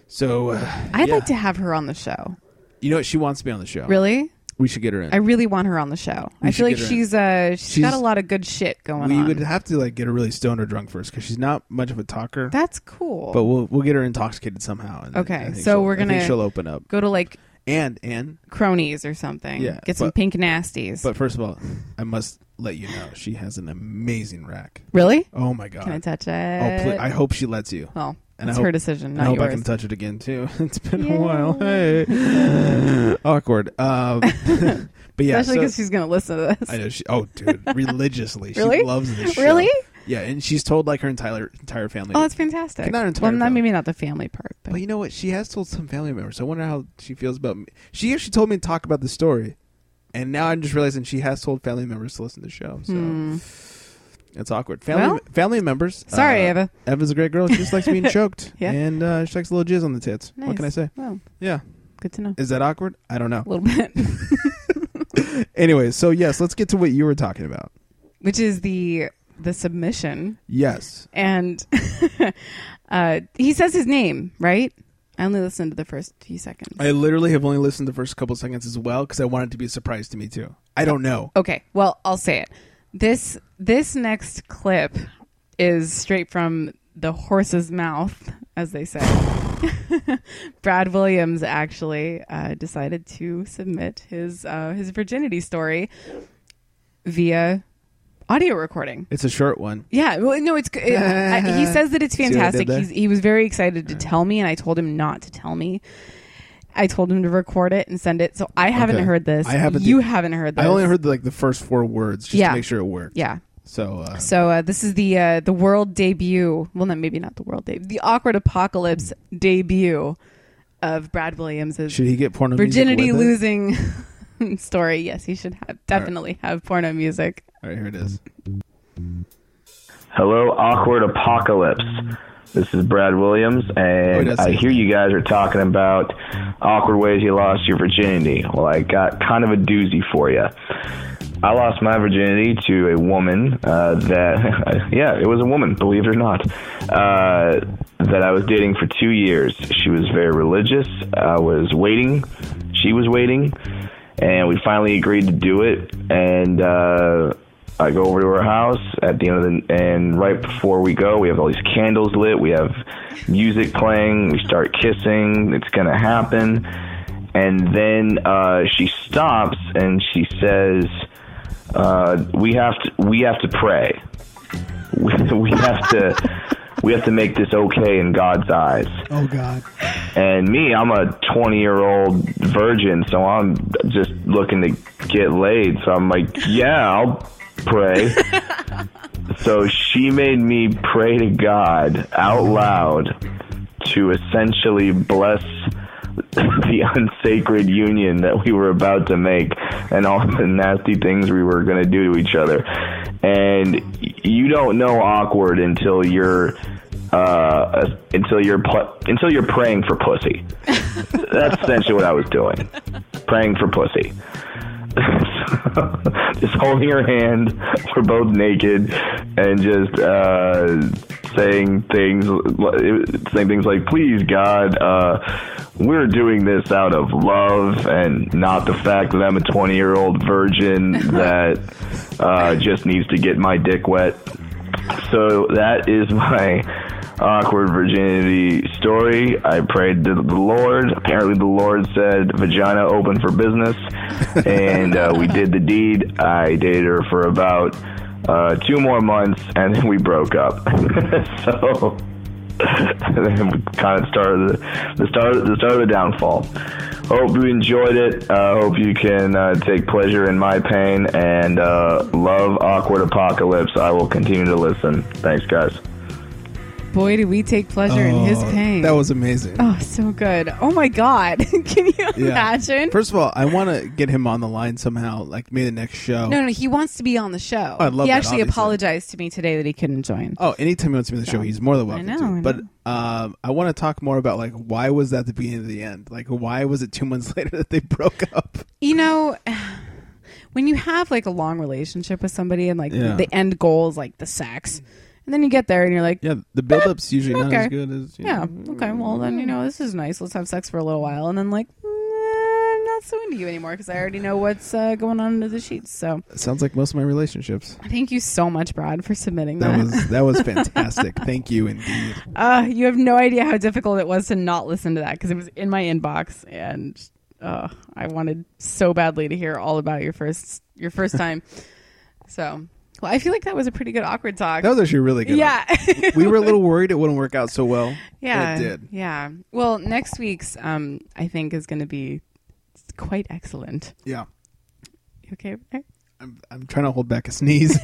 [SPEAKER 1] So uh,
[SPEAKER 4] I'd
[SPEAKER 1] yeah.
[SPEAKER 4] like to have her on the show.
[SPEAKER 1] You know what? She wants to be on the show.
[SPEAKER 4] Really?
[SPEAKER 1] We should get her in.
[SPEAKER 4] I really want her on the show.
[SPEAKER 1] We
[SPEAKER 4] I feel like
[SPEAKER 1] should get her in.
[SPEAKER 4] she's uh she's got
[SPEAKER 1] She's-
[SPEAKER 4] a lot of good shit going
[SPEAKER 1] we
[SPEAKER 4] on.
[SPEAKER 1] would have to like get her really stoned or drunk first because she's not much of a talker.
[SPEAKER 4] That's cool.
[SPEAKER 1] But we'll we'll get her intoxicated somehow. And
[SPEAKER 4] Okay,
[SPEAKER 1] I think
[SPEAKER 4] so
[SPEAKER 1] she'll-
[SPEAKER 4] we're
[SPEAKER 1] I think
[SPEAKER 4] gonna-
[SPEAKER 1] she'll open up.
[SPEAKER 4] Go to like
[SPEAKER 1] And and
[SPEAKER 4] cronies or something.
[SPEAKER 1] Yeah,
[SPEAKER 4] Get some
[SPEAKER 1] but-
[SPEAKER 4] pink nasties.
[SPEAKER 1] but first of all, I must let you know she has an amazing rack.
[SPEAKER 4] really?
[SPEAKER 1] Oh my god!
[SPEAKER 4] Can I touch it?
[SPEAKER 1] Oh, pl- I hope she lets you.
[SPEAKER 4] well,
[SPEAKER 1] And
[SPEAKER 4] it's
[SPEAKER 1] I hope-
[SPEAKER 4] her decision,
[SPEAKER 1] and I
[SPEAKER 4] not
[SPEAKER 1] hope
[SPEAKER 4] yours.
[SPEAKER 1] I can touch it again too. It's been
[SPEAKER 4] Yeah.
[SPEAKER 1] a while. Hey, awkward. Um, but yeah,
[SPEAKER 4] Especially
[SPEAKER 1] so-
[SPEAKER 4] because she's gonna listen to this.
[SPEAKER 1] I know she. Oh, dude, religiously,
[SPEAKER 4] Really?
[SPEAKER 1] she loves this. show.
[SPEAKER 4] Really?
[SPEAKER 1] Yeah, and she's told like her entire entire family.
[SPEAKER 4] Oh, that's fantastic.
[SPEAKER 1] Not
[SPEAKER 4] well,
[SPEAKER 1] entire
[SPEAKER 4] not,
[SPEAKER 1] family.
[SPEAKER 4] maybe not the family part, but,
[SPEAKER 1] But you know what? She has told some family members. I wonder how she feels about me. She actually told me to talk about the story, and now I'm just realizing she has told family members to listen to the show. So it's awkward. Family
[SPEAKER 4] Hmm. Well,
[SPEAKER 1] family members.
[SPEAKER 4] sorry,
[SPEAKER 1] uh,
[SPEAKER 4] Eva.
[SPEAKER 1] Eva's a great girl. She just likes being choked.
[SPEAKER 4] Yeah.
[SPEAKER 1] and uh, she likes a little jizz on the tits. What
[SPEAKER 4] Nice.
[SPEAKER 1] can I say?
[SPEAKER 4] Well,
[SPEAKER 1] Yeah,
[SPEAKER 4] good to know.
[SPEAKER 1] is that awkward? I don't know.
[SPEAKER 4] A little bit.
[SPEAKER 1] Anyway, so yes, let's get to what you were talking about.
[SPEAKER 4] Which is the the submission.
[SPEAKER 1] Yes,
[SPEAKER 4] And uh he says his name, right? I only listened to the first few seconds.
[SPEAKER 1] I literally have only listened the first couple seconds as well because I wanted to be a surprise to me too. I don't know.
[SPEAKER 4] Okay. Well, I'll say it. This this next clip is straight from the horse's mouth, as they say. Brad Williams actually uh, decided to submit his uh, his virginity story via audio recording.
[SPEAKER 1] It's a short one.
[SPEAKER 4] Yeah, well, no, it's. It, I, he says that it's
[SPEAKER 1] what I did
[SPEAKER 4] fantastic.
[SPEAKER 1] there?
[SPEAKER 4] He's, he was very excited to tell me, and I told him not to tell me. I told him to record it and send it. So I haven't
[SPEAKER 1] Okay.
[SPEAKER 4] heard this.
[SPEAKER 1] I haven't
[SPEAKER 4] You
[SPEAKER 1] e-
[SPEAKER 4] haven't heard this.
[SPEAKER 1] I only heard like the first four words just
[SPEAKER 4] Yeah.
[SPEAKER 1] to make sure it worked.
[SPEAKER 4] Yeah.
[SPEAKER 1] So uh,
[SPEAKER 4] So uh, this is the uh, the world debut. Well, no, maybe not the world debut. The awkward apocalypse debut of Brad Williams'
[SPEAKER 1] should he get porno music
[SPEAKER 4] virginity
[SPEAKER 1] with it?
[SPEAKER 4] losing story. Yes, he should have definitely have porno music.
[SPEAKER 1] All right, here it is.
[SPEAKER 11] Hello, Awkward Apocalypse. This is Brad Williams, and
[SPEAKER 1] that's
[SPEAKER 11] I
[SPEAKER 1] it.
[SPEAKER 11] hear you guys are talking about awkward ways you lost your virginity. Well, I got kind of a doozy for you. I lost my virginity to a woman uh, that, yeah, it was a woman, believe it or not, uh, that I was dating for two years. She was very religious. I was waiting. She was waiting. And we finally agreed to do it. And uh, I go over to her house at the end of the, and right before we go, we have all these candles lit. We have music playing. We start kissing. It's going to happen and then uh, she stops and she says, uh, "We have to, we have to pray. We, we have to, we have to make this okay in God's eyes."
[SPEAKER 8] Oh God.
[SPEAKER 11] And me, I'm a 20 year old virgin, so I'm just looking to get laid. So I'm like, yeah, I'll pray. so she made me pray to God out loud to essentially bless the unsacred union that we were about to make and all the nasty things we were going to do to each other. And y- you don't know awkward until you're uh, until you're pl- until you're praying for pussy. That's essentially what I was doing, praying for pussy. just holding her hand, we're both naked, and just uh, saying things, saying things like, "Please, God, uh, we're doing this out of love, and not the fact that I'm a 20 year old virgin that uh, just needs to get my dick wet." So that is my awkward virginity story. I prayed to the Lord. Apparently, the Lord said, "Vagina open for business," and uh, we did the deed. I dated her for about uh, two more months, and then we broke up. so. and then we kind of started the, the start the start of the downfall. Hope you enjoyed it. Uh, hope you can uh, take pleasure in my pain and uh, love awkward apocalypse. I will continue to listen. Thanks, guys.
[SPEAKER 4] Boy, do we take pleasure in his pain.
[SPEAKER 1] Oh, That was amazing.
[SPEAKER 4] Oh, so good. Oh my God. Can you imagine?
[SPEAKER 1] First of all, I want to get him on the line somehow, like maybe the next show.
[SPEAKER 4] No, no, he wants to be on the show.
[SPEAKER 1] Oh, I love
[SPEAKER 4] he
[SPEAKER 1] that, obviously.
[SPEAKER 4] actually apologized to me today that he couldn't join.
[SPEAKER 1] Oh, anytime he wants to be on the show, he's more than welcome
[SPEAKER 4] know,
[SPEAKER 1] to.
[SPEAKER 4] I know.
[SPEAKER 1] But um, I want to talk more about like why was that the beginning of the end? Like why was it two months later that they broke up?
[SPEAKER 4] You know, when you have like a long relationship with somebody and like
[SPEAKER 1] Yeah.
[SPEAKER 4] the end goal is like the sex, and then you get there and you're like,
[SPEAKER 1] Yeah, the build-up's usually not
[SPEAKER 4] okay.
[SPEAKER 1] as good as you
[SPEAKER 4] yeah,
[SPEAKER 1] know.
[SPEAKER 4] okay, well then you know this is nice. Let's have sex for a little while, and then like. "Mm, I'm not so into you anymore because I already know what's uh, going on under the sheets. So
[SPEAKER 1] Sounds like most of my relationships.
[SPEAKER 4] thank you so much, Brad, for submitting
[SPEAKER 1] That
[SPEAKER 4] that.
[SPEAKER 1] was that was fantastic. Thank you indeed.
[SPEAKER 4] Uh, you have no idea how difficult it was to not listen to that because it was in my inbox, and uh, I wanted so badly to hear all about your first your first time. so, well, I feel like that was a pretty good awkward talk.
[SPEAKER 1] That was actually really good.
[SPEAKER 4] Yeah,
[SPEAKER 1] we were a little worried it wouldn't work out so well. and
[SPEAKER 4] yeah,
[SPEAKER 1] it did.
[SPEAKER 4] yeah. Well, next week's um, I think is going to be quite excellent.
[SPEAKER 1] Yeah.
[SPEAKER 4] You okay? over there?
[SPEAKER 1] I'm, I'm trying to hold back a sneeze.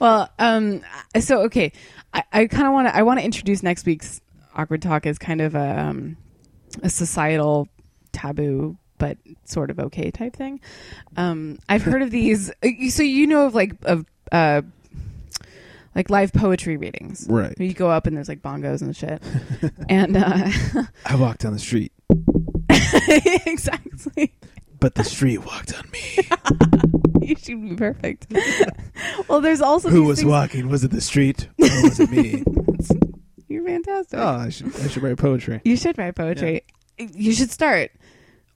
[SPEAKER 4] well, um, so okay, I, I kind of want to I want to introduce next week's awkward talk as kind of a, um, a societal taboo, but sort of okay type thing. Um, I've heard of these, so you know of like of uh, like live poetry readings,
[SPEAKER 1] Right.
[SPEAKER 4] You go up and there's like bongos and shit, and uh,
[SPEAKER 1] I walked down the street,
[SPEAKER 4] exactly.
[SPEAKER 1] but the street walked on me.
[SPEAKER 4] You should be perfect. well, there's also
[SPEAKER 1] Who
[SPEAKER 4] these
[SPEAKER 1] was
[SPEAKER 4] things-
[SPEAKER 1] walking? Was it the street or was it me?
[SPEAKER 4] You're fantastic.
[SPEAKER 1] oh, I should I should write poetry.
[SPEAKER 4] You should write poetry. You should start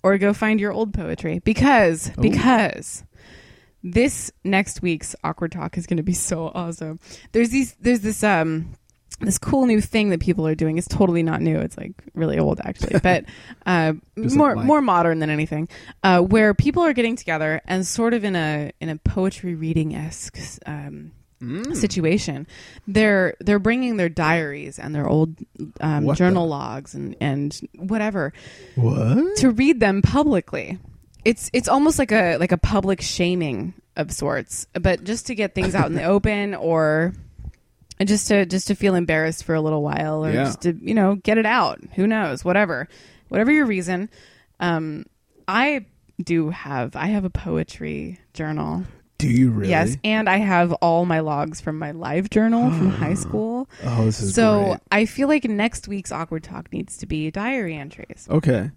[SPEAKER 4] or go find your old poetry because
[SPEAKER 1] Ooh.
[SPEAKER 4] because this next week's awkward talk is going to be so awesome. There's these there's this um this cool new thing that people are doing. It's totally not new. It's like really old actually, but uh,
[SPEAKER 1] Just
[SPEAKER 4] more
[SPEAKER 1] like mine.
[SPEAKER 4] more modern than anything. Uh, where people are getting together and sort of in a in a poetry reading esque um,
[SPEAKER 1] Hmm.
[SPEAKER 4] situation. They're they're bringing their diaries and their old um,
[SPEAKER 1] What
[SPEAKER 4] journal
[SPEAKER 1] the-
[SPEAKER 4] logs and and whatever
[SPEAKER 1] What?
[SPEAKER 4] to read them publicly. It's it's almost like a like a public shaming of sorts, but just to get things out in the open or just to just to feel embarrassed for a little while or
[SPEAKER 1] Yeah.
[SPEAKER 4] just to you know get it out. Who knows? Whatever, whatever your reason. Um, I do have I have a poetry journal.
[SPEAKER 1] Do you really?
[SPEAKER 4] Yes, and I have all my logs from my live journal from high school.
[SPEAKER 1] Oh, this is
[SPEAKER 4] so
[SPEAKER 1] great.
[SPEAKER 4] I feel like next week's awkward talk needs to be diary entries.
[SPEAKER 1] Okay.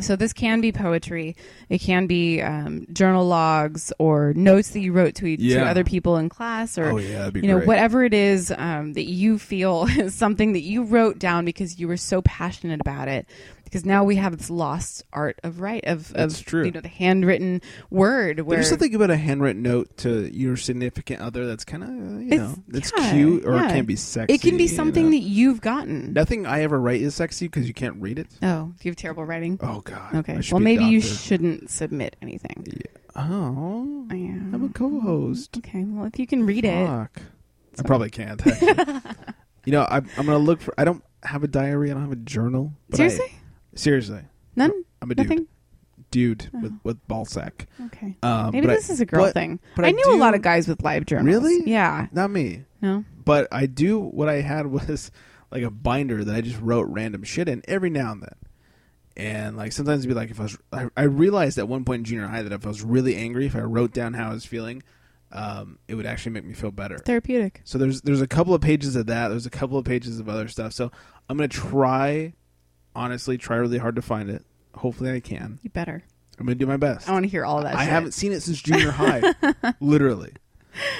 [SPEAKER 4] So this can be poetry, it can be um, journal logs or notes that you wrote to, to
[SPEAKER 1] Yeah.
[SPEAKER 4] other people in class, or
[SPEAKER 1] Oh, yeah, that'd be
[SPEAKER 4] you know
[SPEAKER 1] great.
[SPEAKER 4] whatever it is um, that you feel is something that you wrote down because you were so passionate about it because now we have this lost art of right of, of
[SPEAKER 1] That's true.
[SPEAKER 4] you know the handwritten word where
[SPEAKER 1] There's something about a handwritten note to your significant other that's kind of uh, you know it's
[SPEAKER 4] yeah,
[SPEAKER 1] cute or
[SPEAKER 4] yeah.
[SPEAKER 1] it can be sexy.
[SPEAKER 4] It can be
[SPEAKER 1] you
[SPEAKER 4] something
[SPEAKER 1] know.
[SPEAKER 4] that you've gotten.
[SPEAKER 1] Nothing I ever write is sexy because you can't read it.
[SPEAKER 4] Oh, do you have terrible writing?
[SPEAKER 1] Oh God.
[SPEAKER 4] Okay.
[SPEAKER 1] I should
[SPEAKER 4] Well,
[SPEAKER 1] be a
[SPEAKER 4] maybe you
[SPEAKER 1] doctor.
[SPEAKER 4] shouldn't submit anything.
[SPEAKER 1] Oh,
[SPEAKER 4] I'm
[SPEAKER 1] a co-host.
[SPEAKER 4] Okay. Well, if you can read it,
[SPEAKER 1] Fuck. I probably can't. actually. you know, I, I'm gonna look for. I don't have a diary. I don't have a journal. but I-
[SPEAKER 4] Seriously?
[SPEAKER 1] seriously.
[SPEAKER 4] none.
[SPEAKER 1] I'm a dude.
[SPEAKER 4] nothing. Oh. Mm-hmm.
[SPEAKER 1] Dude with with ball sack.
[SPEAKER 4] Okay.
[SPEAKER 1] Um,
[SPEAKER 4] maybe
[SPEAKER 1] but I-
[SPEAKER 4] this is a girl
[SPEAKER 1] but-
[SPEAKER 4] thing.
[SPEAKER 1] but
[SPEAKER 4] I, knew a
[SPEAKER 1] do-
[SPEAKER 4] lot of guys with live journals.
[SPEAKER 1] Really?
[SPEAKER 4] Yeah.
[SPEAKER 1] Not me.
[SPEAKER 4] No.
[SPEAKER 1] But I do. What I had was like a binder that I just wrote random shit in every now and then. And like sometimes it'd be like if I was, I, I realized at one point in junior high that if I was really angry, if I wrote down how I was feeling, um, it would actually make me feel better.
[SPEAKER 4] Therapeutic.
[SPEAKER 1] So there's there's a couple of pages of that. There's a couple of pages of other stuff. So I'm gonna try, honestly, try really hard to find it. Hopefully I can.
[SPEAKER 4] You better.
[SPEAKER 1] I'm gonna do my best.
[SPEAKER 4] I want to hear all of that.
[SPEAKER 1] I
[SPEAKER 4] shit.
[SPEAKER 1] haven't seen it since junior high, literally.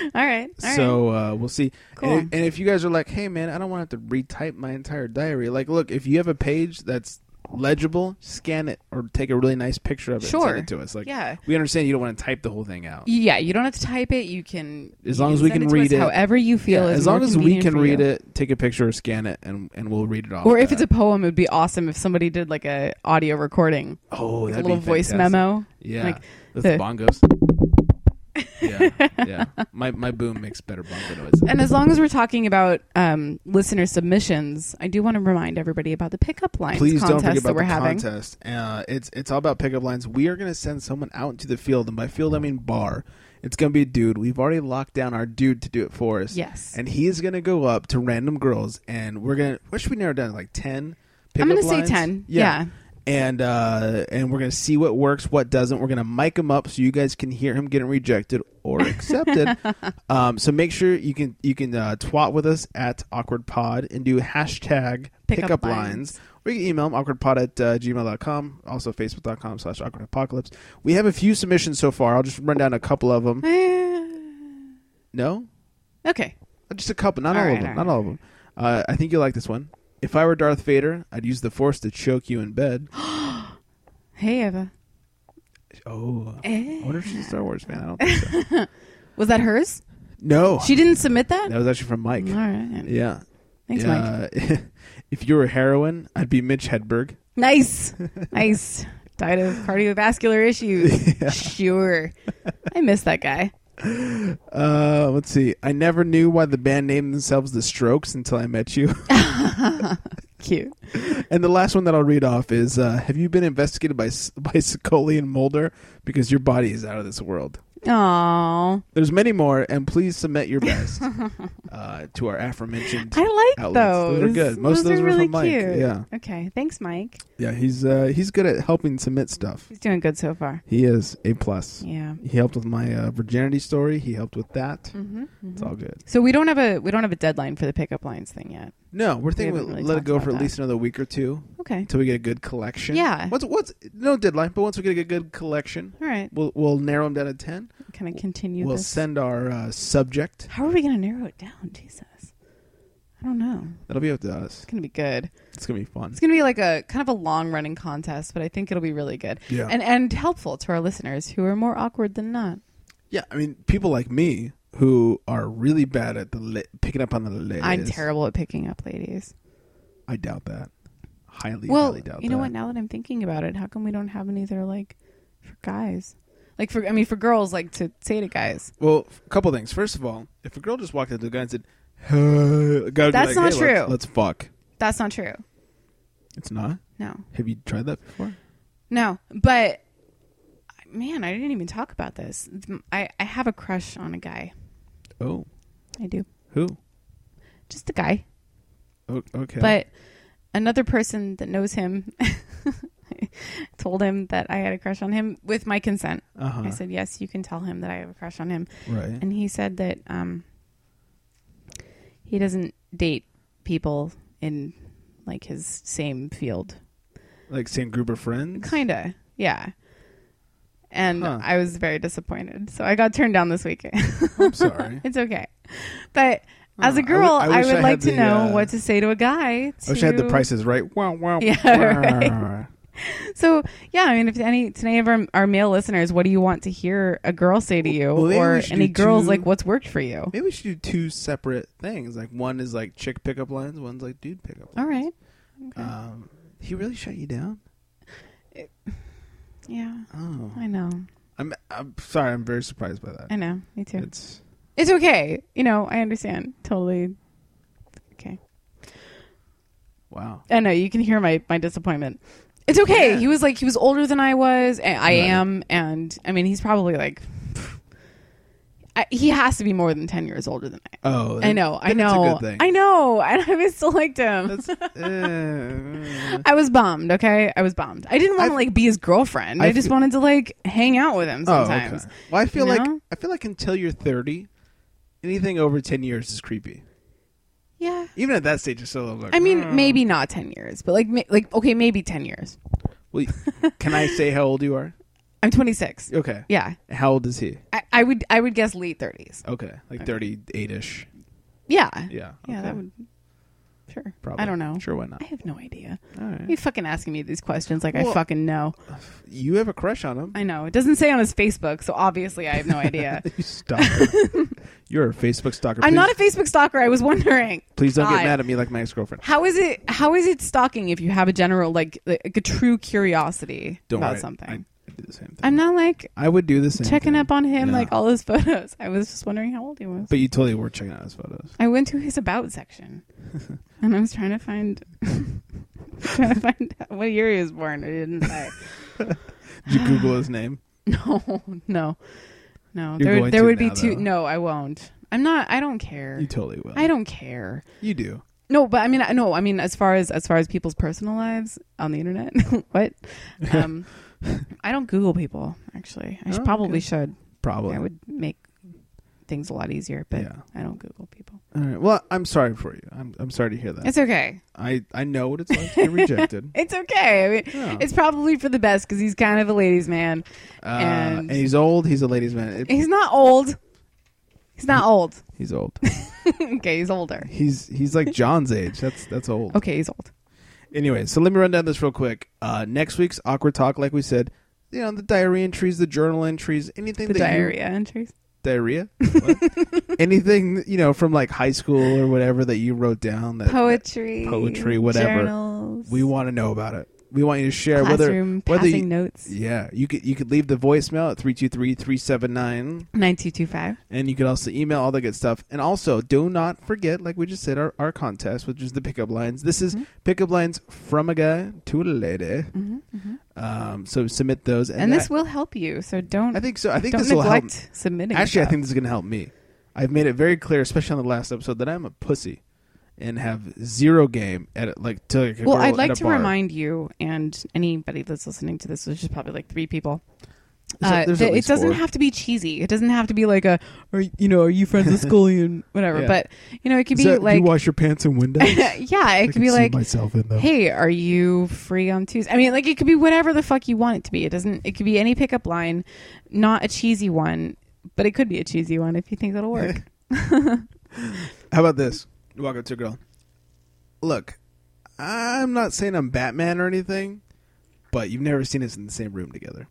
[SPEAKER 4] All right. all right.
[SPEAKER 1] so uh, we'll see.
[SPEAKER 4] Cool.
[SPEAKER 1] And, if, and if you guys are like, hey man, I don't want to have to retype my entire diary. Like, look, if you have a page that's legible, scan it or take a really nice picture of it.
[SPEAKER 4] Sure.
[SPEAKER 1] And send it to us. Like,
[SPEAKER 4] Yeah.
[SPEAKER 1] we understand you don't want to type the whole thing out.
[SPEAKER 4] Yeah, you don't have to type it. You can
[SPEAKER 1] As
[SPEAKER 4] you
[SPEAKER 1] long as we
[SPEAKER 4] send
[SPEAKER 1] can
[SPEAKER 4] to
[SPEAKER 1] read
[SPEAKER 4] us
[SPEAKER 1] it,
[SPEAKER 4] however you feel.
[SPEAKER 1] Yeah,
[SPEAKER 4] is
[SPEAKER 1] as
[SPEAKER 4] more
[SPEAKER 1] long as we
[SPEAKER 4] convenient
[SPEAKER 1] can
[SPEAKER 4] for
[SPEAKER 1] read
[SPEAKER 4] you.
[SPEAKER 1] it, take a picture or scan it, and and we'll read it off.
[SPEAKER 4] Or if it's a poem, it would be awesome if somebody did like a audio recording.
[SPEAKER 1] Oh,
[SPEAKER 4] like a
[SPEAKER 1] that'd
[SPEAKER 4] little
[SPEAKER 1] be
[SPEAKER 4] voice
[SPEAKER 1] fantastic.
[SPEAKER 4] memo.
[SPEAKER 1] Yeah,
[SPEAKER 4] like
[SPEAKER 1] with
[SPEAKER 4] the-
[SPEAKER 1] bongos. yeah, yeah. My my boom makes better bongo noises.
[SPEAKER 4] And as long as we're talking about um, listener submissions, I do want to remind everybody about the pickup lines
[SPEAKER 1] Please don't
[SPEAKER 4] contest
[SPEAKER 1] forget about
[SPEAKER 4] that we're
[SPEAKER 1] the
[SPEAKER 4] having.
[SPEAKER 1] contest. Uh, it's it's all about pickup lines. We are going to send someone out into the field, and by field I mean bar. It's going to be a dude. We've already locked down our dude to do it for us.
[SPEAKER 4] Yes.
[SPEAKER 1] and he is going to go up to random girls, and we're gonna. What should we narrow down? Like ten.
[SPEAKER 4] I'm
[SPEAKER 1] going
[SPEAKER 4] gonna
[SPEAKER 1] to
[SPEAKER 4] say 10, yeah.
[SPEAKER 1] And uh, and we're gonna see what works, what doesn't. We're gonna mic him up so you guys can hear him getting rejected or accepted. um, so make sure you can you can uh, twat with us at awkward pod and do hashtag
[SPEAKER 4] Pickup
[SPEAKER 1] pickup
[SPEAKER 4] lines.
[SPEAKER 1] lines. Or you can email them, awkwardpod at uh, gmail.com, also facebook.com slash awkwardapocalypse. We have a few submissions so far. I'll just run down a couple of them. no? Uh,
[SPEAKER 4] Okay.
[SPEAKER 1] Just a couple, not all,
[SPEAKER 4] All
[SPEAKER 1] of
[SPEAKER 4] right,
[SPEAKER 1] them.
[SPEAKER 4] all
[SPEAKER 1] not all of them. Uh, I think you'll like this one. If I were Darth Vader, I'd use the force to choke you in bed.
[SPEAKER 4] Hey Eva,
[SPEAKER 1] oh. I wonder if she's a Star Wars fan. I don't think so.
[SPEAKER 4] was that hers?
[SPEAKER 1] No.
[SPEAKER 4] She didn't submit that.
[SPEAKER 1] That was actually from Mike.
[SPEAKER 4] All right.
[SPEAKER 1] Yeah.
[SPEAKER 4] Thanks,
[SPEAKER 1] Mike. if you were a heroin, I'd be Mitch Hedberg.
[SPEAKER 4] Nice, nice. Died of cardiovascular issues. Sure. I miss that guy.
[SPEAKER 1] Uh, let's see. I never knew why the band named themselves The Strokes until I met you.
[SPEAKER 4] Cute.
[SPEAKER 1] And the last one that I'll read off is: uh, Have you been investigated by S- by Scully and Mulder because your body is out of this world?
[SPEAKER 4] Aww.
[SPEAKER 1] There's many more, and please submit your best uh, to our aforementioned.
[SPEAKER 4] I like
[SPEAKER 1] outlets.
[SPEAKER 4] those.
[SPEAKER 1] are good. Most of those
[SPEAKER 4] are
[SPEAKER 1] were
[SPEAKER 4] really
[SPEAKER 1] from Mike.
[SPEAKER 4] Cute.
[SPEAKER 1] Yeah,
[SPEAKER 4] Okay. Thanks, Mike.
[SPEAKER 1] yeah. He's uh, he's good at helping submit stuff.
[SPEAKER 4] He's doing good so far.
[SPEAKER 1] He is a plus.
[SPEAKER 4] Yeah.
[SPEAKER 1] He helped with my uh, virginity story. He helped with that.
[SPEAKER 4] Mhm,
[SPEAKER 1] It's all good.
[SPEAKER 4] So we don't have a we don't have a deadline for the pickup lines thing yet.
[SPEAKER 1] No, we're
[SPEAKER 4] We
[SPEAKER 1] thinking we
[SPEAKER 4] haven't really
[SPEAKER 1] let it
[SPEAKER 4] talked
[SPEAKER 1] go
[SPEAKER 4] about
[SPEAKER 1] for at
[SPEAKER 4] that.
[SPEAKER 1] least another week or two.
[SPEAKER 4] Okay.
[SPEAKER 1] Until we get a good collection.
[SPEAKER 4] Yeah.
[SPEAKER 1] Once, once no deadline, but once we get a good collection,
[SPEAKER 4] All right.
[SPEAKER 1] we'll we'll narrow them down to ten.
[SPEAKER 4] Can I continue
[SPEAKER 1] We'll
[SPEAKER 4] this?
[SPEAKER 1] send our uh, subject.
[SPEAKER 4] How are we going to narrow it down? Jesus. I don't know.
[SPEAKER 1] That'll be up to us. It's
[SPEAKER 4] gonna be good.
[SPEAKER 1] It's gonna be fun.
[SPEAKER 4] It's going to be like a kind of a long running contest, but I think it'll be really good.
[SPEAKER 1] Yeah.
[SPEAKER 4] And and helpful to our listeners who are more awkward than not.
[SPEAKER 1] yeah, I mean, people like me who are really bad at the li- picking up on the ladies.
[SPEAKER 4] I'm terrible at picking up ladies.
[SPEAKER 1] I doubt that. Highly,
[SPEAKER 4] well,
[SPEAKER 1] highly doubt
[SPEAKER 4] you know
[SPEAKER 1] that.
[SPEAKER 4] what? Now that I'm thinking about it, how come we don't have any that are like for guys? Like for I mean for girls like to say to guys.
[SPEAKER 1] Well, a couple things. First of all, if a girl just walked up to a guy and said, "Hey," a guy would be
[SPEAKER 4] That's
[SPEAKER 1] like,
[SPEAKER 4] not
[SPEAKER 1] "Hey,
[SPEAKER 4] true.
[SPEAKER 1] Let's, let's fuck.
[SPEAKER 4] That's not true.
[SPEAKER 1] It's not.
[SPEAKER 4] No.
[SPEAKER 1] Have you tried that before?
[SPEAKER 4] No, but man, I didn't even talk about this. I I have a crush on a guy.
[SPEAKER 1] Oh,
[SPEAKER 4] I do.
[SPEAKER 1] who?
[SPEAKER 4] Just a guy.
[SPEAKER 1] O- okay.
[SPEAKER 4] But another person that knows him told him that I had a crush on him with my consent.
[SPEAKER 1] Uh-huh.
[SPEAKER 4] I said, "Yes, you can tell him that I have a crush on him."
[SPEAKER 1] Right.
[SPEAKER 4] And he said that um, he doesn't date people in like his same field.
[SPEAKER 1] like same group of friends.
[SPEAKER 4] Kinda, yeah. And
[SPEAKER 1] Huh.
[SPEAKER 4] I was very disappointed. So I got turned down this weekend.
[SPEAKER 1] I'm sorry.
[SPEAKER 4] it's okay, but As a girl,
[SPEAKER 1] I
[SPEAKER 4] I,
[SPEAKER 1] wi- I wish
[SPEAKER 4] would
[SPEAKER 1] I
[SPEAKER 4] like
[SPEAKER 1] had
[SPEAKER 4] to
[SPEAKER 1] the,
[SPEAKER 4] know
[SPEAKER 1] uh,
[SPEAKER 4] what to say to a guy. To...
[SPEAKER 1] I wish I had the prices right. Wow, wow,
[SPEAKER 4] Yeah,
[SPEAKER 1] wow.
[SPEAKER 4] right. So yeah, I mean, if any to any of our, our male listeners, what do you want to hear a girl say to you,
[SPEAKER 1] Well, maybe we
[SPEAKER 4] or
[SPEAKER 1] should
[SPEAKER 4] any
[SPEAKER 1] do
[SPEAKER 4] girls
[SPEAKER 1] two-
[SPEAKER 4] like what's worked for you?
[SPEAKER 1] Maybe we should do two separate things. Like one is like chick pickup lines, one's like dude pickup.
[SPEAKER 4] All right.
[SPEAKER 1] Um, he really shut you down.
[SPEAKER 4] Yeah.
[SPEAKER 1] Oh.
[SPEAKER 4] I know.
[SPEAKER 1] I'm I'm sorry. I'm very surprised by that.
[SPEAKER 4] I know. Me too.
[SPEAKER 1] It's
[SPEAKER 4] It's okay. You know, I understand totally. Okay.
[SPEAKER 1] wow.
[SPEAKER 4] I know you can hear my my disappointment. It's okay. He was like he was older than I was. And I am, and I mean he's probably like. I, he has to be more than ten years older than I. am.
[SPEAKER 1] Oh,
[SPEAKER 4] I
[SPEAKER 1] then-
[SPEAKER 4] know. I
[SPEAKER 1] then it's a
[SPEAKER 4] know.
[SPEAKER 1] good thing.
[SPEAKER 4] I know. And I still liked him.
[SPEAKER 1] Eh.
[SPEAKER 4] I was bummed. Okay, I was bummed. I didn't want to like be his girlfriend. I,
[SPEAKER 1] I
[SPEAKER 4] just
[SPEAKER 1] feel-
[SPEAKER 4] wanted to like hang out with him
[SPEAKER 1] Oh,
[SPEAKER 4] sometimes.
[SPEAKER 1] okay. Well, I feel
[SPEAKER 4] You
[SPEAKER 1] like
[SPEAKER 4] know?
[SPEAKER 1] I feel like until you're 30, anything over 10 years is creepy.
[SPEAKER 4] Yeah.
[SPEAKER 1] Even at that stage, you're still a little like.
[SPEAKER 4] I mean,
[SPEAKER 1] "Mm."
[SPEAKER 4] maybe not ten years, but like, ma- like okay, maybe ten years.
[SPEAKER 1] Well, can I say how old you are?
[SPEAKER 4] I'm 26.
[SPEAKER 1] Okay.
[SPEAKER 4] Yeah.
[SPEAKER 1] How old is he?
[SPEAKER 4] I, I would, I would guess late 30s.
[SPEAKER 1] Okay, like 38 ish.
[SPEAKER 4] Yeah.
[SPEAKER 1] Yeah.
[SPEAKER 4] Yeah, that
[SPEAKER 1] okay.
[SPEAKER 4] would. Sure.
[SPEAKER 1] Probably.
[SPEAKER 4] I don't know.
[SPEAKER 1] Sure, why not?
[SPEAKER 4] I have no idea.
[SPEAKER 1] All right.
[SPEAKER 4] You fucking asking me these questions like I
[SPEAKER 1] Well-
[SPEAKER 4] fucking know.
[SPEAKER 1] You have a crush on him.
[SPEAKER 4] I know. It doesn't say on his Facebook, so obviously I have no idea.
[SPEAKER 1] You stalker. You're a Facebook stalker.
[SPEAKER 4] I'm
[SPEAKER 1] please,
[SPEAKER 4] not a Facebook stalker. I was wondering.
[SPEAKER 1] Please don't
[SPEAKER 4] God.
[SPEAKER 1] get mad at me like my ex girlfriend.
[SPEAKER 4] How is it? How is it stalking if you have a general like, like a true curiosity
[SPEAKER 1] Don't
[SPEAKER 4] about
[SPEAKER 1] worry.
[SPEAKER 4] something?
[SPEAKER 1] I, I do the same thing.
[SPEAKER 4] I'm not like
[SPEAKER 1] I would do the same.
[SPEAKER 4] checking
[SPEAKER 1] thing.
[SPEAKER 4] up on him
[SPEAKER 1] No.
[SPEAKER 4] like all his photos. I was just wondering how old he was.
[SPEAKER 1] But you totally were checking out his photos.
[SPEAKER 4] I went to his about section, and I was trying to find trying to find out what year he was born. I didn't say.
[SPEAKER 1] Did you Google his name?
[SPEAKER 4] No, no, no.
[SPEAKER 1] You're
[SPEAKER 4] there,
[SPEAKER 1] going
[SPEAKER 4] there
[SPEAKER 1] to
[SPEAKER 4] would be
[SPEAKER 1] now,
[SPEAKER 4] two.
[SPEAKER 1] though.
[SPEAKER 4] No, I won't. I'm not. I don't care.
[SPEAKER 1] You totally will.
[SPEAKER 4] I don't care.
[SPEAKER 1] You do.
[SPEAKER 4] No, but I mean, I- no. I mean, as far as as far as people's personal lives on the internet, what? Um, I don't Google people. Actually, I should,
[SPEAKER 1] Oh,
[SPEAKER 4] probably
[SPEAKER 1] okay.
[SPEAKER 4] should.
[SPEAKER 1] Probably.
[SPEAKER 4] I would make things a lot easier, but
[SPEAKER 1] Yeah.
[SPEAKER 4] I don't Google people.
[SPEAKER 1] All right. Well, I'm sorry for you. I'm I'm sorry to hear that.
[SPEAKER 4] It's okay.
[SPEAKER 1] I I know what it's like to get rejected.
[SPEAKER 4] It's okay. I mean,
[SPEAKER 1] Yeah.
[SPEAKER 4] it's probably for the best because he's kind of a ladies' man,
[SPEAKER 1] Uh, and,
[SPEAKER 4] and
[SPEAKER 1] he's old. He's a ladies' man. It-
[SPEAKER 4] he's not old. He's not old.
[SPEAKER 1] he's old.
[SPEAKER 4] okay, he's older.
[SPEAKER 1] He's he's like John's age. That's that's old.
[SPEAKER 4] Okay, he's old.
[SPEAKER 1] Anyway, so let me run down this real quick. Uh, next week's awkward talk, like we said, you know the diary entries, the journal entries, anything
[SPEAKER 4] The
[SPEAKER 1] that you-
[SPEAKER 4] diarrhea entries.
[SPEAKER 1] diarrhea, What? anything you know from like high school or whatever that you wrote down that
[SPEAKER 4] Poetry,
[SPEAKER 1] poetry, whatever.
[SPEAKER 4] journals.
[SPEAKER 1] We want to know about it. We want you to share
[SPEAKER 4] Classroom
[SPEAKER 1] whether whether
[SPEAKER 4] passing
[SPEAKER 1] you,
[SPEAKER 4] notes.
[SPEAKER 1] Yeah, you could you could leave the voicemail at 323-379
[SPEAKER 4] Nine two two five.
[SPEAKER 1] and you can also email all that good stuff. And also, do not forget like we just said our, our contest, which is the pickup lines. This
[SPEAKER 4] Mm-hmm.
[SPEAKER 1] is pickup lines from a guy to a lady. Um, so submit those and,
[SPEAKER 4] mm-hmm. And, this
[SPEAKER 1] I,
[SPEAKER 4] will help you. So don't.
[SPEAKER 1] I think so. I think
[SPEAKER 4] don't
[SPEAKER 1] this will help.
[SPEAKER 4] neglect submitting.
[SPEAKER 1] Actually, I
[SPEAKER 4] stuff.
[SPEAKER 1] think this is going to help me. I've made it very clear, especially on the last episode, that I'm a pussy and have zero game at like to like a
[SPEAKER 4] Well,
[SPEAKER 1] girl
[SPEAKER 4] I'd like
[SPEAKER 1] at a
[SPEAKER 4] to
[SPEAKER 1] bar.
[SPEAKER 4] remind you and anybody that's listening to this, which is probably like three people.
[SPEAKER 1] There's a-
[SPEAKER 4] Uh,
[SPEAKER 1] there's
[SPEAKER 4] that
[SPEAKER 1] at
[SPEAKER 4] it
[SPEAKER 1] least
[SPEAKER 4] doesn't
[SPEAKER 1] four.
[SPEAKER 4] have to be cheesy. It doesn't have to be like a, or you know, are you friends with Scully and whatever.
[SPEAKER 1] Yeah.
[SPEAKER 4] But you know, it could
[SPEAKER 1] Is
[SPEAKER 4] be
[SPEAKER 1] that- do
[SPEAKER 4] like,
[SPEAKER 1] you wash your pants in windows.
[SPEAKER 4] yeah, it could
[SPEAKER 1] can
[SPEAKER 4] be
[SPEAKER 1] see
[SPEAKER 4] like,
[SPEAKER 1] myself in them.
[SPEAKER 4] hey, are you free on Tuesday? I mean, like it could be whatever the fuck you want it to be. It doesn't. It could be any pickup line, not a cheesy one, but it could be a cheesy one if you think that'll work.
[SPEAKER 1] How about this? You walk up to a girl. Look, I'm not saying I'm Batman or anything, but you've never seen us in the same room together.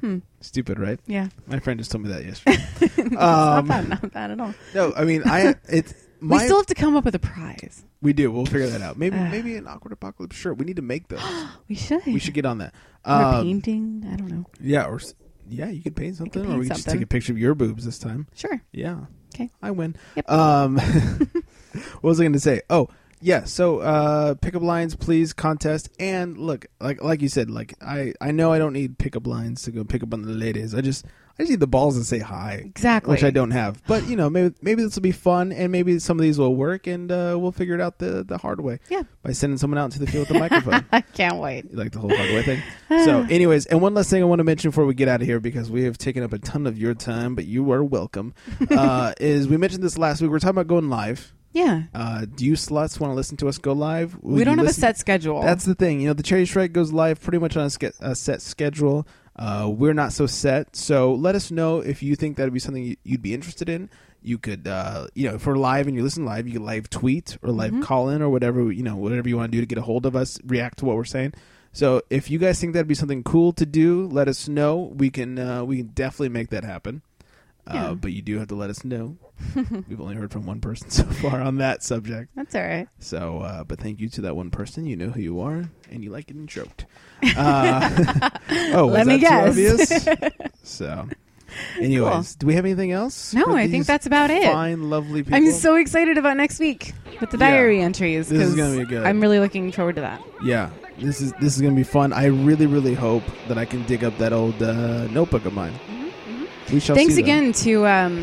[SPEAKER 4] hmm.
[SPEAKER 1] Stupid, right?
[SPEAKER 4] Yeah.
[SPEAKER 1] My friend just told me that yesterday.
[SPEAKER 4] It's
[SPEAKER 1] Um,
[SPEAKER 4] not bad. Not bad at all.
[SPEAKER 1] no, I mean, I it's my
[SPEAKER 4] we still have to come up with a prize.
[SPEAKER 1] we do. We'll figure that out. Maybe
[SPEAKER 4] Ah.
[SPEAKER 1] maybe an awkward apocalypse shirt. We need to make those.
[SPEAKER 4] We should.
[SPEAKER 1] we should get on that.
[SPEAKER 4] Or
[SPEAKER 1] Um,
[SPEAKER 4] painting. I don't know.
[SPEAKER 1] Yeah, or s- yeah, you could paint something, or
[SPEAKER 4] paint
[SPEAKER 1] we could just
[SPEAKER 4] something.
[SPEAKER 1] take a picture of your boobs this time.
[SPEAKER 4] Sure.
[SPEAKER 1] Yeah.
[SPEAKER 4] 'Kay.
[SPEAKER 1] I win.
[SPEAKER 4] Yep.
[SPEAKER 1] Um, what was I going to say? Oh, yeah. So uh, pickup lines, please contest. And look, like like you said, like I I know I don't need pickup lines to go pick up on the ladies. I just I just need the balls to say hi.
[SPEAKER 4] Exactly.
[SPEAKER 1] Which I don't have, but you know, maybe maybe this will be fun, and maybe some of these will work, and uh, we'll figure it out the the hard way.
[SPEAKER 4] Yeah.
[SPEAKER 1] by sending someone out into the field with a microphone.
[SPEAKER 4] I can't wait.
[SPEAKER 1] You like the whole Hogwarts thing. So, anyways, and one last thing I want to mention before we get out of here because we have taken up a ton of your time, but you are welcome. uh, is we mentioned this last week. We are talking about going live.
[SPEAKER 4] Yeah.
[SPEAKER 1] Uh, do you sluts want to listen to us go live? Will
[SPEAKER 4] we
[SPEAKER 1] you
[SPEAKER 4] don't have a
[SPEAKER 1] listen-
[SPEAKER 4] set schedule.
[SPEAKER 1] That's the thing. You know, the Cherry Strike goes live pretty much on a, ske- a set schedule. Uh, we're not so set. So let us know if you think that would be something you- you'd be interested in. You could, uh, you know, if we're live and you listen live, you could live tweet or live call in or whatever you know, whatever you want to do to get a hold of us, react to what we're saying. So if you guys think that'd be something cool to do, let us know. We can uh, we can definitely make that happen.
[SPEAKER 4] Yeah.
[SPEAKER 1] Uh, but you do have to let us know. We've only heard from one person so far on that subject.
[SPEAKER 4] That's all right.
[SPEAKER 1] So, uh, but thank you to that one person. You know who you are, and you like getting choked. Uh, oh, was
[SPEAKER 4] Let me
[SPEAKER 1] that too
[SPEAKER 4] guess.
[SPEAKER 1] obvious? so, anyways, do we have anything else?
[SPEAKER 4] No,
[SPEAKER 1] for
[SPEAKER 4] I think
[SPEAKER 1] these
[SPEAKER 4] that's about it.
[SPEAKER 1] Fine, lovely people.
[SPEAKER 4] I'm so excited about next week with the
[SPEAKER 1] Yeah.
[SPEAKER 4] diary entries.
[SPEAKER 1] This is
[SPEAKER 4] 'cause
[SPEAKER 1] gonna be good.
[SPEAKER 4] I'm really looking forward to that.
[SPEAKER 1] yeah. This is this is gonna be fun. I really, really hope that I can dig up that old uh, notebook of mine. We shall.
[SPEAKER 4] Mm-hmm, Thanks
[SPEAKER 1] see, though.
[SPEAKER 4] again to um,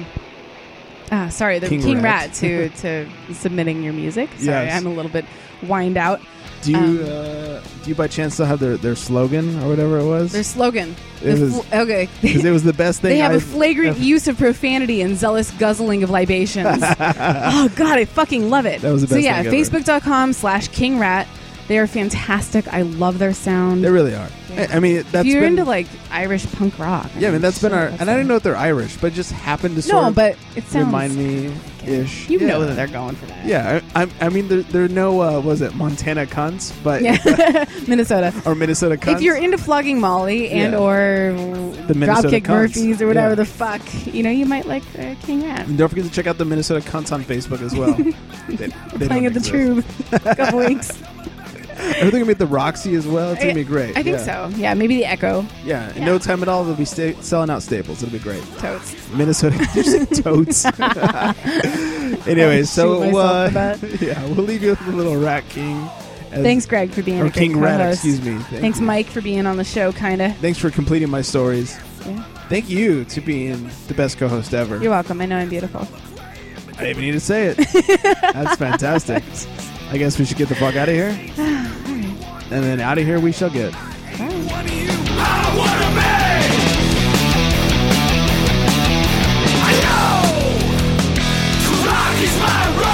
[SPEAKER 4] ah, sorry, the
[SPEAKER 1] King
[SPEAKER 4] King,
[SPEAKER 1] Rat.
[SPEAKER 4] Rat, to to submitting your music. Sorry,
[SPEAKER 1] Yes.
[SPEAKER 4] I'm a little bit whined out.
[SPEAKER 1] Do you
[SPEAKER 4] Um,
[SPEAKER 1] uh, do you by chance still have their, their slogan or whatever it was?
[SPEAKER 4] their slogan?
[SPEAKER 1] It
[SPEAKER 4] The
[SPEAKER 1] was-
[SPEAKER 4] fl- okay.
[SPEAKER 1] Because it was the best thing.
[SPEAKER 4] They have
[SPEAKER 1] a
[SPEAKER 4] a flagrant use of profanity and zealous guzzling of libations. oh God, I fucking love it.
[SPEAKER 1] That was the
[SPEAKER 4] so
[SPEAKER 1] best
[SPEAKER 4] yeah,
[SPEAKER 1] thing ever.
[SPEAKER 4] facebook.com slash King Rat. They are fantastic. I love their sound.
[SPEAKER 1] They really are. I I mean, that's
[SPEAKER 4] if you're
[SPEAKER 1] been,
[SPEAKER 4] into like Irish punk rock.
[SPEAKER 1] Yeah, I mean that's been our,
[SPEAKER 4] that's
[SPEAKER 1] and I didn't know if they're Irish, but it just happened to
[SPEAKER 4] No,
[SPEAKER 1] sort of
[SPEAKER 4] but it sounds
[SPEAKER 1] remind me ish.
[SPEAKER 4] You
[SPEAKER 1] yeah.
[SPEAKER 4] know that they're going for that.
[SPEAKER 1] Yeah, I, I, I mean there, there are no uh, was it Montana cunts, but
[SPEAKER 4] Yeah. Minnesota.
[SPEAKER 1] or Minnesota cunts.
[SPEAKER 4] If you're into flogging Molly and
[SPEAKER 1] Yeah.
[SPEAKER 4] or
[SPEAKER 1] The Minnesota
[SPEAKER 4] Dropkick
[SPEAKER 1] Cunts.
[SPEAKER 4] Murphys or whatever
[SPEAKER 1] Yeah.
[SPEAKER 4] the fuck, you know, you might like uh, King Rat.
[SPEAKER 1] and don't forget to check out the Minnesota cunts on Facebook as well. they, they
[SPEAKER 4] Playing
[SPEAKER 1] don't
[SPEAKER 4] at the
[SPEAKER 1] exist.
[SPEAKER 4] Tube. a couple weeks.
[SPEAKER 1] I think gonna be at the Roxy as well. It's gonna be great.
[SPEAKER 4] I think
[SPEAKER 1] yeah.
[SPEAKER 4] so. Yeah, maybe the Echo.
[SPEAKER 1] Yeah, in no time at all, they'll be sta- selling out Staples. It'll be great.
[SPEAKER 4] Totes.
[SPEAKER 1] Minnesota Did you say totes. anyway, so
[SPEAKER 4] Shoot myself
[SPEAKER 1] uh,
[SPEAKER 4] for that.
[SPEAKER 1] yeah, we'll leave you with a little Rat King. as-
[SPEAKER 4] Thanks, Greg, for being
[SPEAKER 1] or
[SPEAKER 4] a great
[SPEAKER 1] King Rat,
[SPEAKER 4] co-host.
[SPEAKER 1] excuse me. Thank
[SPEAKER 4] Thanks,
[SPEAKER 1] you.
[SPEAKER 4] Mike, for being on the show, kind of.
[SPEAKER 1] Thanks for completing my stories.
[SPEAKER 4] Yeah.
[SPEAKER 1] Thank you to being the best co-host ever.
[SPEAKER 4] You're welcome. I know I'm beautiful.
[SPEAKER 1] I didn't even need to say it. That's fantastic. I guess we should get the fuck out of here, and then out of here we shall get.
[SPEAKER 7] Rock is my rock.